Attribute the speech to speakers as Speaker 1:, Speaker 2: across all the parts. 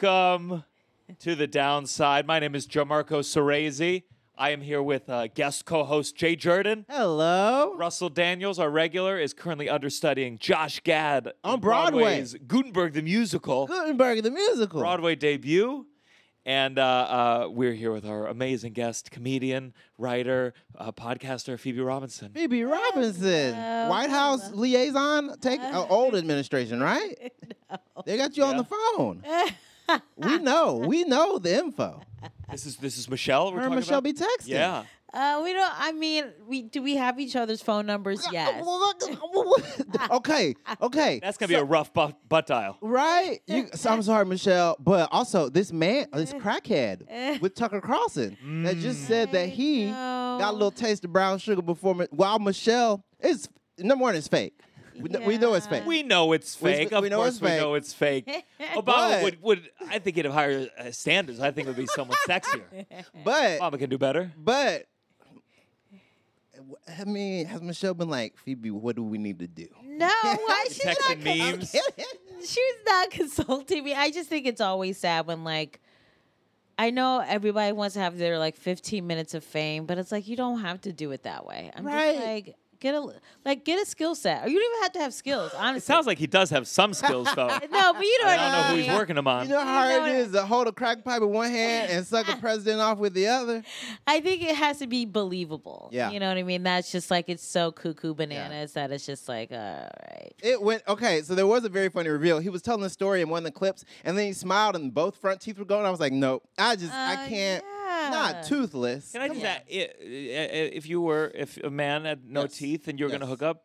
Speaker 1: Welcome to the downside. My name is Jamarco Cerezi. I am here with uh, guest co-host Jay Jordan.
Speaker 2: Hello.
Speaker 1: Russell Daniels, our regular, is currently understudying Josh Gad in
Speaker 2: On Broadway.
Speaker 1: Broadway's Gutenberg the musical
Speaker 2: Gutenberg the musical.
Speaker 1: Broadway debut. And uh, uh, we're here with our amazing guest, comedian, writer, uh, podcaster Phoebe Robinson.
Speaker 2: Phoebe Robinson,
Speaker 3: Hello.
Speaker 2: White House
Speaker 3: Hello.
Speaker 2: liaison, take uh, old administration, right? They got you on
Speaker 1: Yeah.
Speaker 2: the phone. we know, we know the info.
Speaker 1: This is this is Michelle. We're
Speaker 2: Her and
Speaker 1: talking
Speaker 2: Michelle
Speaker 1: about?
Speaker 2: be
Speaker 1: Yeah.
Speaker 2: texting.
Speaker 3: Uh, we don't. I mean, we do. We have each other's phone
Speaker 2: Uh,
Speaker 3: numbers. Yes.
Speaker 2: okay, okay.
Speaker 1: That's gonna be a rough bu- butt dial.
Speaker 2: Right? You, so I'm sorry, Michelle, but also this man, this crackhead with Tucker Carlson that just said that
Speaker 3: Mm. I
Speaker 2: he got a
Speaker 3: know.
Speaker 2: little taste of brown sugar before, Mi- while Michelle is number one is fake. We, kn- we know it's fake.
Speaker 1: We know it's
Speaker 2: We-
Speaker 1: fake.
Speaker 2: we
Speaker 1: of
Speaker 2: know
Speaker 1: course,
Speaker 2: it's
Speaker 1: we
Speaker 2: fake.
Speaker 1: know it's fake. Obama
Speaker 2: But-
Speaker 1: would, would I think he'd have higher uh, standards. I think it would be someone sexier.
Speaker 2: but
Speaker 1: Obama can do better.
Speaker 2: but I mean, has Michelle been like Phoebe? What do we need to do?
Speaker 3: No, why she's not.
Speaker 1: Texting
Speaker 3: Cons-
Speaker 1: memes.
Speaker 3: she's not consulting me. I just think it's always sad when like. I know everybody wants to have their like 15 minutes of fame, but it's like you don't have to do it that way. I'm
Speaker 2: Right.
Speaker 3: just like get a like get a skill set. Or you don't even have to have skills. Honestly,
Speaker 1: It sounds like he does have some skills though. I
Speaker 3: no, but you know what
Speaker 1: don't know
Speaker 3: I
Speaker 1: who
Speaker 3: mean.
Speaker 1: he's working them on.
Speaker 2: You know how hard
Speaker 3: know-
Speaker 2: it is to hold a crack pipe with one hand and suck a president off with the other.
Speaker 3: I think it has to be believable.
Speaker 2: Yeah.
Speaker 3: You know what I mean? That's just like it's so cuckoo bananas that it's just like, all right.
Speaker 2: It went okay. So there was a very funny reveal. He was telling the story in one of the clips, and then he smiled, and both front teeth were going. I was like, nope, I just I
Speaker 3: Uh,
Speaker 2: can't.
Speaker 3: yeah.
Speaker 2: Not toothless.
Speaker 1: Can I
Speaker 2: Come
Speaker 1: just
Speaker 2: on.
Speaker 1: add, i- i- if you were if a man had no
Speaker 2: Yes.
Speaker 1: teeth and you were gonna
Speaker 2: Yes.
Speaker 1: hook up,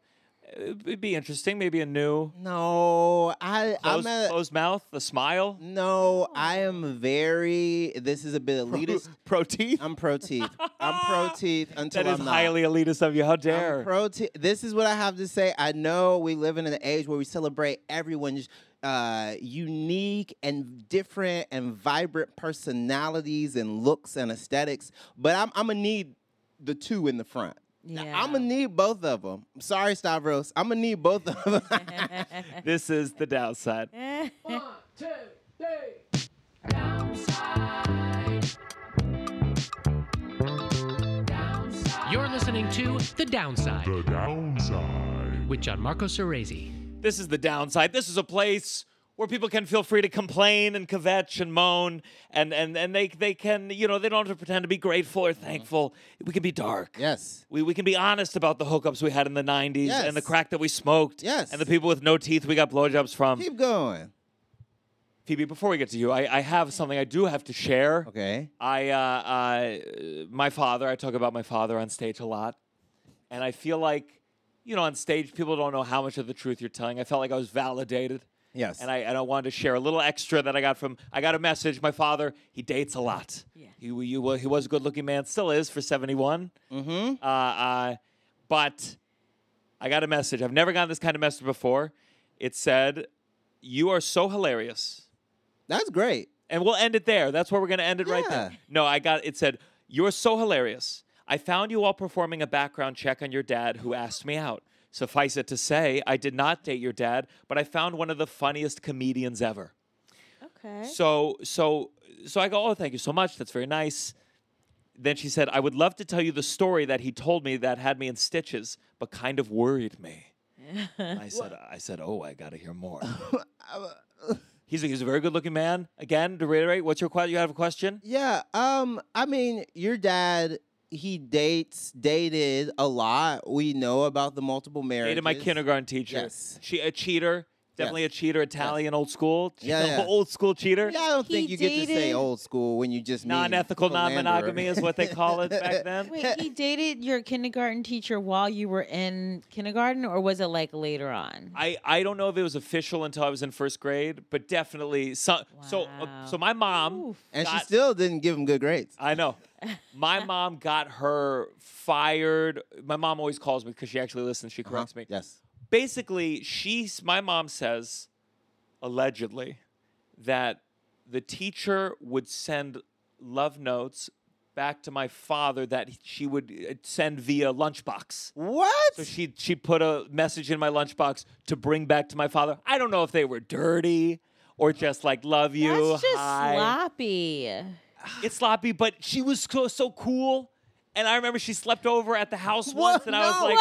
Speaker 1: it'd be interesting. Maybe a new
Speaker 2: No, I
Speaker 1: closed,
Speaker 2: I'm a,
Speaker 1: closed mouth, a smile,
Speaker 2: no. I am very. This is a bit elitist.
Speaker 1: pro teeth.
Speaker 2: I'm pro teeth. I'm pro teeth until
Speaker 1: That is
Speaker 2: I'm not.
Speaker 1: highly elitist of you. How
Speaker 2: I'm
Speaker 1: dare?
Speaker 2: pro te- this is what I have to say. I know we live in an age where we celebrate everyone's uh, unique and different and vibrant personalities and looks and aesthetics, but I'm, I'm gonna need the two in the front.
Speaker 3: Yeah.
Speaker 2: I'm gonna need both of them. Sorry, Stavros. I'm gonna need both of them.
Speaker 1: this is the downside.
Speaker 4: You're listening to The Downside
Speaker 5: The downside.
Speaker 4: with Gianmarco Cerezi.
Speaker 1: This is the downside. This is a place where people can feel free to complain and kvetch and moan, and and and they they can you know they don't have to pretend to be grateful or thankful. We can be dark.
Speaker 2: yes.
Speaker 1: We, we can be honest about the hookups we had in the 90s and the
Speaker 2: Yes.
Speaker 1: crack that we smoked
Speaker 2: Yes.
Speaker 1: and the people with no teeth we got blowjobs from.
Speaker 2: Keep going.
Speaker 1: Phoebe, before we get to you, I, I have something I do have to share.
Speaker 2: Okay.
Speaker 1: I, uh, I, uh, my father, I talk about my father on stage a lot. And I feel like, you know, on stage, people don't know how much of the truth you're telling. I felt like I was validated.
Speaker 2: Yes.
Speaker 1: And I, and I wanted to share a little extra that I got from, I got a message. My father, he dates a lot.
Speaker 3: Yeah.
Speaker 1: He, wa- you wa- he was a good looking man, still is for 71.
Speaker 2: Mm-hmm.
Speaker 1: Uh, uh, but I got a message. I've never gotten this kind of message before. It said, You are so hilarious.
Speaker 2: That's great.
Speaker 1: And we'll end it there. That's where we're going to end it right there.
Speaker 2: Yeah.
Speaker 1: No, I got it said, You're so hilarious. I found you while performing a background check on your dad who asked me out. Suffice it to say, I did not date your dad, but I found one of the funniest comedians ever.
Speaker 3: okay.
Speaker 1: So so so I go, "Oh, thank you so much. That's very nice." Then she said, "I would love to tell you the story that he told me that had me in stitches, but kind of worried me." And I said, "I said, oh, I got to hear more." he's a, he's a very good-looking man. Again, to reiterate, what's your question? You have a question?
Speaker 2: Yeah. Um. I mean, your dad. He dates, dated a lot. We know about the multiple marriages.
Speaker 1: Dated my kindergarten teacher.
Speaker 2: Yes.
Speaker 1: She a cheater, definitely a cheater. Italian, old school. She's
Speaker 2: Yeah,
Speaker 1: an
Speaker 2: yeah.
Speaker 1: old school cheater.
Speaker 2: Yeah, I don't
Speaker 3: He
Speaker 2: think you get to say
Speaker 3: dated-
Speaker 2: old school when you just mean
Speaker 1: Non-ethical,
Speaker 2: philanderer.
Speaker 1: non-monogamy is what they call it back then.
Speaker 3: Wait, he dated your kindergarten teacher while you were in kindergarten, or was it like later on?
Speaker 1: I, I don't know if it was official until I was in first grade, but definitely some. So uh,
Speaker 3: Wow.
Speaker 1: so my mom,
Speaker 3: Oof.
Speaker 2: and she
Speaker 1: got-
Speaker 2: still didn't give him good grades.
Speaker 1: I know, my mom got her fired. My mom always calls me because she actually listens.
Speaker 2: Uh-huh.
Speaker 1: She corrects me.
Speaker 2: Yes.
Speaker 1: Basically, she's my mom says, allegedly, that the teacher would send love notes back to my father that she would uh, send via lunchbox.
Speaker 2: What?
Speaker 1: So she she put a message in my lunchbox to bring back to my father. I don't know if they were dirty or just like love you.
Speaker 3: That's just
Speaker 1: hi.
Speaker 3: sloppy.
Speaker 1: It's sloppy, but she was so, so cool. And I remember she slept over at the house once, and I was
Speaker 2: no.
Speaker 1: like,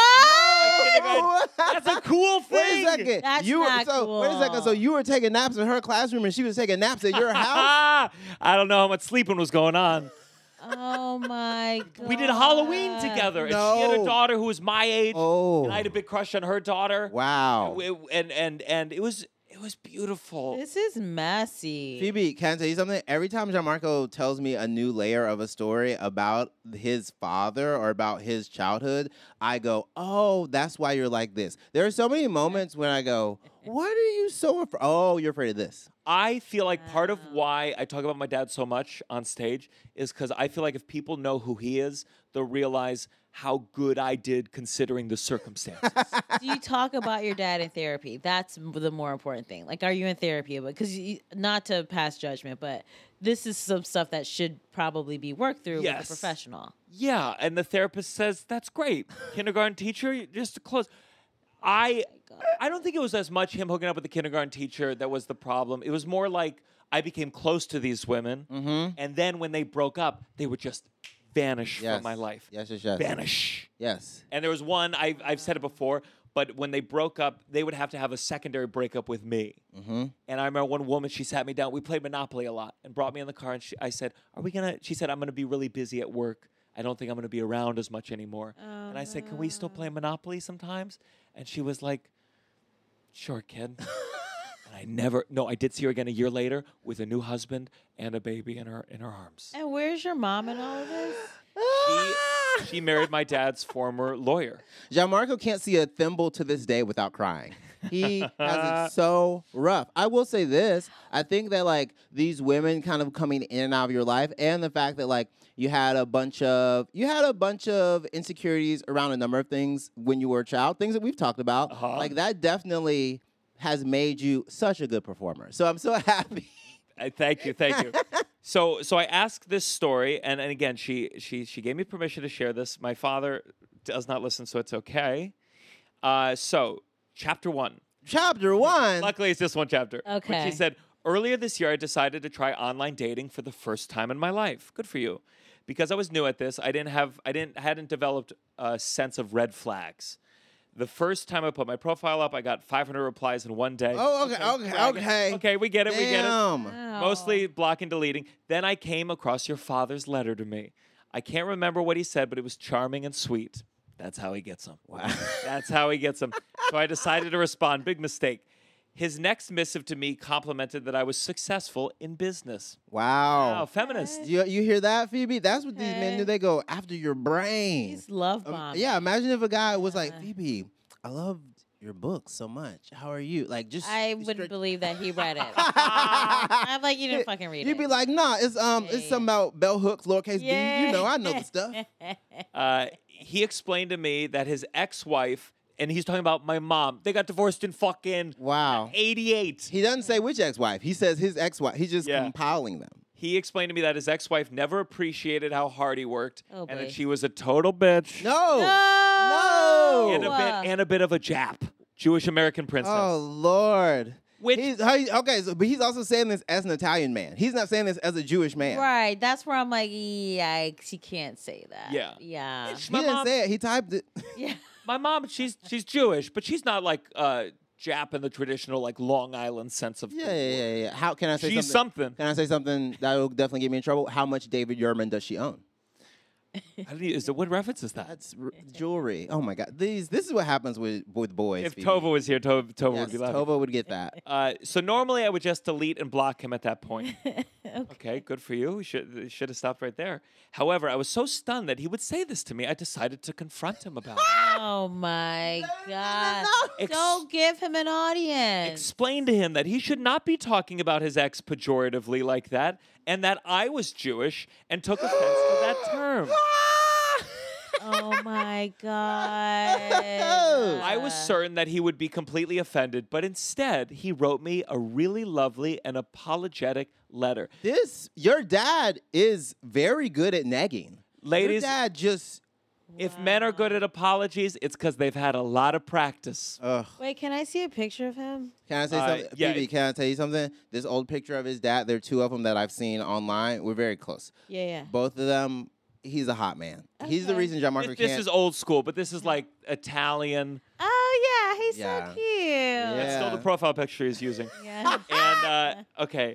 Speaker 2: What?
Speaker 1: "That's a cool
Speaker 2: Wait
Speaker 1: thing."
Speaker 2: a second.
Speaker 3: That's
Speaker 2: you were,
Speaker 3: not
Speaker 2: so wait a second.
Speaker 3: cool.
Speaker 2: So you were taking naps in her classroom, and she was taking naps at your house.
Speaker 1: Ah, I don't know how much sleeping was going on.
Speaker 3: Oh my god.
Speaker 1: We did Halloween together, and she had a
Speaker 2: Uh, No.
Speaker 1: daughter who was my age,
Speaker 2: Oh.
Speaker 1: and I had a big crush on her daughter.
Speaker 2: Wow.
Speaker 1: We- and and and it was it was beautiful.
Speaker 3: This is messy.
Speaker 2: Phoebe, can I tell you something? Every time Gianmarco tells me a new layer of a story about his father or about his childhood, I go, "Oh, that's why you're like this." There are so many moments when I go, "What are you so afraid? Oh, you're afraid of this."
Speaker 1: I feel like part of why I talk about my dad so much on stage is because I feel like if people know who he is, they'll realize how good I did considering the circumstances.
Speaker 3: Do you talk about your dad in therapy? That's m- the more important thing. Like, are you in therapy? Because not to pass judgment, but this is some stuff that should probably be worked through with
Speaker 1: Yes.
Speaker 3: a professional.
Speaker 1: yeah, and the therapist says that's great. Kindergarten teacher, you- just to close. I
Speaker 2: Oh
Speaker 1: I don't think it was as much him hooking up with the kindergarten teacher that was the problem. It was more like I became close to these women,
Speaker 2: Mm-hmm.
Speaker 1: and then when they broke up, they would just vanish
Speaker 2: Yes.
Speaker 1: from my life.
Speaker 2: Yes, yes, yes.
Speaker 1: Vanish.
Speaker 2: Yes.
Speaker 1: And there was one I've, I've said it before, but when they broke up, they would have to have a secondary breakup with me. Mm-hmm. And I remember one woman. She sat me down. We played Monopoly a lot, and brought me in the car. And she, I said, "Are we gonna?" She said, "I'm gonna be really busy at work. I don't think I'm gonna be around as much anymore." and I said, "Can we still play Monopoly sometimes?" And she was like, "Sure, kid." and I never. No, I did see her again a year later with a new husband and a baby in her in her arms.
Speaker 3: And where's your mom in all of this?
Speaker 1: She, she married my dad's former lawyer.
Speaker 2: Gianmarco can't see a thimble to this day without crying. He has it so rough. I will say this. I think that like these women kind of coming in and out of your life and the fact that like you had a bunch of you had a bunch of insecurities around a number of things when you were a child, things that we've talked about.
Speaker 1: Uh-huh.
Speaker 2: Like that definitely has made you such a good performer. So I'm so happy.
Speaker 1: I, thank you, thank you. so, so I asked this story, and, and again, she she she gave me permission to share this. My father does not listen, so it's okay. Uh, so, chapter one.
Speaker 2: Chapter 1.
Speaker 1: Luckily, it's just one chapter. But
Speaker 3: Okay.
Speaker 1: she said, earlier this year, I decided to try online dating for the first time in my life. Good for you, because I was new at this. I didn't have, I didn't, hadn't developed a sense of red flags. The first time I put my profile up, I got 500 replies in one day.
Speaker 2: Oh, okay, okay,
Speaker 1: bragging.
Speaker 2: okay.
Speaker 1: Okay, we get it, we get it.
Speaker 2: Damn.
Speaker 3: Oh.
Speaker 1: Mostly block and deleting. Then I came across your father's letter to me. I can't remember what he said, but it was charming and sweet. That's how he gets them. Wow. That's how he gets them. So I decided to respond. Big mistake. His next missive to me complimented that I was successful in business.
Speaker 2: Wow.
Speaker 1: Wow, feminist.
Speaker 2: You, you hear that, Phoebe? That's what these men
Speaker 3: Okay.
Speaker 2: do. They go after your brain.
Speaker 3: He's love
Speaker 2: Um,
Speaker 3: bomb.
Speaker 2: yeah, imagine if a guy was like, Phoebe, I loved your book so much. How are you? Like, just
Speaker 3: I
Speaker 2: just
Speaker 3: wouldn't
Speaker 2: straight-
Speaker 3: believe that he read it. I'm like, you didn't fucking read it.
Speaker 2: You'd be like, Nah, it's um,
Speaker 3: Yeah,
Speaker 2: it's
Speaker 3: yeah.
Speaker 2: something about bell hooks, lowercase b.
Speaker 3: Yeah.
Speaker 2: You know, I know the stuff.
Speaker 1: Uh, he explained to me that his ex wife, and he's talking about my mom, they got divorced in fucking
Speaker 2: Wow.
Speaker 1: 88.
Speaker 2: He doesn't say which ex-wife. He says his ex-wife. He's just
Speaker 1: Yeah.
Speaker 2: compiling them.
Speaker 1: He explained to me that his ex wife never appreciated how hard he worked
Speaker 3: Oh,
Speaker 1: and
Speaker 3: boy.
Speaker 1: that she was a total bitch.
Speaker 2: No.
Speaker 3: no.
Speaker 1: and a bit and a bit of a Jap, Jewish American princess.
Speaker 2: Oh Lord.
Speaker 1: Which-
Speaker 2: he's, he- okay, so, but he's also saying this as an Italian man. He's not saying this as a Jewish man.
Speaker 3: Right. That's where I'm like, yikes, you can't say that.
Speaker 1: Yeah.
Speaker 3: Yeah.
Speaker 2: He
Speaker 1: my
Speaker 2: didn't
Speaker 1: mom,
Speaker 2: say it. He typed it.
Speaker 3: yeah.
Speaker 1: my mom, she's she's Jewish, but she's not like uh, Jap in the traditional like Long Island sense of. the
Speaker 2: Yeah, yeah,
Speaker 1: word.
Speaker 2: yeah, yeah. How can I say
Speaker 1: She's
Speaker 2: something?
Speaker 1: something.
Speaker 2: Can I say something that will definitely get me in trouble? How much David Yerman does she own?
Speaker 1: How do you, e, is it what reference is that?
Speaker 2: That's r- jewelry. Oh my God. These. This is what happens with with boys.
Speaker 1: If
Speaker 2: Phoebe.
Speaker 1: Tova was here, Tova, Tova
Speaker 2: yes,
Speaker 1: would be laughing.
Speaker 2: Tova would get that.
Speaker 1: Uh, so normally I would just delete and block him at that point. okay. good for you. You should you should have stopped right there. However, I was so stunned that he would say this to me. I decided to confront him about it.
Speaker 3: Oh my God.
Speaker 1: no.
Speaker 3: Don't give him an audience.
Speaker 1: explain to him that he should not be talking about his ex pejoratively like that and that I was Jewish and took offense to that term.
Speaker 3: oh my God.
Speaker 1: I was certain that he would be completely offended, but instead, he wrote me a really lovely and apologetic letter.
Speaker 2: This. Your dad is very good at nagging.
Speaker 1: Ladies-
Speaker 2: Your dad just
Speaker 1: If men are good at apologies, it's because they've had a lot of practice.
Speaker 2: Ugh.
Speaker 3: Wait, can I see a picture of him?
Speaker 2: Can I say
Speaker 1: Uh,
Speaker 2: something?
Speaker 1: yeah.
Speaker 2: BB, can I tell you something? This old picture of his dad, there are two of them that I've seen online. We're very close.
Speaker 3: Yeah, yeah.
Speaker 2: Both of them, he's a hot man. He's the
Speaker 3: Okay.
Speaker 2: reason John Marco
Speaker 1: Th- This
Speaker 2: can't.
Speaker 1: is old school, but this is like Italian.
Speaker 3: Oh yeah, he's
Speaker 2: Yeah.
Speaker 3: so cute.
Speaker 1: That's
Speaker 2: Yeah.
Speaker 1: still the profile picture he's using.
Speaker 3: Yeah.
Speaker 1: and uh, okay,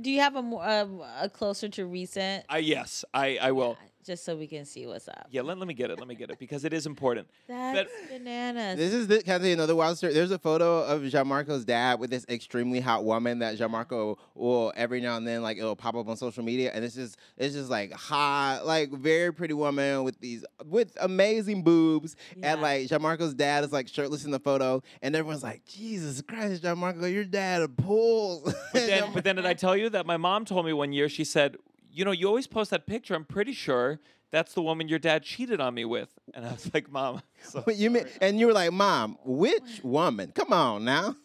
Speaker 3: Do you have a, more, um, a closer to recent?
Speaker 1: I yes, I I will.
Speaker 3: Just so we can see what's up.
Speaker 1: Yeah, let, let me get it. Let me get it because it is important.
Speaker 3: That's
Speaker 1: But-
Speaker 3: bananas.
Speaker 2: This is the, can I tell you another wild story? There's a photo of Gianmarco's dad with this extremely hot woman that Gianmarco will every now and then like it'll pop up on social media, and it's just it's just like hot, like very pretty woman with these with amazing boobs, and
Speaker 3: Yeah.
Speaker 2: like Gianmarco's dad is like shirtless in the photo, and everyone's like, Jesus Christ, Gianmarco, your dad pulls.
Speaker 1: But then, but then did I tell you that my mom told me one year? She said, "You know, you always post that picture. I'm pretty sure that's the woman your dad cheated on me with." And I was like, "Mom, so,
Speaker 2: But you mean, and you were like, Mom, which woman? Come on now.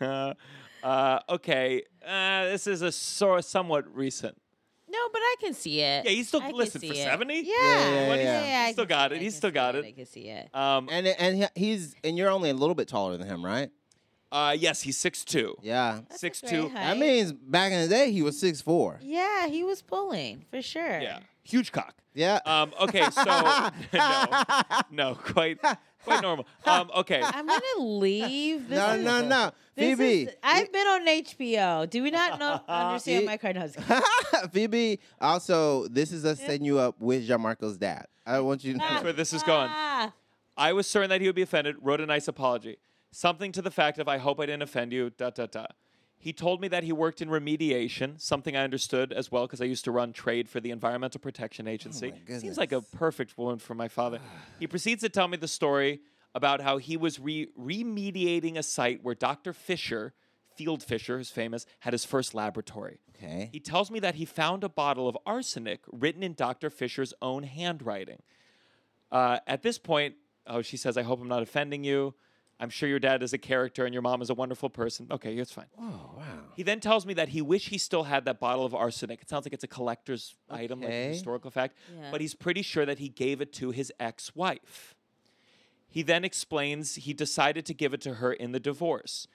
Speaker 1: uh, uh, okay, uh, this is a sor- somewhat recent.
Speaker 3: no, but I can see it.
Speaker 1: Yeah, he's still
Speaker 3: I can
Speaker 1: listed for
Speaker 3: see it.
Speaker 1: 70?
Speaker 3: Yeah.
Speaker 2: Yeah, yeah, What is- yeah.
Speaker 1: he's
Speaker 3: I
Speaker 1: still
Speaker 3: can
Speaker 1: got
Speaker 3: see
Speaker 1: it.
Speaker 3: I
Speaker 1: He's
Speaker 3: can
Speaker 1: still
Speaker 3: see
Speaker 1: got it.
Speaker 3: I can see it.
Speaker 1: Um,
Speaker 2: And and he- he's and you're only a little bit taller than him, right?
Speaker 1: uh, yes, he's six two.
Speaker 2: Yeah.
Speaker 3: That's a
Speaker 1: Six
Speaker 3: great
Speaker 1: two.
Speaker 2: That
Speaker 3: height.
Speaker 2: means back in the day he was six four.
Speaker 3: Yeah, he was pulling for sure.
Speaker 1: Yeah, huge cock.
Speaker 2: Yeah.
Speaker 3: Uh,
Speaker 1: Um, okay, so no, no, quite, quite normal. Um, okay,
Speaker 3: I'm gonna leave. This
Speaker 2: no,
Speaker 3: is-
Speaker 2: no, no.
Speaker 3: this is-
Speaker 2: Phoebe.
Speaker 3: I've been on HBO. Do we not know understand
Speaker 2: Ye-
Speaker 3: my Karnowski?
Speaker 2: Phoebe, also, this is us setting you up with Gianmarco's dad. I want you to
Speaker 1: That's
Speaker 2: know.
Speaker 1: where this is going.
Speaker 3: Ah,
Speaker 1: I was certain that he would be offended, wrote a nice apology. Something to the fact of, I hope I didn't offend you, da da da. He told me that he worked in remediation, something I understood as well because I used to run trade for the Environmental Protection Agency. Seems like a perfect woman for my father. he proceeds to tell me the story about how he was re- remediating a site where Dr. Fisher, Field Fisher, who's famous, had his first laboratory.
Speaker 2: Okay.
Speaker 1: He tells me that he found a bottle of arsenic written in Dr. Fisher's own handwriting. Uh, at this point, oh, she says, I hope I'm not offending you. I'm sure your dad is a character and your mom is a wonderful person. Okay, it's fine.
Speaker 2: Oh, wow.
Speaker 1: He then tells me that he wish he still had that bottle of arsenic. It sounds like it's a collector's item, like a
Speaker 2: Okay.
Speaker 1: historical fact,
Speaker 3: Yeah.
Speaker 1: but he's pretty sure that he gave it to his ex wife. He then explains he decided to give it to her in the divorce.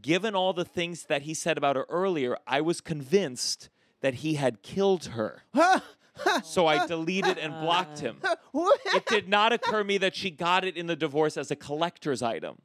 Speaker 1: Given all the things that he said about her earlier, I was convinced that he had killed her. so I deleted and blocked him. It did not occur to me that she got it in the divorce as a collector's item.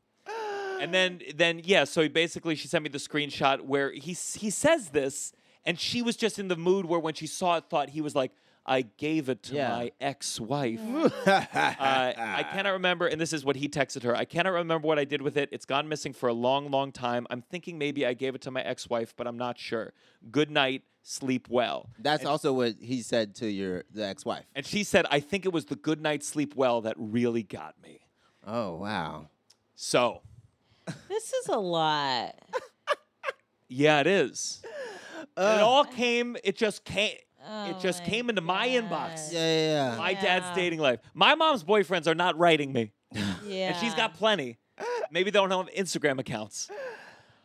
Speaker 1: And then, then yeah. So basically, she sent me the screenshot where he s- he says this, and she was just in the mood where when she saw it, thought he was like, "I gave it to
Speaker 2: Yeah.
Speaker 1: my ex-wife." uh, I cannot remember, and this is what he texted her. I cannot remember what I did with it. It's gone missing for a long, long time. I'm thinking maybe I gave it to my ex-wife, but I'm not sure. Good night. Sleep well.
Speaker 2: That's also what he said to your the ex-wife.
Speaker 1: And she said, I think it was the good night sleep well that really got me.
Speaker 2: Oh, wow.
Speaker 1: So,
Speaker 3: this is a lot.
Speaker 1: yeah, it is. it
Speaker 2: Oh,
Speaker 1: all came, it just came.
Speaker 3: Oh
Speaker 1: it just
Speaker 3: my
Speaker 1: came into my inbox.
Speaker 3: God.
Speaker 2: Yeah, yeah, yeah.
Speaker 1: My dad's
Speaker 3: Yeah.
Speaker 1: dating life. My mom's boyfriends are not writing me,
Speaker 3: Yeah,
Speaker 1: and she's got plenty. Maybe they don't have Instagram accounts.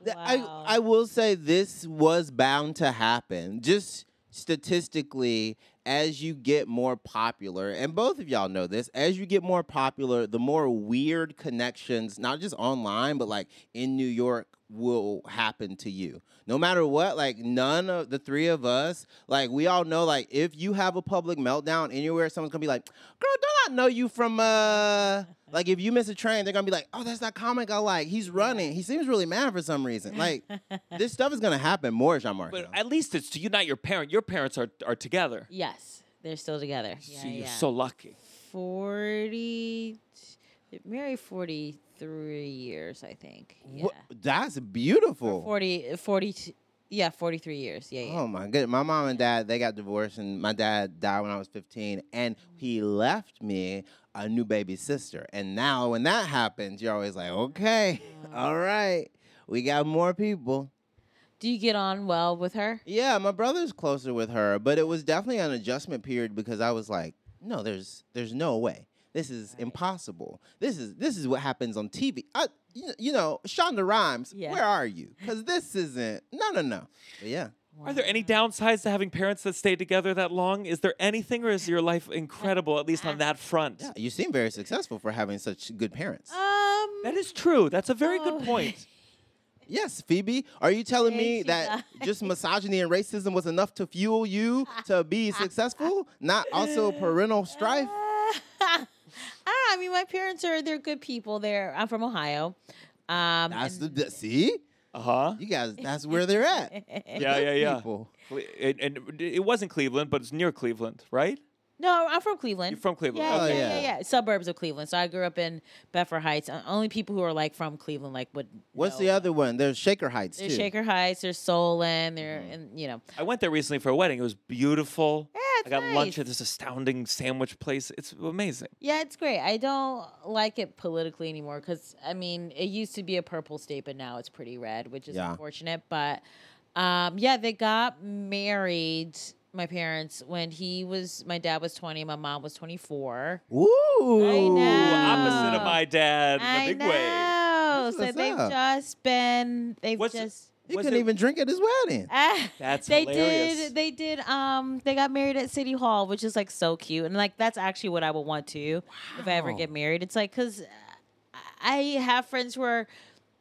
Speaker 2: Th-
Speaker 3: Wow.
Speaker 2: I I will say this was bound to happen. Just statistically, as you get more popular, and both of y'all know this, as you get more popular, the more weird connections, not just online, but like in New York, will happen to you. No matter what, like none of the three of us, like we all know, like if you have a public meltdown anywhere, someone's gonna be like, "Girl, don't I know you from?" uh Like if you miss a train, they're gonna be like, "Oh, that's that comic I like. He's running. He seems really mad for some reason." Like this stuff is gonna happen more, Jean Marc.
Speaker 1: But at least it's to you, not your parent. Your parents are, are together.
Speaker 3: yes, they're still together. Yeah,
Speaker 1: so you're
Speaker 3: yeah.
Speaker 1: so lucky.
Speaker 3: 40 they're married 43 years i think yeah
Speaker 2: That's beautiful.
Speaker 3: 40 42 yeah 43 years yeah, yeah.
Speaker 2: Oh my goodness. My mom and dad, they got divorced and my dad died when I was 15 and he left me a new baby sister. And now when that happens, you're always like, "Okay. All right. We got more people."
Speaker 3: do you get on well with her
Speaker 2: Yeah, my brother's closer with her, but it was definitely an adjustment period because I was like, "No, there's there's no way. This is impossible. This is this is what happens on TV." I, you you know, Shonda Rhimes,
Speaker 3: Yeah.
Speaker 2: where are you? Because this isn't. No, no, no. But yeah.
Speaker 1: Are there any downsides to having parents that stay together that long? Is there anything, or is your life incredible, at least on that front?
Speaker 2: Yeah, you seem very successful for having such good parents.
Speaker 3: Um,
Speaker 1: That is true. That's a very
Speaker 3: Oh.
Speaker 1: good point.
Speaker 2: yes, Phoebe, are you telling me
Speaker 3: Thank you,
Speaker 2: that just misogyny and racism was enough to fuel you to be successful? Not also parental strife?
Speaker 3: I don't know. I mean, my parents are they're good people. They're I'm from Ohio. Um,
Speaker 2: That's
Speaker 3: and-
Speaker 2: the, that- see,
Speaker 1: Uh huh.
Speaker 2: you guys. That's where they're at.
Speaker 1: Yeah, yeah, yeah.
Speaker 2: People.
Speaker 1: Cle- And, and it wasn't Cleveland, but it's near Cleveland, right?
Speaker 3: no, I'm from Cleveland.
Speaker 1: You're from Cleveland.
Speaker 3: Yeah,
Speaker 2: Oh,
Speaker 3: yeah,
Speaker 2: yeah.
Speaker 3: yeah, yeah, Suburbs of Cleveland. So I grew up in Bedford Heights. Uh, Only people who are like from Cleveland like would.
Speaker 2: What's
Speaker 3: know.
Speaker 2: the other one? There's Shaker Heights
Speaker 3: There's
Speaker 2: too. Mm-hmm.
Speaker 3: Shaker Heights. There's Solon. There and you know.
Speaker 1: I went there recently for a wedding. It was beautiful.
Speaker 3: Yeah, it's
Speaker 1: I got lunch
Speaker 3: nice.
Speaker 1: at this astounding sandwich place. It's amazing.
Speaker 3: Yeah, it's great. I don't like it politically anymore because I mean, it used to be a purple state, but now it's pretty red, which is
Speaker 2: Yeah.
Speaker 3: unfortunate. But um, yeah, they got married. My parents when he was my dad was twenty, my mom was twenty four.
Speaker 2: Ooh.
Speaker 1: Ooh,
Speaker 3: know.
Speaker 1: opposite of
Speaker 3: Oh.
Speaker 1: my dad in a
Speaker 3: I
Speaker 1: big
Speaker 3: know.
Speaker 1: way.
Speaker 2: That's
Speaker 3: So
Speaker 2: what's
Speaker 3: they've
Speaker 2: up.
Speaker 3: just been. They've
Speaker 1: What's-
Speaker 3: just.
Speaker 2: He
Speaker 1: Was
Speaker 2: couldn't
Speaker 1: it-
Speaker 2: even drink at his wedding.
Speaker 3: Ah,
Speaker 1: That's
Speaker 3: they
Speaker 1: hilarious.
Speaker 3: did they did um they got married at city hall which is like so cute and like that's actually what i would want to if i ever
Speaker 2: Wow.
Speaker 3: get married it's like because i have friends who are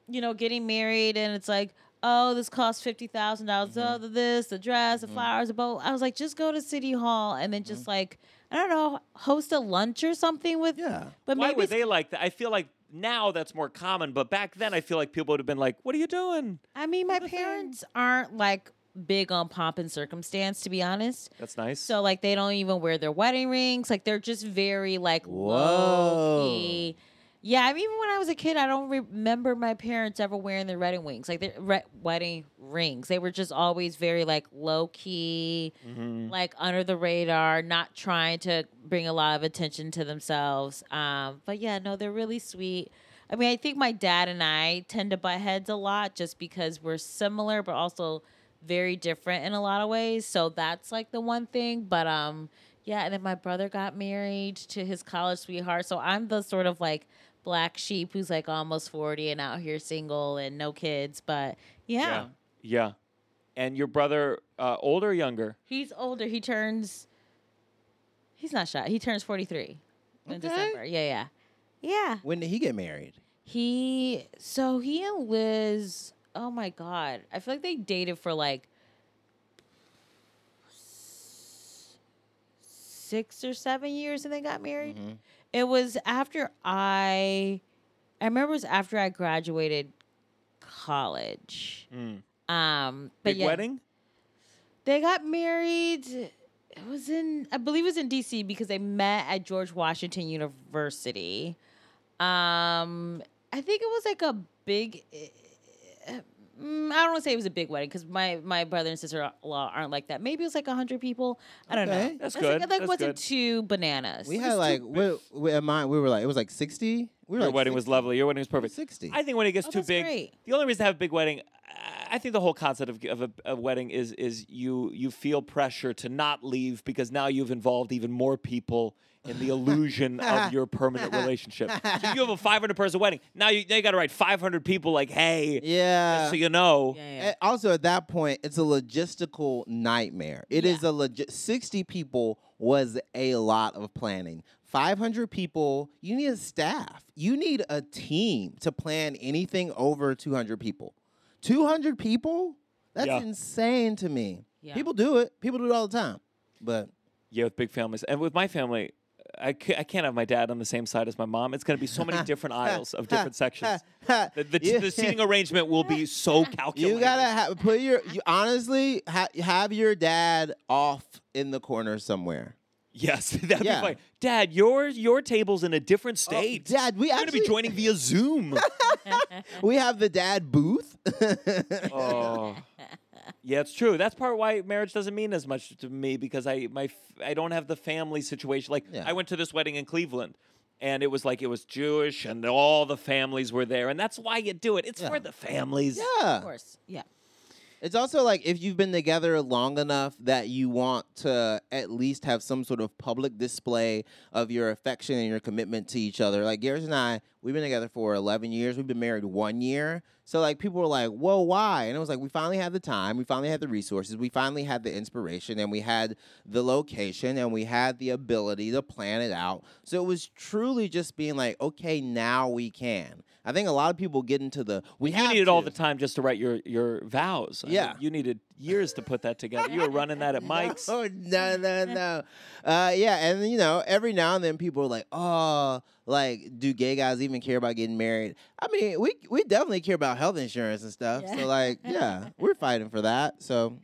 Speaker 3: you know getting married and it's like oh this costs $50000 dollars oh
Speaker 1: Mm-hmm.
Speaker 3: the this the dress the flowers the bow i was like just go to city hall and then
Speaker 1: Mm-hmm.
Speaker 3: just like i don't know host a lunch or something with
Speaker 2: Yeah.
Speaker 3: but
Speaker 1: Why
Speaker 3: maybe
Speaker 1: were
Speaker 3: it's-
Speaker 1: they like that? I feel like now that's more common, but back then I feel like people would have been like, "What are you doing?"
Speaker 3: i mean my parents aren't like big on pomp and circumstance to be honest
Speaker 1: That's nice.
Speaker 3: So like they don't even wear their wedding rings. Like they're just very like low key. Yeah, I mean, even when I was a kid, I don't remember my parents ever wearing their wedding rings. Like their re- wedding rings, they were just always very like low key, like under the radar, not trying to bring a lot of attention to themselves. Um, but yeah, no, they're really sweet. I mean, I think my dad and I tend to butt heads a lot just because we're similar, but also very different in a lot of ways. So that's like the one thing. But um, yeah, and then my brother got married to his college sweetheart. So I'm the sort of like black sheep who's like almost 40 and out here single and no kids. But yeah,
Speaker 1: yeah, yeah. And your brother, uh, older, or younger?
Speaker 3: he's older. He turns, he's not shy. He turns 43 in
Speaker 2: Okay.
Speaker 3: December. Yeah, yeah. Yeah.
Speaker 2: When did he get married?
Speaker 3: He so he and Liz. Oh my god, I feel like they dated for like s- six or seven years, and they got married.
Speaker 1: Mm-hmm.
Speaker 3: It was after I, I remember it was after I graduated college. Um, but
Speaker 1: Mm. Big
Speaker 3: yeah,
Speaker 1: wedding?
Speaker 3: they got married. It was in, I believe, it was in D.C. because they met at George Washington University. Um, I think it was like a big. Mm, I don't want to say it was a big wedding because my my brother and sister in law aren't like that. Maybe it was like hundred people. I don't
Speaker 2: Okay.
Speaker 3: know.
Speaker 1: That's
Speaker 3: Like,
Speaker 1: good.
Speaker 3: it, like
Speaker 1: That's
Speaker 3: wasn't
Speaker 1: good.
Speaker 3: two bananas.
Speaker 2: We had like we, we, at mine, we were like it was like sixty. We were
Speaker 1: Your
Speaker 2: like
Speaker 1: wedding was
Speaker 2: 60.
Speaker 1: lovely. Your wedding was perfect.
Speaker 2: 60.
Speaker 1: I think when it gets
Speaker 3: Oh,
Speaker 1: too
Speaker 3: that's
Speaker 1: big,
Speaker 3: great.
Speaker 1: the only reason to have a big wedding, I- I think the whole concept of, of a, a wedding is is you you feel pressure to not leave because now you've involved even more people in the illusion of your permanent relationship. So if you have a 500 person wedding, now you, now you got to write 500 people like, hey,
Speaker 2: Yeah.
Speaker 1: so you know.
Speaker 3: Yeah, yeah.
Speaker 2: And also at that point, it's a logistical nightmare. It is
Speaker 3: Yeah.
Speaker 2: a legit sixty people was a lot of planning. Five hundred people, you need a staff. You need a team to plan anything over two hundred people. Two hundred people? That's
Speaker 1: Yeah.
Speaker 2: insane to me.
Speaker 3: Yeah.
Speaker 2: People do it. People do it all the time. But
Speaker 1: Yeah, with big families. And with my family, I, ca- I can't have my dad on the same side as my mom. It's going to be so many different aisles of different sections. The, the,
Speaker 2: You-
Speaker 1: the seating arrangement will be so calculated.
Speaker 2: You gotta ha- put your you, honestly ha- have your dad off in the corner somewhere.
Speaker 1: Yes, that'd
Speaker 2: Yeah. Oh,
Speaker 1: be fine. Dad, your your table's in a different state.
Speaker 2: Dad, we
Speaker 1: You're
Speaker 2: actually
Speaker 1: gonna be joining via Zoom.
Speaker 2: we have the dad booth.
Speaker 1: oh. Yeah, it's true. That's part why marriage doesn't mean as much to me because I my f- I don't have the family situation. Like
Speaker 2: Yeah.
Speaker 1: I went to this wedding in Cleveland, and it was like it was Jewish, and all the families were there, and that's why you do it. It's
Speaker 2: Yeah.
Speaker 1: for the families.
Speaker 2: yeah,
Speaker 3: of course. Yeah.
Speaker 2: It's also like if you've been together long enough that you want to at least have some sort of public display of your affection and your commitment to each other. Like Garrett and I, we've been together for 11 years. We've been married one year. So like people were like, "Whoa, why?" And it was like we finally had the time, we finally had the resources, we finally had the inspiration, and we had the location, and we had the ability to plan it out. So it was truly just being like, "Okay, now we can." I think a lot of people get into the we
Speaker 1: you
Speaker 2: have
Speaker 1: needed all
Speaker 2: to."
Speaker 1: the time just to write your your vows. I mean,
Speaker 2: Yeah.
Speaker 1: you needed years to put that together. You were running that at Mike's.
Speaker 2: Oh no no no, uh, yeah, and you know every now and then people are like, oh, like do gay guys even care about getting married? I mean, we we definitely care about health insurance and stuff.
Speaker 3: Yeah.
Speaker 2: So like, yeah, we're fighting for that. So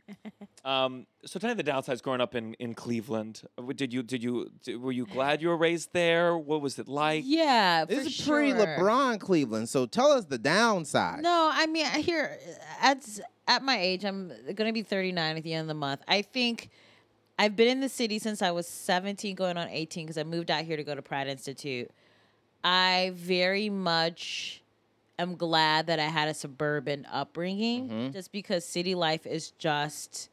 Speaker 1: Um, so tell me the downsides growing up in, in Cleveland. Uh, w- Did you did you d were you glad you were raised there? What was it like?
Speaker 3: yeah,
Speaker 2: this
Speaker 3: for
Speaker 2: is pre
Speaker 3: sure.
Speaker 2: LeBron Cleveland. So tell us the downside.
Speaker 3: No, I mean, I hear uh, at at my age, I'm gonna be 39 at the end of the month. I think I've been in the city since I was 17, going on 18, because I moved out here to go to Pride Institute. I very much am glad that I had a suburban upbringing, just because city life is just.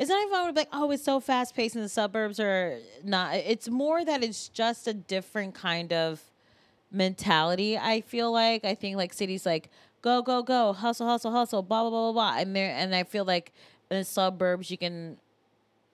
Speaker 3: It's not even I would be like, oh, it's so fast paced and the suburbs are not. It's more that it's just a different kind of mentality. I feel like I think like cities like go go go hustle hustle hustle blah blah blah blah blah and there and I feel like in the suburbs you can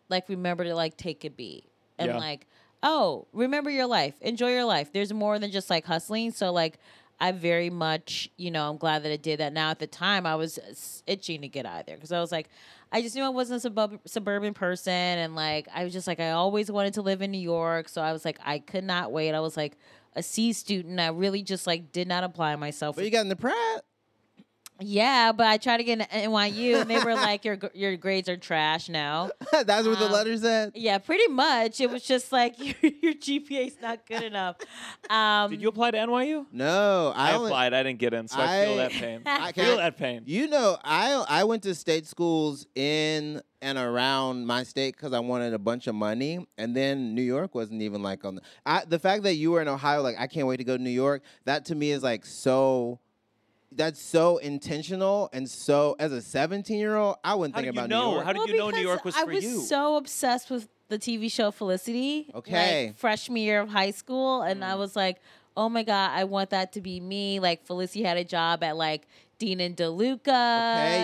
Speaker 3: like remember to like take a beat and
Speaker 1: Yeah.
Speaker 3: like oh remember your life enjoy your life. There's more than just like hustling. So like I very much you know I'm glad that I did that. Now at the time I was s- itching to get out of there because I was like. I just knew I wasn't a suburb- suburban person, and like I was just like I always wanted to live in New York, so I was like I could not wait. I was like a C student. I really just like did not apply myself.
Speaker 2: But you got in the Pratt.
Speaker 3: yeah, but I tried to get into NYU, and they were like, "Your gr- your grades are trash now."
Speaker 2: That's what the
Speaker 3: Um,
Speaker 2: letter said.
Speaker 3: Yeah, pretty much. It was just like your, your GPA's not good enough. Um,
Speaker 1: Did you apply to NYU?
Speaker 2: No, I,
Speaker 1: I,
Speaker 2: only,
Speaker 1: applied. I didn't get in, so I, feel
Speaker 2: I-
Speaker 1: that pain.
Speaker 3: I
Speaker 1: I feel
Speaker 2: can't-
Speaker 1: that pain.
Speaker 2: You know, I I went to state schools in and around my state because I wanted a bunch of money, and then New York wasn't even like on the. I, the fact that you were in Ohio, like I can't wait to go to New York. That to me is like so. That's so intentional and so. As a seventeen-year-old, I wouldn't
Speaker 1: How
Speaker 2: think
Speaker 1: did you
Speaker 2: about
Speaker 1: know?
Speaker 2: New York.
Speaker 1: How did you know New
Speaker 3: because
Speaker 1: York was
Speaker 3: I
Speaker 1: for
Speaker 3: was
Speaker 1: you?
Speaker 3: so obsessed with the TV show Felicity. like,
Speaker 2: Okay.
Speaker 3: freshman year of high school, and I was like, oh my god, I want that to be me. Like Felicity had a job at like Dean and DeLuca. She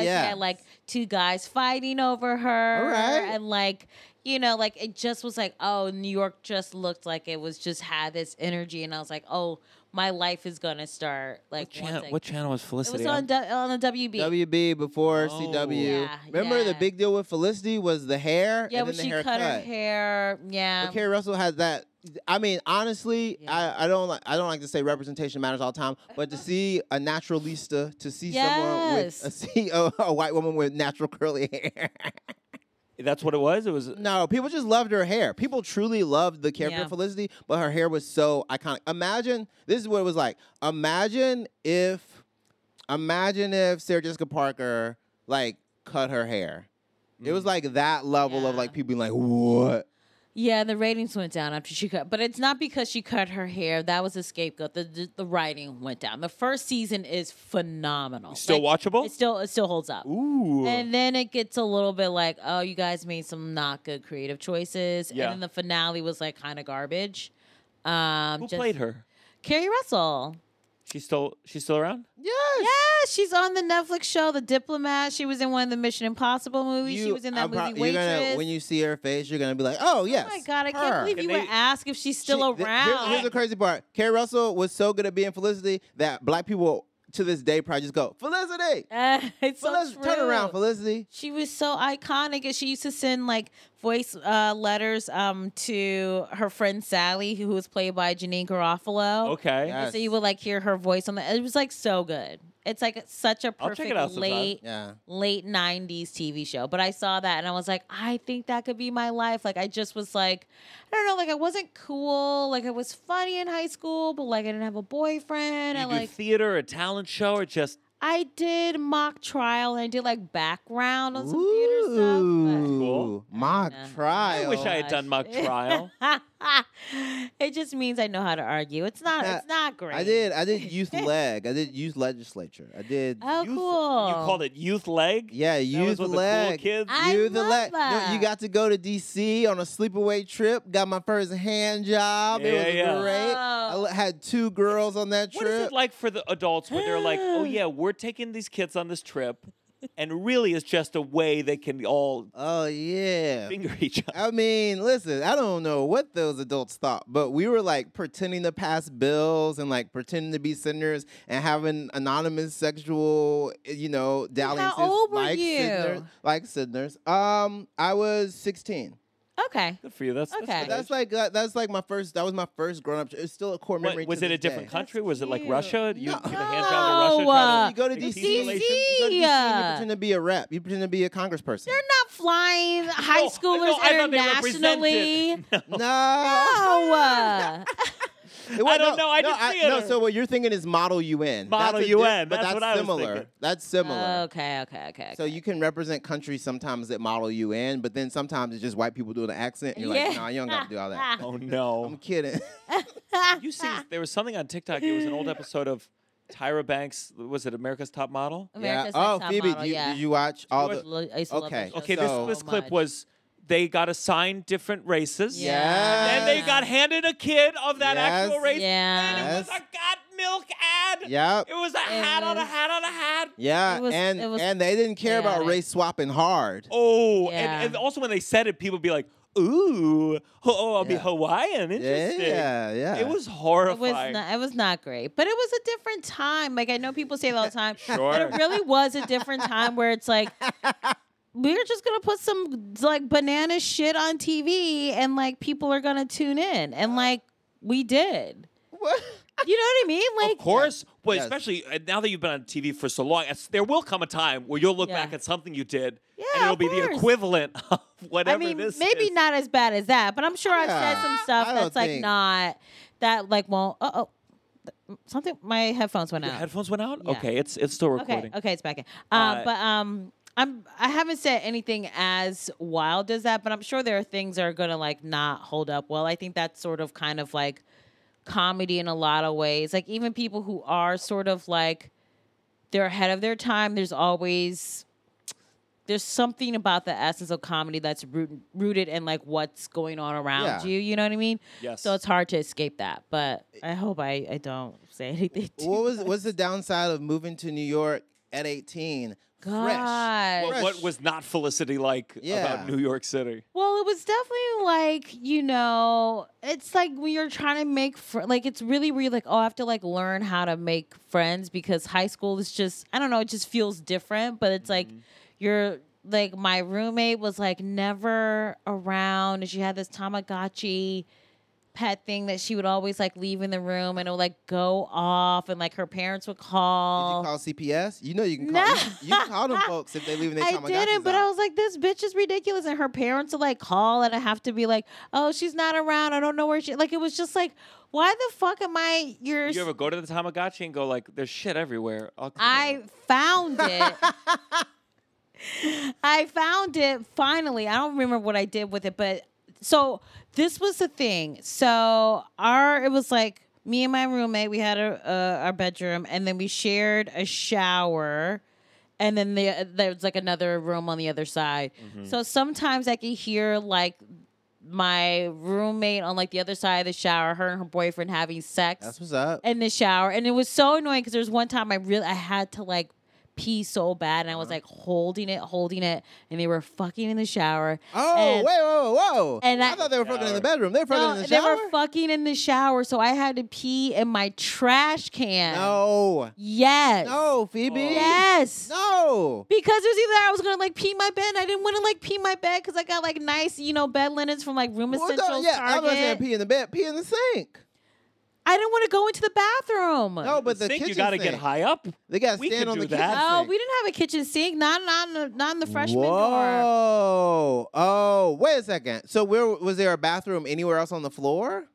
Speaker 2: yeah.
Speaker 3: had like two guys fighting over her.
Speaker 2: All right.
Speaker 3: And like. You know, like it just was like, oh, New York just looked like it was just had this energy, and I was like, oh, my life is gonna start. Like,
Speaker 1: What, chan-
Speaker 3: once I-
Speaker 1: what channel was
Speaker 3: it
Speaker 1: Felicity
Speaker 3: was on,
Speaker 1: on?
Speaker 3: du- on the WB.
Speaker 2: WB before
Speaker 1: Oh.
Speaker 2: CW.
Speaker 3: Yeah,
Speaker 2: Remember
Speaker 3: yeah.
Speaker 2: the big deal with Felicity was the hair
Speaker 3: yeah,
Speaker 2: and then
Speaker 3: when
Speaker 2: the
Speaker 3: she
Speaker 2: haircut.
Speaker 3: cut her hair. Yeah,
Speaker 2: But Carrie Russell has that. I mean, honestly,
Speaker 3: Um, Yeah.
Speaker 2: I, I don't like I don't like to say representation matters all the time, but to see a naturalista, to see someone with a,
Speaker 3: Yes.
Speaker 2: see a, a white woman with natural curly hair.
Speaker 1: That's what it was. It was. It
Speaker 2: no, people just loved her hair. People truly loved the character
Speaker 3: Yeah.
Speaker 2: Felicity, but her hair was so iconic. Imagine this is what it was like. Imagine if, imagine if Sarah Jessica Parker like cut her hair. It was like that level of
Speaker 3: Mm. Yeah.
Speaker 2: like people being like, what?
Speaker 3: Yeah, the ratings went down after she cut, but it's not because she cut her hair. That was a scapegoat. The the, the writing went down. The first season is phenomenal.
Speaker 1: still
Speaker 3: Like,
Speaker 1: watchable.
Speaker 3: It still it still holds up.
Speaker 1: Ooh.
Speaker 3: And then it gets a little bit like, oh, you guys made some not good creative choices.
Speaker 1: Yeah.
Speaker 3: And then the finale was like kind of garbage. Um,
Speaker 1: Who
Speaker 3: just-
Speaker 1: played her?
Speaker 3: Carrie Russell.
Speaker 1: She's still. She's still around.
Speaker 2: Yes.
Speaker 3: Yeah, she's on the Netflix show The Diplomat. She was in one of the Mission Impossible movies. she
Speaker 2: You-
Speaker 3: was in that
Speaker 2: I'm pro-
Speaker 3: movie
Speaker 2: you're gonna-
Speaker 3: Waitress.
Speaker 2: when you see her face, you're gonna be like, "Oh yes."
Speaker 3: oh my god, I can't
Speaker 2: her."
Speaker 3: believe
Speaker 1: Can
Speaker 3: you
Speaker 1: they-
Speaker 3: were asked if she's still
Speaker 2: She- th- here-
Speaker 3: around.
Speaker 2: here's the crazy part: Carrie Russell was so good at being Felicity that black people to this day probably just go, "Felicity,
Speaker 3: Uh, it's so
Speaker 2: Felicity,
Speaker 3: true.
Speaker 2: turn around, Felicity."
Speaker 3: She was so iconic, and she used to send like voice uh, letters um, to her friend Sally, who was played by Janine Garofalo.
Speaker 1: Okay.
Speaker 2: Yeah.
Speaker 3: And so
Speaker 2: Yes.
Speaker 3: you would like hear her voice on the. It was like so good. It's like such a
Speaker 1: I'll check it
Speaker 3: perfect
Speaker 1: out sometime.
Speaker 3: late
Speaker 2: Yeah,
Speaker 3: late 90s TV show. But I saw that and I was like, I think that could be my life. Like, I just was like, I don't know, like, I wasn't cool. Like, I was funny in high school, but like, I didn't have a boyfriend.
Speaker 1: You
Speaker 3: I
Speaker 1: do
Speaker 3: like,
Speaker 1: theater, a talent show, or just
Speaker 3: I did mock trial and I did like background on some theater stuff. Oh,
Speaker 2: Ooh,
Speaker 1: Cool.
Speaker 2: mock
Speaker 3: Yeah.
Speaker 2: trial.
Speaker 1: I wish I had done mock trial.
Speaker 3: but- It just means I know how to argue. It's not.
Speaker 2: Nah,
Speaker 3: it's not great.
Speaker 2: I did. I did youth leg. I did youth legislature. I did.
Speaker 3: Oh,
Speaker 2: youth-
Speaker 3: cool.
Speaker 1: You called it youth leg.
Speaker 2: Yeah,
Speaker 1: that was
Speaker 2: youth
Speaker 1: what the cool
Speaker 2: leg.
Speaker 1: kids.
Speaker 3: I
Speaker 2: youth
Speaker 3: love
Speaker 2: leg.
Speaker 3: that.
Speaker 2: you got to go to DC on a sleepaway trip. Got my first hand job. it
Speaker 1: Yeah,
Speaker 2: was
Speaker 1: yeah.
Speaker 2: great. I
Speaker 3: Wow.
Speaker 2: l- had two girls on that
Speaker 1: Uh, What
Speaker 2: trip.
Speaker 1: is it like for the adults when they're like, "Oh yeah, we're taking these kids on this trip," and really it's just a way they can all
Speaker 2: Oh yeah.
Speaker 1: finger each other.
Speaker 2: I mean, listen, I don't know what those adults thought, but we were like pretending to pass bills and like pretending to be sinners and having anonymous sexual, eh, you know, dalliances
Speaker 3: old were
Speaker 2: like
Speaker 3: you?
Speaker 2: sinners. Like sinners. Um, I was 16.
Speaker 3: Okay.
Speaker 1: Good for you. That's that's
Speaker 3: Okay.
Speaker 1: good
Speaker 2: That's
Speaker 1: age.
Speaker 2: like that, that's like my first. That was my first grown up. It's still a core memory.
Speaker 1: What, was
Speaker 2: to
Speaker 1: it a
Speaker 2: this
Speaker 1: different
Speaker 2: day.
Speaker 1: country? Was it like
Speaker 3: cute.
Speaker 1: Russia? You
Speaker 2: No.
Speaker 1: give a hand job to Russia? try
Speaker 3: No.
Speaker 2: You go to
Speaker 1: make
Speaker 2: DC.
Speaker 1: peace relations?
Speaker 2: You go to DC. You
Speaker 3: Yeah.
Speaker 2: pretend to be a rep. You pretend to be a congressperson.
Speaker 3: They're not flying high
Speaker 1: No,
Speaker 3: schoolers
Speaker 1: no, I thought they
Speaker 3: internationally.
Speaker 1: represented-
Speaker 2: no.
Speaker 3: No. uh,
Speaker 2: It
Speaker 1: I don't know. I didn't see
Speaker 2: No,
Speaker 1: it.
Speaker 2: so what you're thinking is Model UN.
Speaker 1: Model
Speaker 2: that's a
Speaker 1: UN,
Speaker 2: but
Speaker 1: that's
Speaker 2: that's
Speaker 1: what I was
Speaker 2: similar.
Speaker 1: thinking.
Speaker 2: That's similar.
Speaker 3: okay. Okay. Oh, Okay.
Speaker 2: So you can represent countries sometimes at Model UN, but then sometimes it's just white people doing an accent. And you're
Speaker 3: Yeah.
Speaker 2: like, nah, you don't got to do all
Speaker 3: Ah,
Speaker 2: that.
Speaker 1: Oh
Speaker 2: I'm
Speaker 1: no!
Speaker 2: kidding.
Speaker 1: You see, there was something on TikTok. It was an old episode of Tyra Banks. Was it America's Top Model?
Speaker 3: America's
Speaker 2: Oh,
Speaker 3: Next Top
Speaker 2: Phoebe,
Speaker 3: Model,
Speaker 2: you,
Speaker 3: yeah.
Speaker 2: did you watch all
Speaker 3: I used to
Speaker 2: the?
Speaker 3: lo- I used to love
Speaker 2: Okay.
Speaker 3: that show
Speaker 1: Okay,
Speaker 2: So-
Speaker 1: this this
Speaker 3: so
Speaker 1: clip
Speaker 3: much.
Speaker 1: was they got assigned different races.
Speaker 3: Yeah.
Speaker 1: And they
Speaker 2: Yes.
Speaker 1: got handed a kid of that
Speaker 2: Yes.
Speaker 1: actual race.
Speaker 3: Yeah.
Speaker 1: And it was a
Speaker 2: Yes.
Speaker 1: got milk ad.
Speaker 2: Yep.
Speaker 1: It was a hat on a
Speaker 3: was-
Speaker 1: hat on a hat.
Speaker 2: Yeah,
Speaker 3: It was-
Speaker 2: and
Speaker 3: it was
Speaker 2: and they didn't care about
Speaker 3: chaotic.
Speaker 2: race swapping hard.
Speaker 1: Oh,
Speaker 3: Yeah.
Speaker 1: and, and also when they said it, people would be like, ooh, oh, oh, I'll be
Speaker 2: Yeah.
Speaker 1: Hawaiian. Interesting.
Speaker 2: Yeah, yeah.
Speaker 1: It was
Speaker 3: It was
Speaker 1: horrifying.
Speaker 3: not, it was not great, but it was a different time. Like I know people say it all the time, but
Speaker 1: Sure.
Speaker 3: it really was a different time where it's like we're just gonna put some like banana shit on TV and like people are gonna tune in and like we did.
Speaker 2: What?
Speaker 3: You know what I mean? Like
Speaker 1: of course, well,
Speaker 2: Yes.
Speaker 1: especially uh, now that you've been on TV for so long, it's- there will come a time where you'll look
Speaker 3: Yeah.
Speaker 1: back at something you did,
Speaker 3: Yeah,
Speaker 1: and it'll
Speaker 3: of
Speaker 1: be the
Speaker 3: course.
Speaker 1: equivalent of whatever
Speaker 3: I mean,
Speaker 1: this
Speaker 3: maybe
Speaker 1: is.
Speaker 3: not as bad as that, but I'm sure I've said
Speaker 2: Yeah.
Speaker 3: some stuff
Speaker 2: I don't
Speaker 3: that's like
Speaker 2: think-
Speaker 3: not that like won't. Uh oh, something. My headphones went
Speaker 1: Your
Speaker 3: out.
Speaker 1: headphones went out.
Speaker 3: Yeah.
Speaker 1: Okay, it's it's still recording.
Speaker 3: Okay, okay, it's back in. Um,
Speaker 1: Uh,
Speaker 3: but um, I'm I haven't said anything as wild as that, but I'm sure there are things that are gonna like not hold up well. I think that's sort of kind of like comedy in a lot of ways. Like even people who are sort of like they're ahead of their time. There's always there's something about the essence of comedy that's root, rooted in like what's going on around
Speaker 2: Yeah.
Speaker 3: you. You know what I mean?
Speaker 1: Yes.
Speaker 3: So it's hard to escape that. But I hope I, I don't say anything. Too
Speaker 2: What was what's the downside of moving to New York at 18? Fresh.
Speaker 3: God.
Speaker 1: Well, what
Speaker 2: Fresh.
Speaker 1: was not Felicity like
Speaker 2: Yeah.
Speaker 1: about New York City?
Speaker 3: Well, it was definitely like, you know, it's like when you're trying to make fr- like it's really where you're like, oh, I have to like learn how to make friends because high school is just I don't know, it just feels different, but it's like
Speaker 2: Mm-hmm.
Speaker 3: you're like my roommate was like never around and she had this Tamagotchi pet thing that she would always like leave in the room and it would like go off and like her parents would
Speaker 2: Did
Speaker 3: call.
Speaker 2: you call CPS? You know you can
Speaker 3: No.
Speaker 2: call you, can- you can call them folks if they leave in their
Speaker 3: I
Speaker 2: Tamagotchis
Speaker 3: didn't, but
Speaker 2: out.
Speaker 3: I was like, this bitch is ridiculous. And her parents would like call, and I have to be like, oh, she's not around. I don't know where she. Like, it was just like, why the fuck am I your?
Speaker 1: You ever go to the Tamagotchi and go like, "There's shit everywhere"? Oh, I'll clean it
Speaker 3: I
Speaker 1: up."
Speaker 3: found it. I found it finally. I don't remember what I did with it, but so this was the thing. So our it was like me and my roommate. We had a, a our bedroom, and then we shared a shower. And then the, there was like another room on the other side. So sometimes I could hear like my roommate on like the other side of the shower, her and her boyfriend having sex
Speaker 2: That's what's up.
Speaker 3: in the shower, and it was so annoying because there was one time I really I had to like pee so bad, and I was
Speaker 2: Uh-huh.
Speaker 3: like holding it, holding it, and they were fucking in the shower.
Speaker 2: Oh,
Speaker 3: and,
Speaker 2: wait, whoa, whoa, whoa.
Speaker 3: and
Speaker 2: I,
Speaker 3: I-
Speaker 2: thought they were fucking in
Speaker 1: Shower.
Speaker 2: the bedroom. They were fucking
Speaker 3: No,
Speaker 2: in the
Speaker 3: they
Speaker 2: shower.
Speaker 3: were fucking in the shower, so I had to pee in my trash can.
Speaker 2: no.
Speaker 3: Yes.
Speaker 2: No, Phoebe.
Speaker 3: Yes.
Speaker 2: No.
Speaker 3: Because it was either I was gonna like pee my bed, and I didn't want to like pee my bed because I got like nice, you know, bed linens from like Room
Speaker 2: Well,
Speaker 3: Essentials.
Speaker 2: no, yeah, I'm not saying
Speaker 3: Target.
Speaker 2: pee in the bed, pee in the sink.
Speaker 3: I didn't want to go into the bathroom.
Speaker 2: No, but the
Speaker 1: Think
Speaker 2: kitchen
Speaker 1: you gotta get
Speaker 2: sink.
Speaker 1: high up.
Speaker 2: They got to
Speaker 1: We
Speaker 2: stand
Speaker 1: could
Speaker 2: on
Speaker 1: do
Speaker 2: the
Speaker 1: that.
Speaker 2: kitchen
Speaker 3: Oh,
Speaker 2: sink.
Speaker 3: we didn't have a kitchen sink. Not not in the, not in the freshman dorm.
Speaker 2: Whoa. Oh, wait a second. So where was there a bathroom anywhere else on the floor?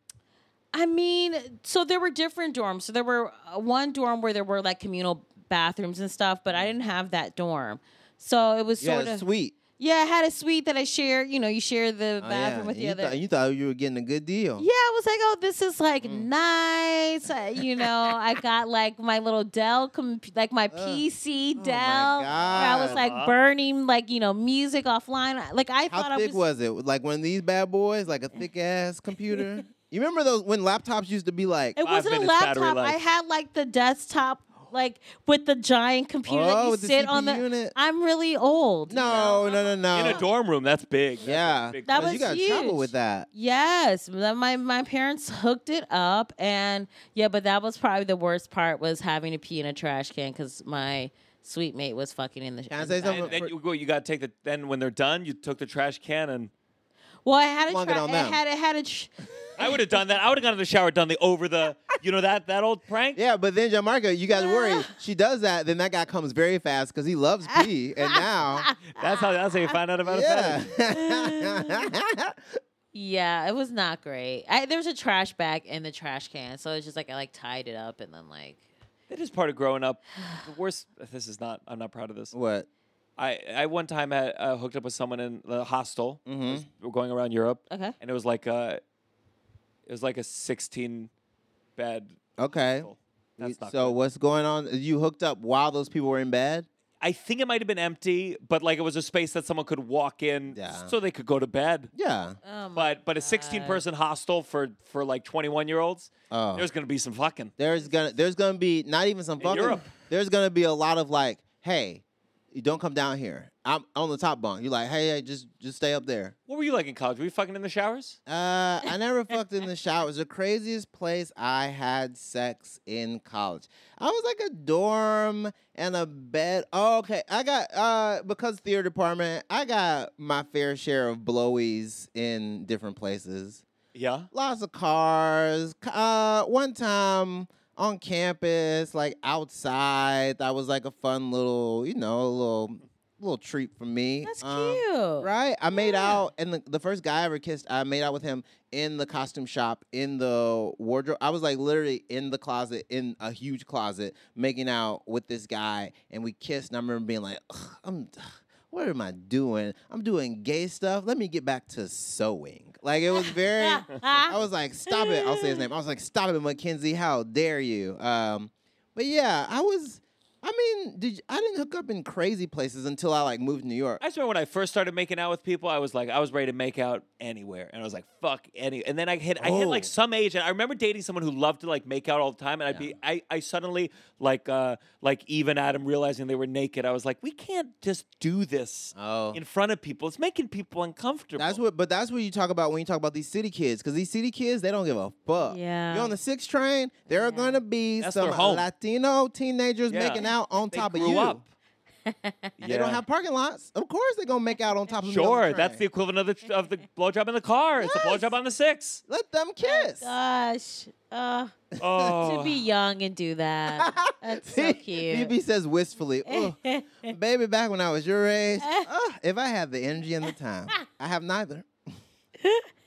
Speaker 3: I mean, so there were different dorms. So there were uh, one dorm where there were
Speaker 2: Mm.
Speaker 3: like communal bathrooms and stuff, but I didn't have that dorm. So it was
Speaker 2: You had
Speaker 3: sort
Speaker 2: a
Speaker 3: of
Speaker 2: suite.
Speaker 3: Yeah, I had a suite that I shared. You know, you share the
Speaker 2: Oh,
Speaker 3: bathroom
Speaker 2: yeah.
Speaker 3: with the
Speaker 2: you
Speaker 3: other.
Speaker 2: thought- you Mm. thought you were getting a good deal.
Speaker 3: yeah, I was like, oh, this is like nice. Uh, you know, I got like my little Dell, comp- like my
Speaker 2: Ugh. Oh
Speaker 3: PC
Speaker 2: my
Speaker 3: Dell. where I was
Speaker 2: God.
Speaker 3: like
Speaker 1: Wow.
Speaker 3: burning like you know music offline. I- Like I thought
Speaker 2: How
Speaker 3: I
Speaker 2: thick was, it? Like one of these bad boys, like a thick ass computer. you remember those when laptops used to be like,
Speaker 3: It
Speaker 1: Five
Speaker 3: wasn't a
Speaker 1: minutes battery
Speaker 3: laptop. I
Speaker 1: life.
Speaker 3: had like the desktop, like with the giant computer that
Speaker 2: Oh,
Speaker 3: you
Speaker 2: with the
Speaker 3: sit on the.
Speaker 2: CPU unit?
Speaker 3: I'm really old.
Speaker 2: no, no, no, no.
Speaker 1: In a dorm room, that's big. That's a
Speaker 2: Yeah.
Speaker 1: big
Speaker 3: That
Speaker 1: place.
Speaker 2: Cause you
Speaker 3: was
Speaker 2: got
Speaker 3: huge.
Speaker 2: trouble with that.
Speaker 3: Yes, then my my parents hooked it up, and yeah, but that was probably the worst part was having to pee in a trash can because my sweet mate was fucking in the.
Speaker 2: Can I
Speaker 3: in
Speaker 2: say
Speaker 3: the bathroom.
Speaker 1: And then you go. You got to take the. Then when they're done, you took the trash can and.
Speaker 3: Well, I had a
Speaker 2: Flung it
Speaker 3: tra-
Speaker 2: on
Speaker 3: I
Speaker 2: them.
Speaker 3: had I had a. Tr-
Speaker 1: I would have done that. I would have gone to the shower, done the over the, you know that that old prank.
Speaker 2: Yeah, but then Jamarca, you got to worry. She does that, then that guy comes very fast because he loves pee, and now,
Speaker 1: That's how that's how you find out about a
Speaker 2: yeah.
Speaker 1: fetish.
Speaker 3: yeah, it was not great. I, there was a trash bag in the trash can, so it's just like I like tied it up and then like.
Speaker 1: That is part of growing up. The worst. This is not. I'm not proud of this.
Speaker 2: what?
Speaker 1: I I one time had uh, hooked up with someone in the hostel. I
Speaker 2: Mhm.
Speaker 1: was- we were going around Europe.
Speaker 3: Okay.
Speaker 1: And it was like a, it was like a 16 bed.
Speaker 2: Okay.
Speaker 1: hostel. That's not
Speaker 2: so
Speaker 1: good.
Speaker 2: what's going on? You hooked up while those people were in bed?
Speaker 1: I think it might have been empty, but like it was a space that someone could walk in,
Speaker 2: Yeah.
Speaker 1: so they could go to bed.
Speaker 2: Yeah.
Speaker 3: Oh my
Speaker 1: But but a 16
Speaker 3: God.
Speaker 1: person hostel for for like 21 year olds,
Speaker 2: Oh.
Speaker 1: there's gonna be some fucking.
Speaker 2: There's gonna there's gonna be not even some fucking.
Speaker 1: Europe.
Speaker 2: There's gonna be a lot of like, hey, you don't come down here. I'm on the top bunk. You're like, hey, hey, just just stay up there.
Speaker 1: What were you like in college? Were you fucking in the showers?
Speaker 2: Uh, I never fucked in the shower. It was the craziest place I had sex in college. I was like a dorm and a bed. Oh, okay. I got uh because theater department, I got my fair share of blowies in different places.
Speaker 1: Yeah.
Speaker 2: lots of cars. C- Uh, one time on campus, like outside, that was like a fun little, you know, a little little treat for me.
Speaker 3: That's
Speaker 2: Um,
Speaker 3: cute.
Speaker 2: Right, I made
Speaker 3: Yeah.
Speaker 2: out, and the, the first guy I ever kissed, I made out with him in the costume shop, in the wardrobe. I was like literally in the closet, in a huge closet, making out with this guy, and we kissed. And I remember being like, "Ugh, "I'm, ugh, what am I doing? I'm doing gay stuff. Let me get back to sewing." Like it was very, I was like, "Stop it!" I'll say his name. I was like, "Stop it, Mackenzie! How dare you?" Um, but yeah, I was. I mean, did I didn't hook up in crazy places until I like moved to New York.
Speaker 1: I just remember when I first started making out with people, I was like, I was ready to make out anywhere, and I was like, fuck any. And then I hit, I hit like
Speaker 2: Oh.
Speaker 1: some age, and I remember dating someone who loved to like make out all the time, and I'd be, I, I suddenly like, uh, like even Adam realizing they were naked, I was like, we can't just do this
Speaker 2: Oh.
Speaker 1: in front of people. It's making people uncomfortable.
Speaker 2: That's what, but that's what you talk about when you talk about these city kids, because these city kids they don't give a fuck.
Speaker 3: Yeah.
Speaker 2: you're on the six train. There are gonna be
Speaker 1: That's their
Speaker 2: some
Speaker 1: home.
Speaker 2: Latino teenagers
Speaker 1: Yeah.
Speaker 2: making out on
Speaker 1: They
Speaker 2: top
Speaker 1: grew
Speaker 2: of you.
Speaker 1: Up. yeah.
Speaker 2: They don't have parking lots. Of course, they're gonna make out on top of you. on
Speaker 1: Sure, that's the
Speaker 2: train.
Speaker 1: equivalent of the tr- of the blowjob in the car. It's
Speaker 2: Yes.
Speaker 1: the blowjob on the six.
Speaker 2: Let them kiss.
Speaker 3: Oh, Gosh. Uh,
Speaker 1: Oh,
Speaker 3: To be young and do that. That's so cute.
Speaker 2: BB says wistfully, "Ugh, "Baby, back when I was your age, ah, if I had the energy and the time, I have neither."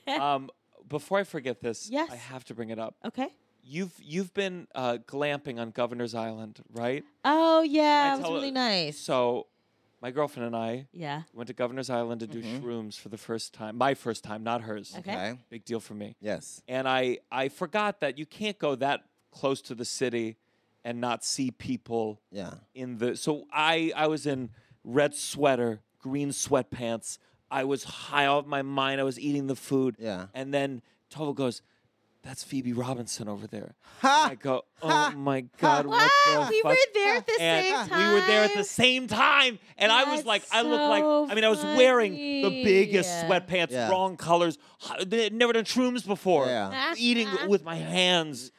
Speaker 1: um, before I forget this,
Speaker 3: Yes.
Speaker 1: I have to bring it up.
Speaker 3: okay.
Speaker 1: You've you've been uh, glamping on Governor's Island, right?
Speaker 3: Oh yeah,
Speaker 1: I
Speaker 3: it was
Speaker 1: tell-
Speaker 3: really nice.
Speaker 1: So, my girlfriend and I
Speaker 3: Yeah.
Speaker 1: went to Governor's Island to do
Speaker 2: Mm-hmm.
Speaker 1: shrooms for the first time. My first time, not hers.
Speaker 3: Okay.
Speaker 1: Big deal for me.
Speaker 2: Yes.
Speaker 1: And I I forgot that you can't go that close to the city and not see people
Speaker 2: Yeah.
Speaker 1: in the so I I was in red sweater, green sweatpants. I was high off my mind. I was eating the food.
Speaker 2: Yeah.
Speaker 1: And then Tovo goes, "That's Phoebe Robinson over there."
Speaker 2: Ha!
Speaker 1: And I go, "Oh
Speaker 2: Ha!
Speaker 1: my god, what,
Speaker 3: Wow,
Speaker 1: the
Speaker 3: Ah, we
Speaker 1: fuck?"
Speaker 3: were there at the same
Speaker 1: and
Speaker 3: time.
Speaker 1: we were there at the same time. And I was
Speaker 3: That's
Speaker 1: like, I look like,
Speaker 3: so
Speaker 1: I mean, I was wearing the
Speaker 3: funny.
Speaker 1: biggest sweatpants,
Speaker 2: Yeah.
Speaker 1: wrong colors. h- They had never done shrooms before.
Speaker 2: Yeah.
Speaker 1: Eating with my hands.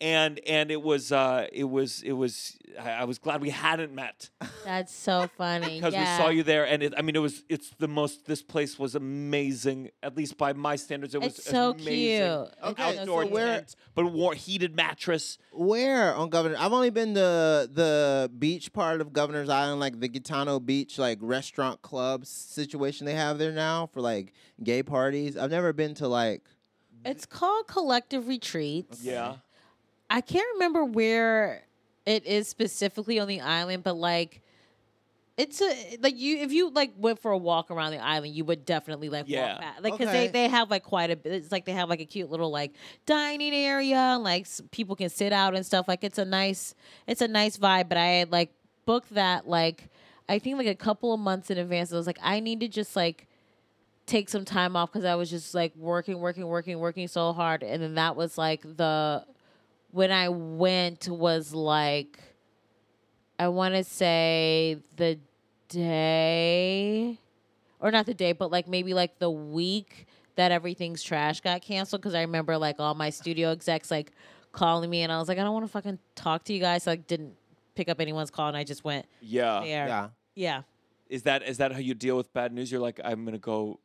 Speaker 1: And and it was uh it was it was I, I was glad we hadn't met
Speaker 3: That's so funny.
Speaker 1: because
Speaker 3: yeah.
Speaker 1: we saw you there and it, I mean it was it's the most this place was amazing at least by my standards it was
Speaker 3: It's so
Speaker 1: amazing.
Speaker 3: cute.
Speaker 2: Okay,
Speaker 1: outdoor
Speaker 2: so where-
Speaker 1: tent but war heated mattress
Speaker 2: Where on Governor? I've only been to the beach part of Governor's Island, like the Gitano Beach, like restaurant club situation they have there now for like gay parties. I've never been to like.
Speaker 3: It's called collective retreats.
Speaker 1: yeah
Speaker 3: I can't remember where it is specifically on the island, but like It's a like you if you like went for a walk around the island, you would definitely like
Speaker 1: Yeah.
Speaker 3: walk back, like because they
Speaker 2: Okay.
Speaker 3: they have like quite a bit. It's like they have like a cute little like dining area, and, like s- people can sit out and stuff. Like it's a nice it's a nice vibe. But I had like booked that like I think like a couple of months in advance. I was like I need to just like take some time off because I was just like working, working, working, working so hard, and then that was like the when I went was like I want to say the day or not the day, but like maybe like the week that everything's trash got canceled because I remember like all my studio execs like calling me and I was like I don't want to fucking talk to you guys, so I didn't pick up anyone's call and I just went
Speaker 1: Uh, Yeah.
Speaker 3: there.
Speaker 2: Yeah.
Speaker 3: yeah.
Speaker 1: Is that is that how you deal with bad news? You're like, I'm gonna go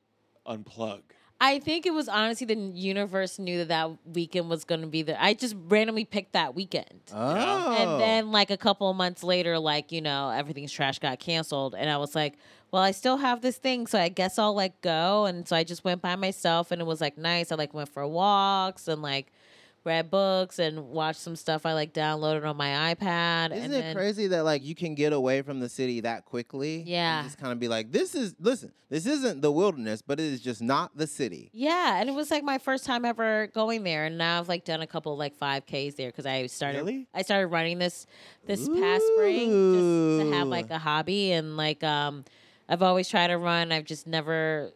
Speaker 1: unplug.
Speaker 3: I think it was honestly the universe knew that that weekend was going to be there. I just randomly picked that weekend.
Speaker 2: Oh.
Speaker 3: And then, like a couple of months later, like you know, everything's trash got canceled, and I was like, "Well, I still have this thing, so I guess I'll like go." And so I just went by myself, and it was like nice. I like went for walks and like read books and watched some stuff I like downloaded on my iPad.
Speaker 2: Isn't
Speaker 3: and
Speaker 2: it
Speaker 3: then-
Speaker 2: crazy that like you can get away from the city that quickly? and
Speaker 3: Yeah.
Speaker 2: just kind of be like, this is listen, this isn't the wilderness, but it is just not the city.
Speaker 3: Yeah, and it was like my first time ever going there, and now I've like done a couple like five Ks there because I started
Speaker 2: Really?
Speaker 3: I started running this this past spring just to have
Speaker 2: Ooh.
Speaker 3: like a hobby, and like um I've always tried to run, I've just never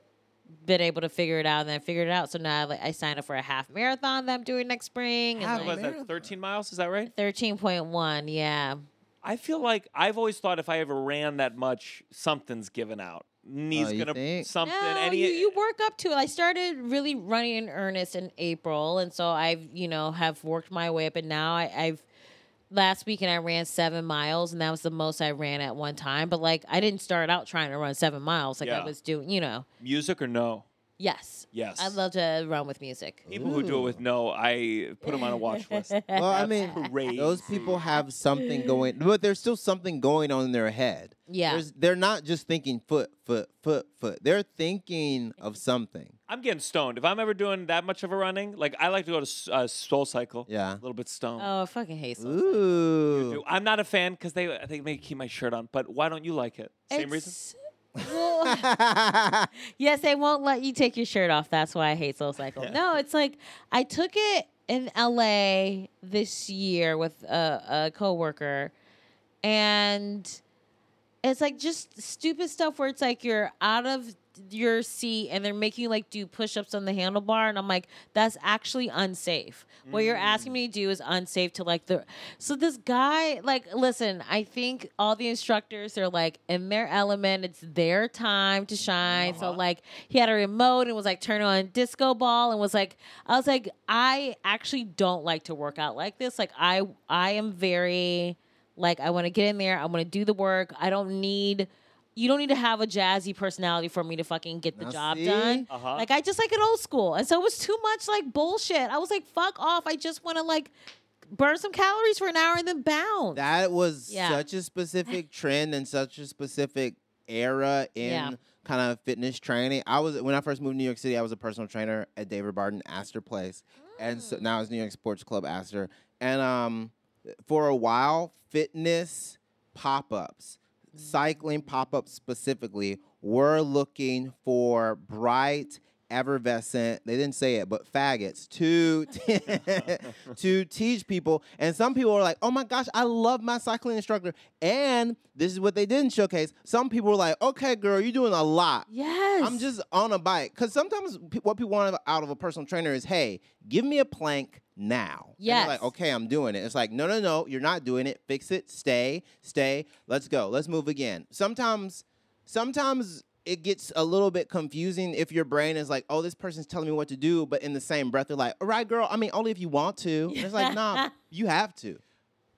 Speaker 3: been able to figure it out, and then I figured it out, so now like I signed up for a half marathon that I'm doing next spring,
Speaker 2: Half
Speaker 3: and
Speaker 1: Was
Speaker 3: like,
Speaker 2: marathon.
Speaker 1: that 13 miles? Is that right?
Speaker 3: thirteen point one, yeah.
Speaker 1: I feel like I've always thought if I ever ran that much, something's given out. Knee's
Speaker 2: Oh, you
Speaker 1: gonna
Speaker 2: think?
Speaker 1: something.
Speaker 3: No,
Speaker 1: any,
Speaker 3: you, you work up to it. I started really running in earnest in April, and so I've you know have worked my way up, and now I, I've last weekend I ran seven miles, and that was the most I ran at one time. But like I didn't start out trying to run seven miles, like
Speaker 1: Yeah.
Speaker 3: I was doing, you know.
Speaker 1: music or no?
Speaker 3: Yes,
Speaker 1: Yes.
Speaker 3: I love to run with music.
Speaker 1: people who do it with no. I put them on a watch list.
Speaker 2: Well, I mean,
Speaker 1: crazy.
Speaker 2: those people have something going, but there's still something going on in their head.
Speaker 3: Yeah.
Speaker 2: There's, they're not just thinking foot, foot, foot, foot. They're thinking of something.
Speaker 1: I'm getting stoned. If I'm ever doing that much of a running, like I like to go to S- uh, Soul Cycle.
Speaker 2: Yeah.
Speaker 1: A little bit stoned.
Speaker 3: Oh, I fucking hate Soul Cycle.
Speaker 2: Ooh.
Speaker 1: Dude, I'm not a fan because they I think they keep my shirt on. But why don't you like it? Same reason.
Speaker 3: It's- Well, Yes, they won't let you take your shirt off. That's why I hate Soul Cycle. no, it's like I took it in LA this year with a, a coworker, and it's like just stupid stuff where it's like you're out of your seat and they're making you like do push-ups on the handlebar and i'm like that's actually unsafe what you're asking me to do is unsafe to like the so this guy like listen i think all the instructors are like in their element it's their time to shine so like he had a remote and was like turn on disco ball and was like i was like i actually don't like to work out like this like i i am very like I want to get in there. I want to do the work. I don't need you don't need to have a jazzy personality for me to fucking get the
Speaker 2: Now
Speaker 3: job
Speaker 2: see?
Speaker 3: done.
Speaker 1: Uh-huh.
Speaker 3: Like I just like it old school. And so it was too much like bullshit. I was like, fuck off. I just want to like burn some calories for an hour and then bounce.
Speaker 2: That was
Speaker 3: Yeah.
Speaker 2: such a specific trend and such a specific era in
Speaker 3: Yeah.
Speaker 2: kind of fitness training. I was when I first moved to New York City, I was a personal trainer at David Barton Astor Place, and
Speaker 3: Mm.
Speaker 2: so now it's New York Sports Club Astor. And um, for a while, fitness pop-ups, cycling pop-ups specifically, were looking for bright. Effervescent, they didn't say it, but faggots to to teach people. And some people were like, oh my gosh, I love my cycling instructor. And this is what they didn't showcase. Some people were like, okay, girl, you're doing a lot.
Speaker 3: yes.
Speaker 2: I'm just on a bike. Because sometimes pe- what people want out of a personal trainer is, hey, give me a plank now. And they're
Speaker 3: Yes.
Speaker 2: like, okay, I'm doing it. It's like, no, no, no, you're not doing it. Fix it. Stay, stay. Let's go. Let's move again. Sometimes, sometimes it gets a little bit confusing if your brain is like, oh, this person's telling me what to do. But in the same breath, they're like, all right, girl, I mean, only if you want to. And it's like, nah, you have to.